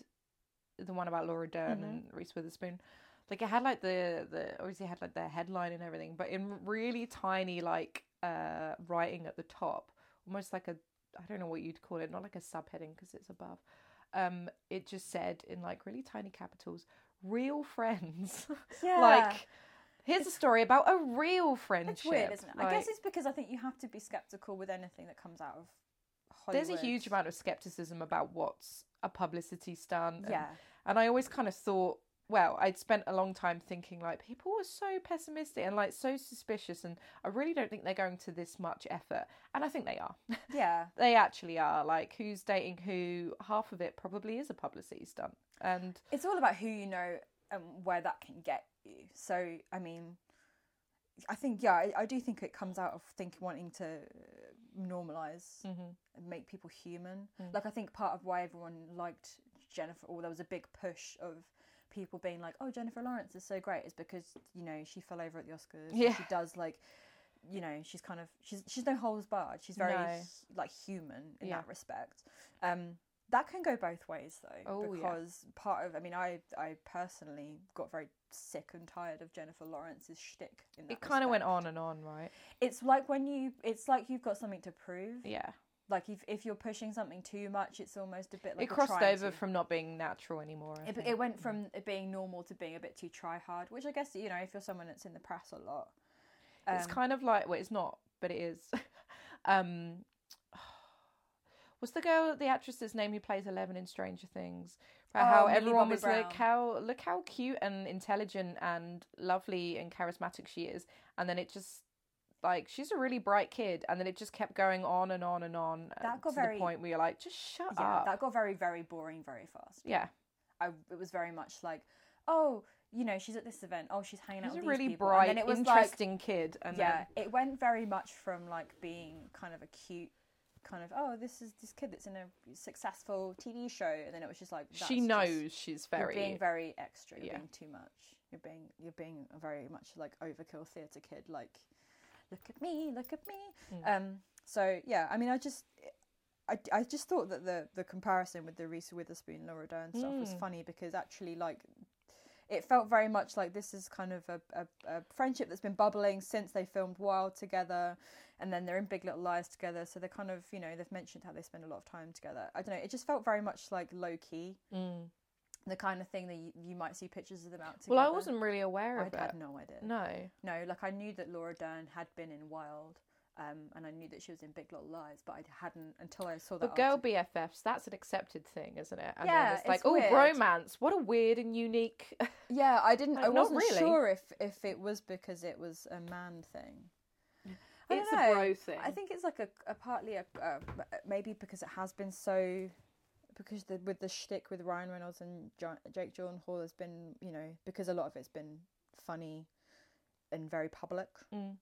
Speaker 2: the one about Laura Dern
Speaker 1: Mm-hmm.
Speaker 2: and Reese Witherspoon like it had like the the obviously it had like their headline and everything but in really tiny like uh writing at the top almost like a I don't know what you'd call it, not like a subheading because it's above. Um, it just said in like really tiny capitals, real friends.
Speaker 1: Yeah.
Speaker 2: like, here's a story about a real friendship.
Speaker 1: it's weird, isn't it? I
Speaker 2: Like,
Speaker 1: guess it's because I think you have to be skeptical with anything that comes out of Hollywood.
Speaker 2: there's a huge amount of skepticism about what's a publicity stunt. and-
Speaker 1: Yeah.
Speaker 2: And I always kind of thought, well, I'd spent a long time thinking like people were so pessimistic and like so suspicious, and I really don't think they're going to this much effort. And I think they are.
Speaker 1: Yeah.
Speaker 2: they actually are. Like who's dating who? Half of it probably is a publicity stunt. And
Speaker 1: It's all about who you know and where that can get you. So, I mean, I think, yeah, I, I do think it comes out of thinking, wanting to uh, normalize and make people human.
Speaker 2: Mm.
Speaker 1: Like, I think part of why everyone liked Jennifer, or there was a big push of people being like, oh, Jennifer Lawrence is so great, is because, you know, she fell over at the Oscars. and
Speaker 2: Yeah.
Speaker 1: She does, like, you know, she's kind of, she's, she's no holds barred. She's very,
Speaker 2: No.
Speaker 1: like, human in
Speaker 2: Yeah.
Speaker 1: that respect. Um, that can go both ways though,
Speaker 2: Oh, yeah.
Speaker 1: because part of I mean I I personally got very sick and tired of Jennifer Lawrence's shtick. In that
Speaker 2: it kind of went
Speaker 1: respect.
Speaker 2: on and on, right?
Speaker 1: It's like when you it's like you've got something to prove.
Speaker 2: Yeah.
Speaker 1: Like if if you're pushing something too much, it's almost a bit like
Speaker 2: it
Speaker 1: you're
Speaker 2: crossed
Speaker 1: trying
Speaker 2: over
Speaker 1: to-
Speaker 2: from Mm. not being natural anymore. I
Speaker 1: It,
Speaker 2: think.
Speaker 1: it went from it being normal to being a bit too try hard, which I guess you know if you're someone that's in the press a lot. um,
Speaker 2: it's kind of like well, it's not, but it is. um, was the girl the actress's name who plays Eleven in Stranger Things? About
Speaker 1: Oh,
Speaker 2: how
Speaker 1: Millie
Speaker 2: everyone
Speaker 1: Bobby
Speaker 2: was
Speaker 1: Brown.
Speaker 2: like, how look how cute and intelligent and lovely and charismatic she is, and then it just like she's a really bright kid, and then it just kept going on and on and on uh,
Speaker 1: That got
Speaker 2: to
Speaker 1: very-
Speaker 2: the point where you're like, just shut
Speaker 1: yeah,
Speaker 2: up.
Speaker 1: that got very very boring very fast.
Speaker 2: yeah,
Speaker 1: I it was very much like, oh, you know, she's at this event. Oh, she's hanging out
Speaker 2: she's a
Speaker 1: with
Speaker 2: really
Speaker 1: these people.
Speaker 2: bright,
Speaker 1: and then it was like,
Speaker 2: interesting kid, and
Speaker 1: yeah
Speaker 2: then
Speaker 1: it went very much from like being kind of a cute kind of oh this is this kid that's in a successful tv show and then it was just like that's
Speaker 2: she
Speaker 1: just-
Speaker 2: knows she's
Speaker 1: you're
Speaker 2: very
Speaker 1: being very extra you're
Speaker 2: Yeah.
Speaker 1: being too much you're being you're being a very much like overkill theater kid like look at me look at me
Speaker 2: Mm.
Speaker 1: um so yeah i mean i just I, I just thought that the, the comparison with the Reese Witherspoon Laura Dern stuff
Speaker 2: Mm.
Speaker 1: was funny because actually like it felt very much like this is kind of a, a, a friendship that's been bubbling since they filmed Wild together, and then they're in Big Little Lies together. So they're kind of, you know, they've mentioned how they spend a lot of time together. I don't know. It just felt very much like low key,
Speaker 2: Mm.
Speaker 1: the kind of thing that you, you might see pictures of them out together.
Speaker 2: Well, I wasn't really aware of
Speaker 1: I
Speaker 2: it.
Speaker 1: had no idea.
Speaker 2: No.
Speaker 1: No, like I knew that Laura Dern had been in Wild, um, and I knew that she was in Big Little Lies, but I hadn't until I saw that.
Speaker 2: But girl
Speaker 1: after-
Speaker 2: BFFs, that's an accepted thing, isn't it? And
Speaker 1: Yeah,
Speaker 2: then it's like,
Speaker 1: it's
Speaker 2: oh,
Speaker 1: weird.
Speaker 2: bromance. What a weird and unique.
Speaker 1: Yeah, I didn't.
Speaker 2: Like,
Speaker 1: I
Speaker 2: not
Speaker 1: wasn't
Speaker 2: really.
Speaker 1: sure if if it was because it was a man thing. I
Speaker 2: It's a
Speaker 1: don't know.
Speaker 2: bro thing.
Speaker 1: I think it's like a, a partly a, a maybe because it has been so because the, with the shtick with Ryan Reynolds and jo- Jake Gyllenhaal has been you know because a lot of it's been funny and very public.
Speaker 2: Mm.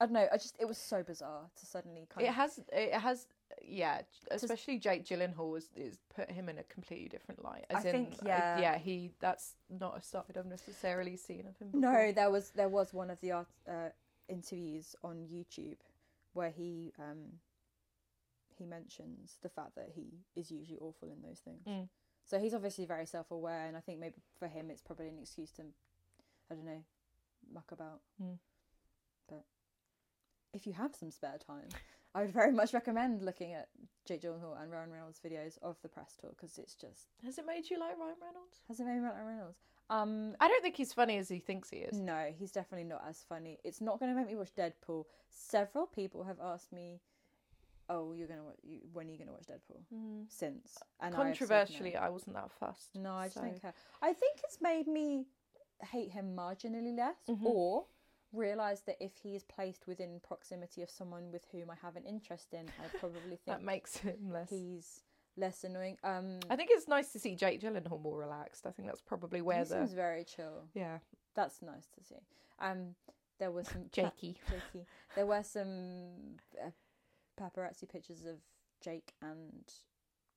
Speaker 1: I don't know. I just it was so bizarre to suddenly kind
Speaker 2: It
Speaker 1: of
Speaker 2: has, it has, yeah. Especially Jake Gyllenhaal has, is put him in a completely different light. As
Speaker 1: I
Speaker 2: in,
Speaker 1: think,
Speaker 2: uh,
Speaker 1: yeah.
Speaker 2: yeah. He that's not a side I've necessarily seen of him. Before.
Speaker 1: No, there was there was one of the art, uh, interviews on YouTube where he um, he mentions the fact that he is usually awful in those things.
Speaker 2: Mm.
Speaker 1: So he's obviously very self aware, and I think maybe for him it's probably an excuse to, I don't know, muck about.
Speaker 2: Mm.
Speaker 1: But if you have some spare time, I would very much recommend looking at Jake Gyllenhaal and Ryan Reynolds' videos of the press tour because it's just
Speaker 2: Has it made you like Ryan Reynolds?
Speaker 1: has it made me like Ryan Reynolds. Um,
Speaker 2: I don't think he's funny as he thinks he is.
Speaker 1: no, he's definitely not as funny. It's not going to make me watch Deadpool. Several people have asked me, "Oh, you're going to watch? You, when are you going to watch Deadpool?"
Speaker 2: Mm.
Speaker 1: Since and I have said no.
Speaker 2: Controversially, I wasn't that fussed.
Speaker 1: no, I just
Speaker 2: so-
Speaker 1: don't care. I think it's made me hate him marginally less,
Speaker 2: Mm-hmm.
Speaker 1: or realize that if he is placed within proximity of someone with whom I have an interest in, I probably
Speaker 2: that
Speaker 1: think
Speaker 2: makes him less.
Speaker 1: he's less annoying. Um,
Speaker 2: I think it's nice to see Jake Gyllenhaal more relaxed. I think that's probably where
Speaker 1: he
Speaker 2: the
Speaker 1: seems very chill.
Speaker 2: yeah
Speaker 1: That's nice to see. Um, there was some pla-
Speaker 2: Jakey.
Speaker 1: Jakey. There were some uh, paparazzi pictures of Jake and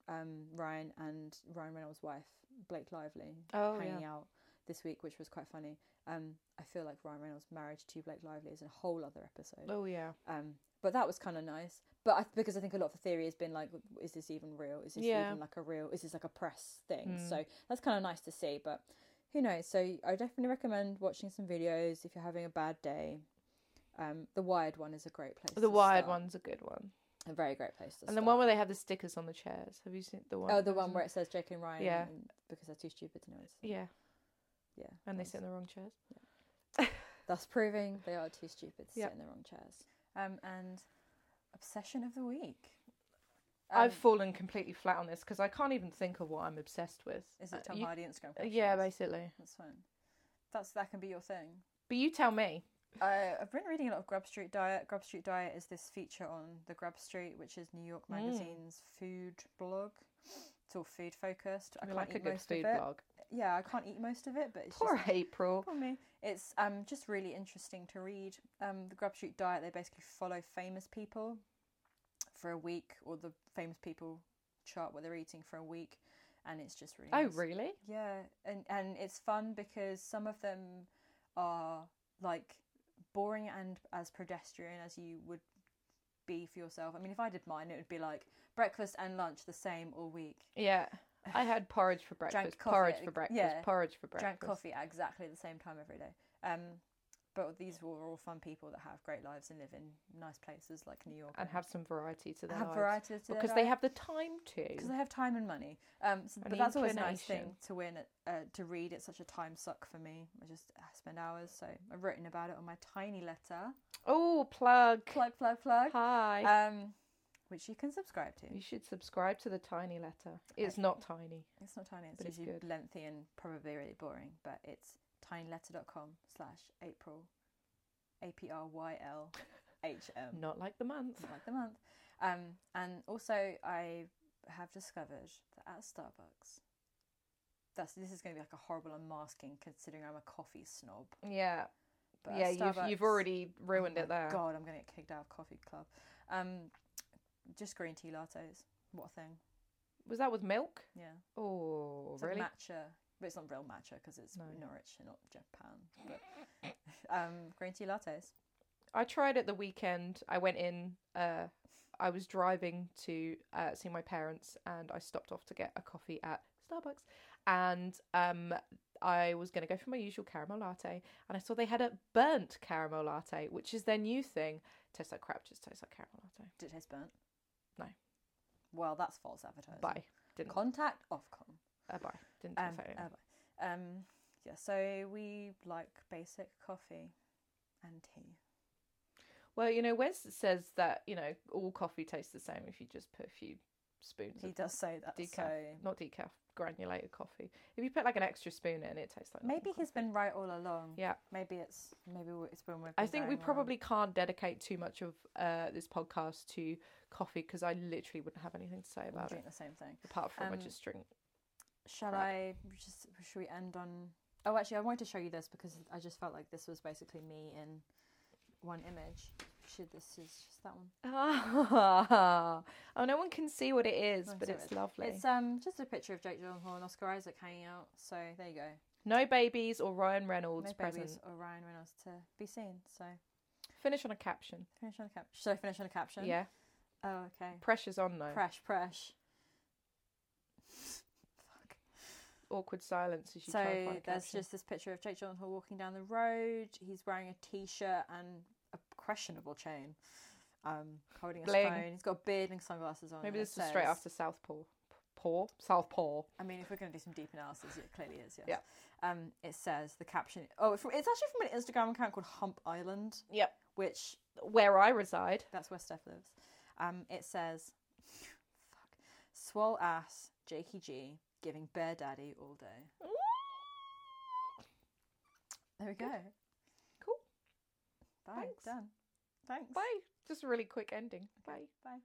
Speaker 1: um, Ryan and Ryan Reynolds' wife Blake Lively
Speaker 2: Oh,
Speaker 1: hanging out this week, which was quite funny. Um, I feel like Ryan Reynolds' marriage to Blake Lively is a whole other episode.
Speaker 2: Oh yeah.
Speaker 1: Um, but that was kind of nice. But I, because I think a lot of the theory has been like, is this even real? Is this
Speaker 2: Yeah. Hmm.
Speaker 1: even like a real? Is this like a press thing? So that's kind of nice to see. But who knows? So I definitely recommend watching some videos if you're having a bad day. Um, the Wired one is a great place.
Speaker 2: The
Speaker 1: to
Speaker 2: Wired
Speaker 1: start.
Speaker 2: one's a good one.
Speaker 1: A very great place. To
Speaker 2: And the
Speaker 1: start.
Speaker 2: one where they have the stickers on the chairs. Have you seen the one?
Speaker 1: Oh, the one where it says Jake and Ryan.
Speaker 2: Yeah.
Speaker 1: and- because they're too stupid to know it's.
Speaker 2: Yeah,
Speaker 1: Yeah.
Speaker 2: and they
Speaker 1: that's-
Speaker 2: sit in the wrong chairs.
Speaker 1: Thus proving they are too stupid to
Speaker 2: Yep.
Speaker 1: sit in the wrong chairs. Um, and obsession of the week.
Speaker 2: I've
Speaker 1: Um,
Speaker 2: fallen completely flat on this because I can't even think of what I'm obsessed with.
Speaker 1: Is it
Speaker 2: Uh,
Speaker 1: Tom
Speaker 2: you-
Speaker 1: Hardy Instagram?
Speaker 2: uh, Yeah,
Speaker 1: pictures?
Speaker 2: basically.
Speaker 1: that's fine. That's that can be your thing.
Speaker 2: But you tell me.
Speaker 1: I, I've been reading a lot of Grub Street Diet. Grub Street Diet is this feature on the Grub Street, which is New York
Speaker 2: Mm.
Speaker 1: Magazine's food blog. It's all food focused. I
Speaker 2: We
Speaker 1: can't
Speaker 2: like
Speaker 1: eat
Speaker 2: a good
Speaker 1: most of
Speaker 2: food
Speaker 1: it.
Speaker 2: blog.
Speaker 1: Yeah, I can't eat most of it, but it's
Speaker 2: Poor
Speaker 1: just
Speaker 2: April.
Speaker 1: for me. It's um just really interesting to read. Um, the Grub Street Diet they basically follow famous people for a week, or the famous people chart what they're eating for a week, and it's just really.
Speaker 2: Oh,
Speaker 1: nice.
Speaker 2: really?
Speaker 1: Yeah, and and it's fun because some of them are like boring and as pedestrian as you would be for yourself. I mean, if I did mine, it would be like breakfast and lunch the same all week.
Speaker 2: Yeah. I had porridge for breakfast.
Speaker 1: coffee
Speaker 2: Porridge
Speaker 1: at-
Speaker 2: for breakfast.
Speaker 1: yeah.
Speaker 2: Porridge for
Speaker 1: Drank
Speaker 2: breakfast.
Speaker 1: coffee at exactly the same time every day. Um, but these were all fun people that have great lives and live in nice places like New York
Speaker 2: And have some variety to their
Speaker 1: have
Speaker 2: lives.
Speaker 1: variety to their
Speaker 2: because they
Speaker 1: life.
Speaker 2: have the time
Speaker 1: because
Speaker 2: to.
Speaker 1: they have time and money. Um, so-
Speaker 2: And
Speaker 1: but
Speaker 2: the
Speaker 1: that's always a nice thing
Speaker 2: inclination.
Speaker 1: to win uh, to read. It's such a time suck for me. I just I spend hours. So I've written about it on my tiny letter.
Speaker 2: Oh, plug.
Speaker 1: Plug, plug, plug.
Speaker 2: Hi.
Speaker 1: Um, which you can subscribe to.
Speaker 2: you should subscribe to the tiny letter. It's not tiny.
Speaker 1: It's not tiny. It's
Speaker 2: But it's
Speaker 1: usually
Speaker 2: good.
Speaker 1: lengthy and probably really boring. But it's tinyletter.com slash April A P R Y L H M.
Speaker 2: Not like the month.
Speaker 1: like the month. Um, and also, I have discovered that at Starbucks, that's this is going to be like a horrible unmasking considering I'm a coffee snob.
Speaker 2: Yeah.
Speaker 1: But at
Speaker 2: yeah, you've, you've
Speaker 1: Starbucks-
Speaker 2: already ruined
Speaker 1: oh
Speaker 2: it
Speaker 1: my
Speaker 2: there.
Speaker 1: God, I'm going to get kicked out of coffee club. Um, just green tea lattes. What a thing.
Speaker 2: Was that with milk?
Speaker 1: Yeah.
Speaker 2: Oh,
Speaker 1: It's
Speaker 2: really?
Speaker 1: like matcha, but it's not real matcha because it's
Speaker 2: No.
Speaker 1: Norwich and not Japan. But um, green tea lattes.
Speaker 2: I tried it the weekend. I went in. Uh, I was driving to uh, see my parents, and I stopped off to get a coffee at Starbucks. And um, I was going to go for my usual caramel latte, and I saw they had a burnt caramel latte, which is their new thing. Tastes like crap. Just tastes like caramel latte.
Speaker 1: Did it taste burnt?
Speaker 2: No.
Speaker 1: Well, that's false advertising.
Speaker 2: Bye. Didn't.
Speaker 1: Contact Ofcom.
Speaker 2: uh, bye. Didn't.
Speaker 1: Um,
Speaker 2: taste like anything.
Speaker 1: uh, but- um, yeah, so we like basic coffee and tea.
Speaker 2: well, you know, Wes says that you know all coffee tastes the same if you just put a few spoons
Speaker 1: He
Speaker 2: of
Speaker 1: does say that.
Speaker 2: Decaf.
Speaker 1: So
Speaker 2: not decaf, granulated coffee. If you put like an extra spoon in, it tastes like nothing.
Speaker 1: maybe he's been right all along.
Speaker 2: Yeah.
Speaker 1: Maybe it's maybe we- it's been.
Speaker 2: I think we probably can't dedicate too much of uh, this podcast to coffee because I literally wouldn't have anything to say about it
Speaker 1: drink the same thing.
Speaker 2: apart from I
Speaker 1: Um,
Speaker 2: just drink.
Speaker 1: Shall
Speaker 2: Crap.
Speaker 1: I just should we end on Oh actually I wanted to show you this because I just felt like this was basically me in one image. Should this is just that one.
Speaker 2: oh, no one can see what it is,
Speaker 1: No,
Speaker 2: but
Speaker 1: so
Speaker 2: it's uh, lovely.
Speaker 1: It's um just a picture of Jake Gyllenhaal and Oscar Isaac hanging out. So there you go.
Speaker 2: No babies or Ryan Reynolds
Speaker 1: No
Speaker 2: present.
Speaker 1: babies or Ryan Reynolds to be seen. So
Speaker 2: Finish on a caption.
Speaker 1: finish on a caption. Should I finish on a caption?
Speaker 2: Yeah,
Speaker 1: Oh okay.
Speaker 2: pressure's on though.
Speaker 1: Presh, presh. Fuck.
Speaker 2: Awkward silence as you try and
Speaker 1: So
Speaker 2: find a
Speaker 1: there's
Speaker 2: caption.
Speaker 1: just this picture of Jake Gyllenhaal walking down the road. He's wearing a t-shirt and a questionable chain, um, holding his
Speaker 2: Bling.
Speaker 1: phone. He's got a beard and sunglasses on.
Speaker 2: maybe
Speaker 1: and it
Speaker 2: this is straight
Speaker 1: says-
Speaker 2: after Southpaw. Paw, Southpaw.
Speaker 1: I mean, if we're going to do some deep analysis, it clearly is. Yes.
Speaker 2: Yeah.
Speaker 1: Um, it says the caption. Oh, it's from, it's actually from an Instagram account called Hump Island.
Speaker 2: Yep.
Speaker 1: Which
Speaker 2: Where I reside.
Speaker 1: that's where Steph lives. Um, it says, "Fuck, swole ass, Jakey G, giving bear daddy all day." There we go.
Speaker 2: Cool.
Speaker 1: Bye.
Speaker 2: Thanks.
Speaker 1: Done. Thanks.
Speaker 2: Bye. Just a really quick ending. Bye.
Speaker 1: Bye.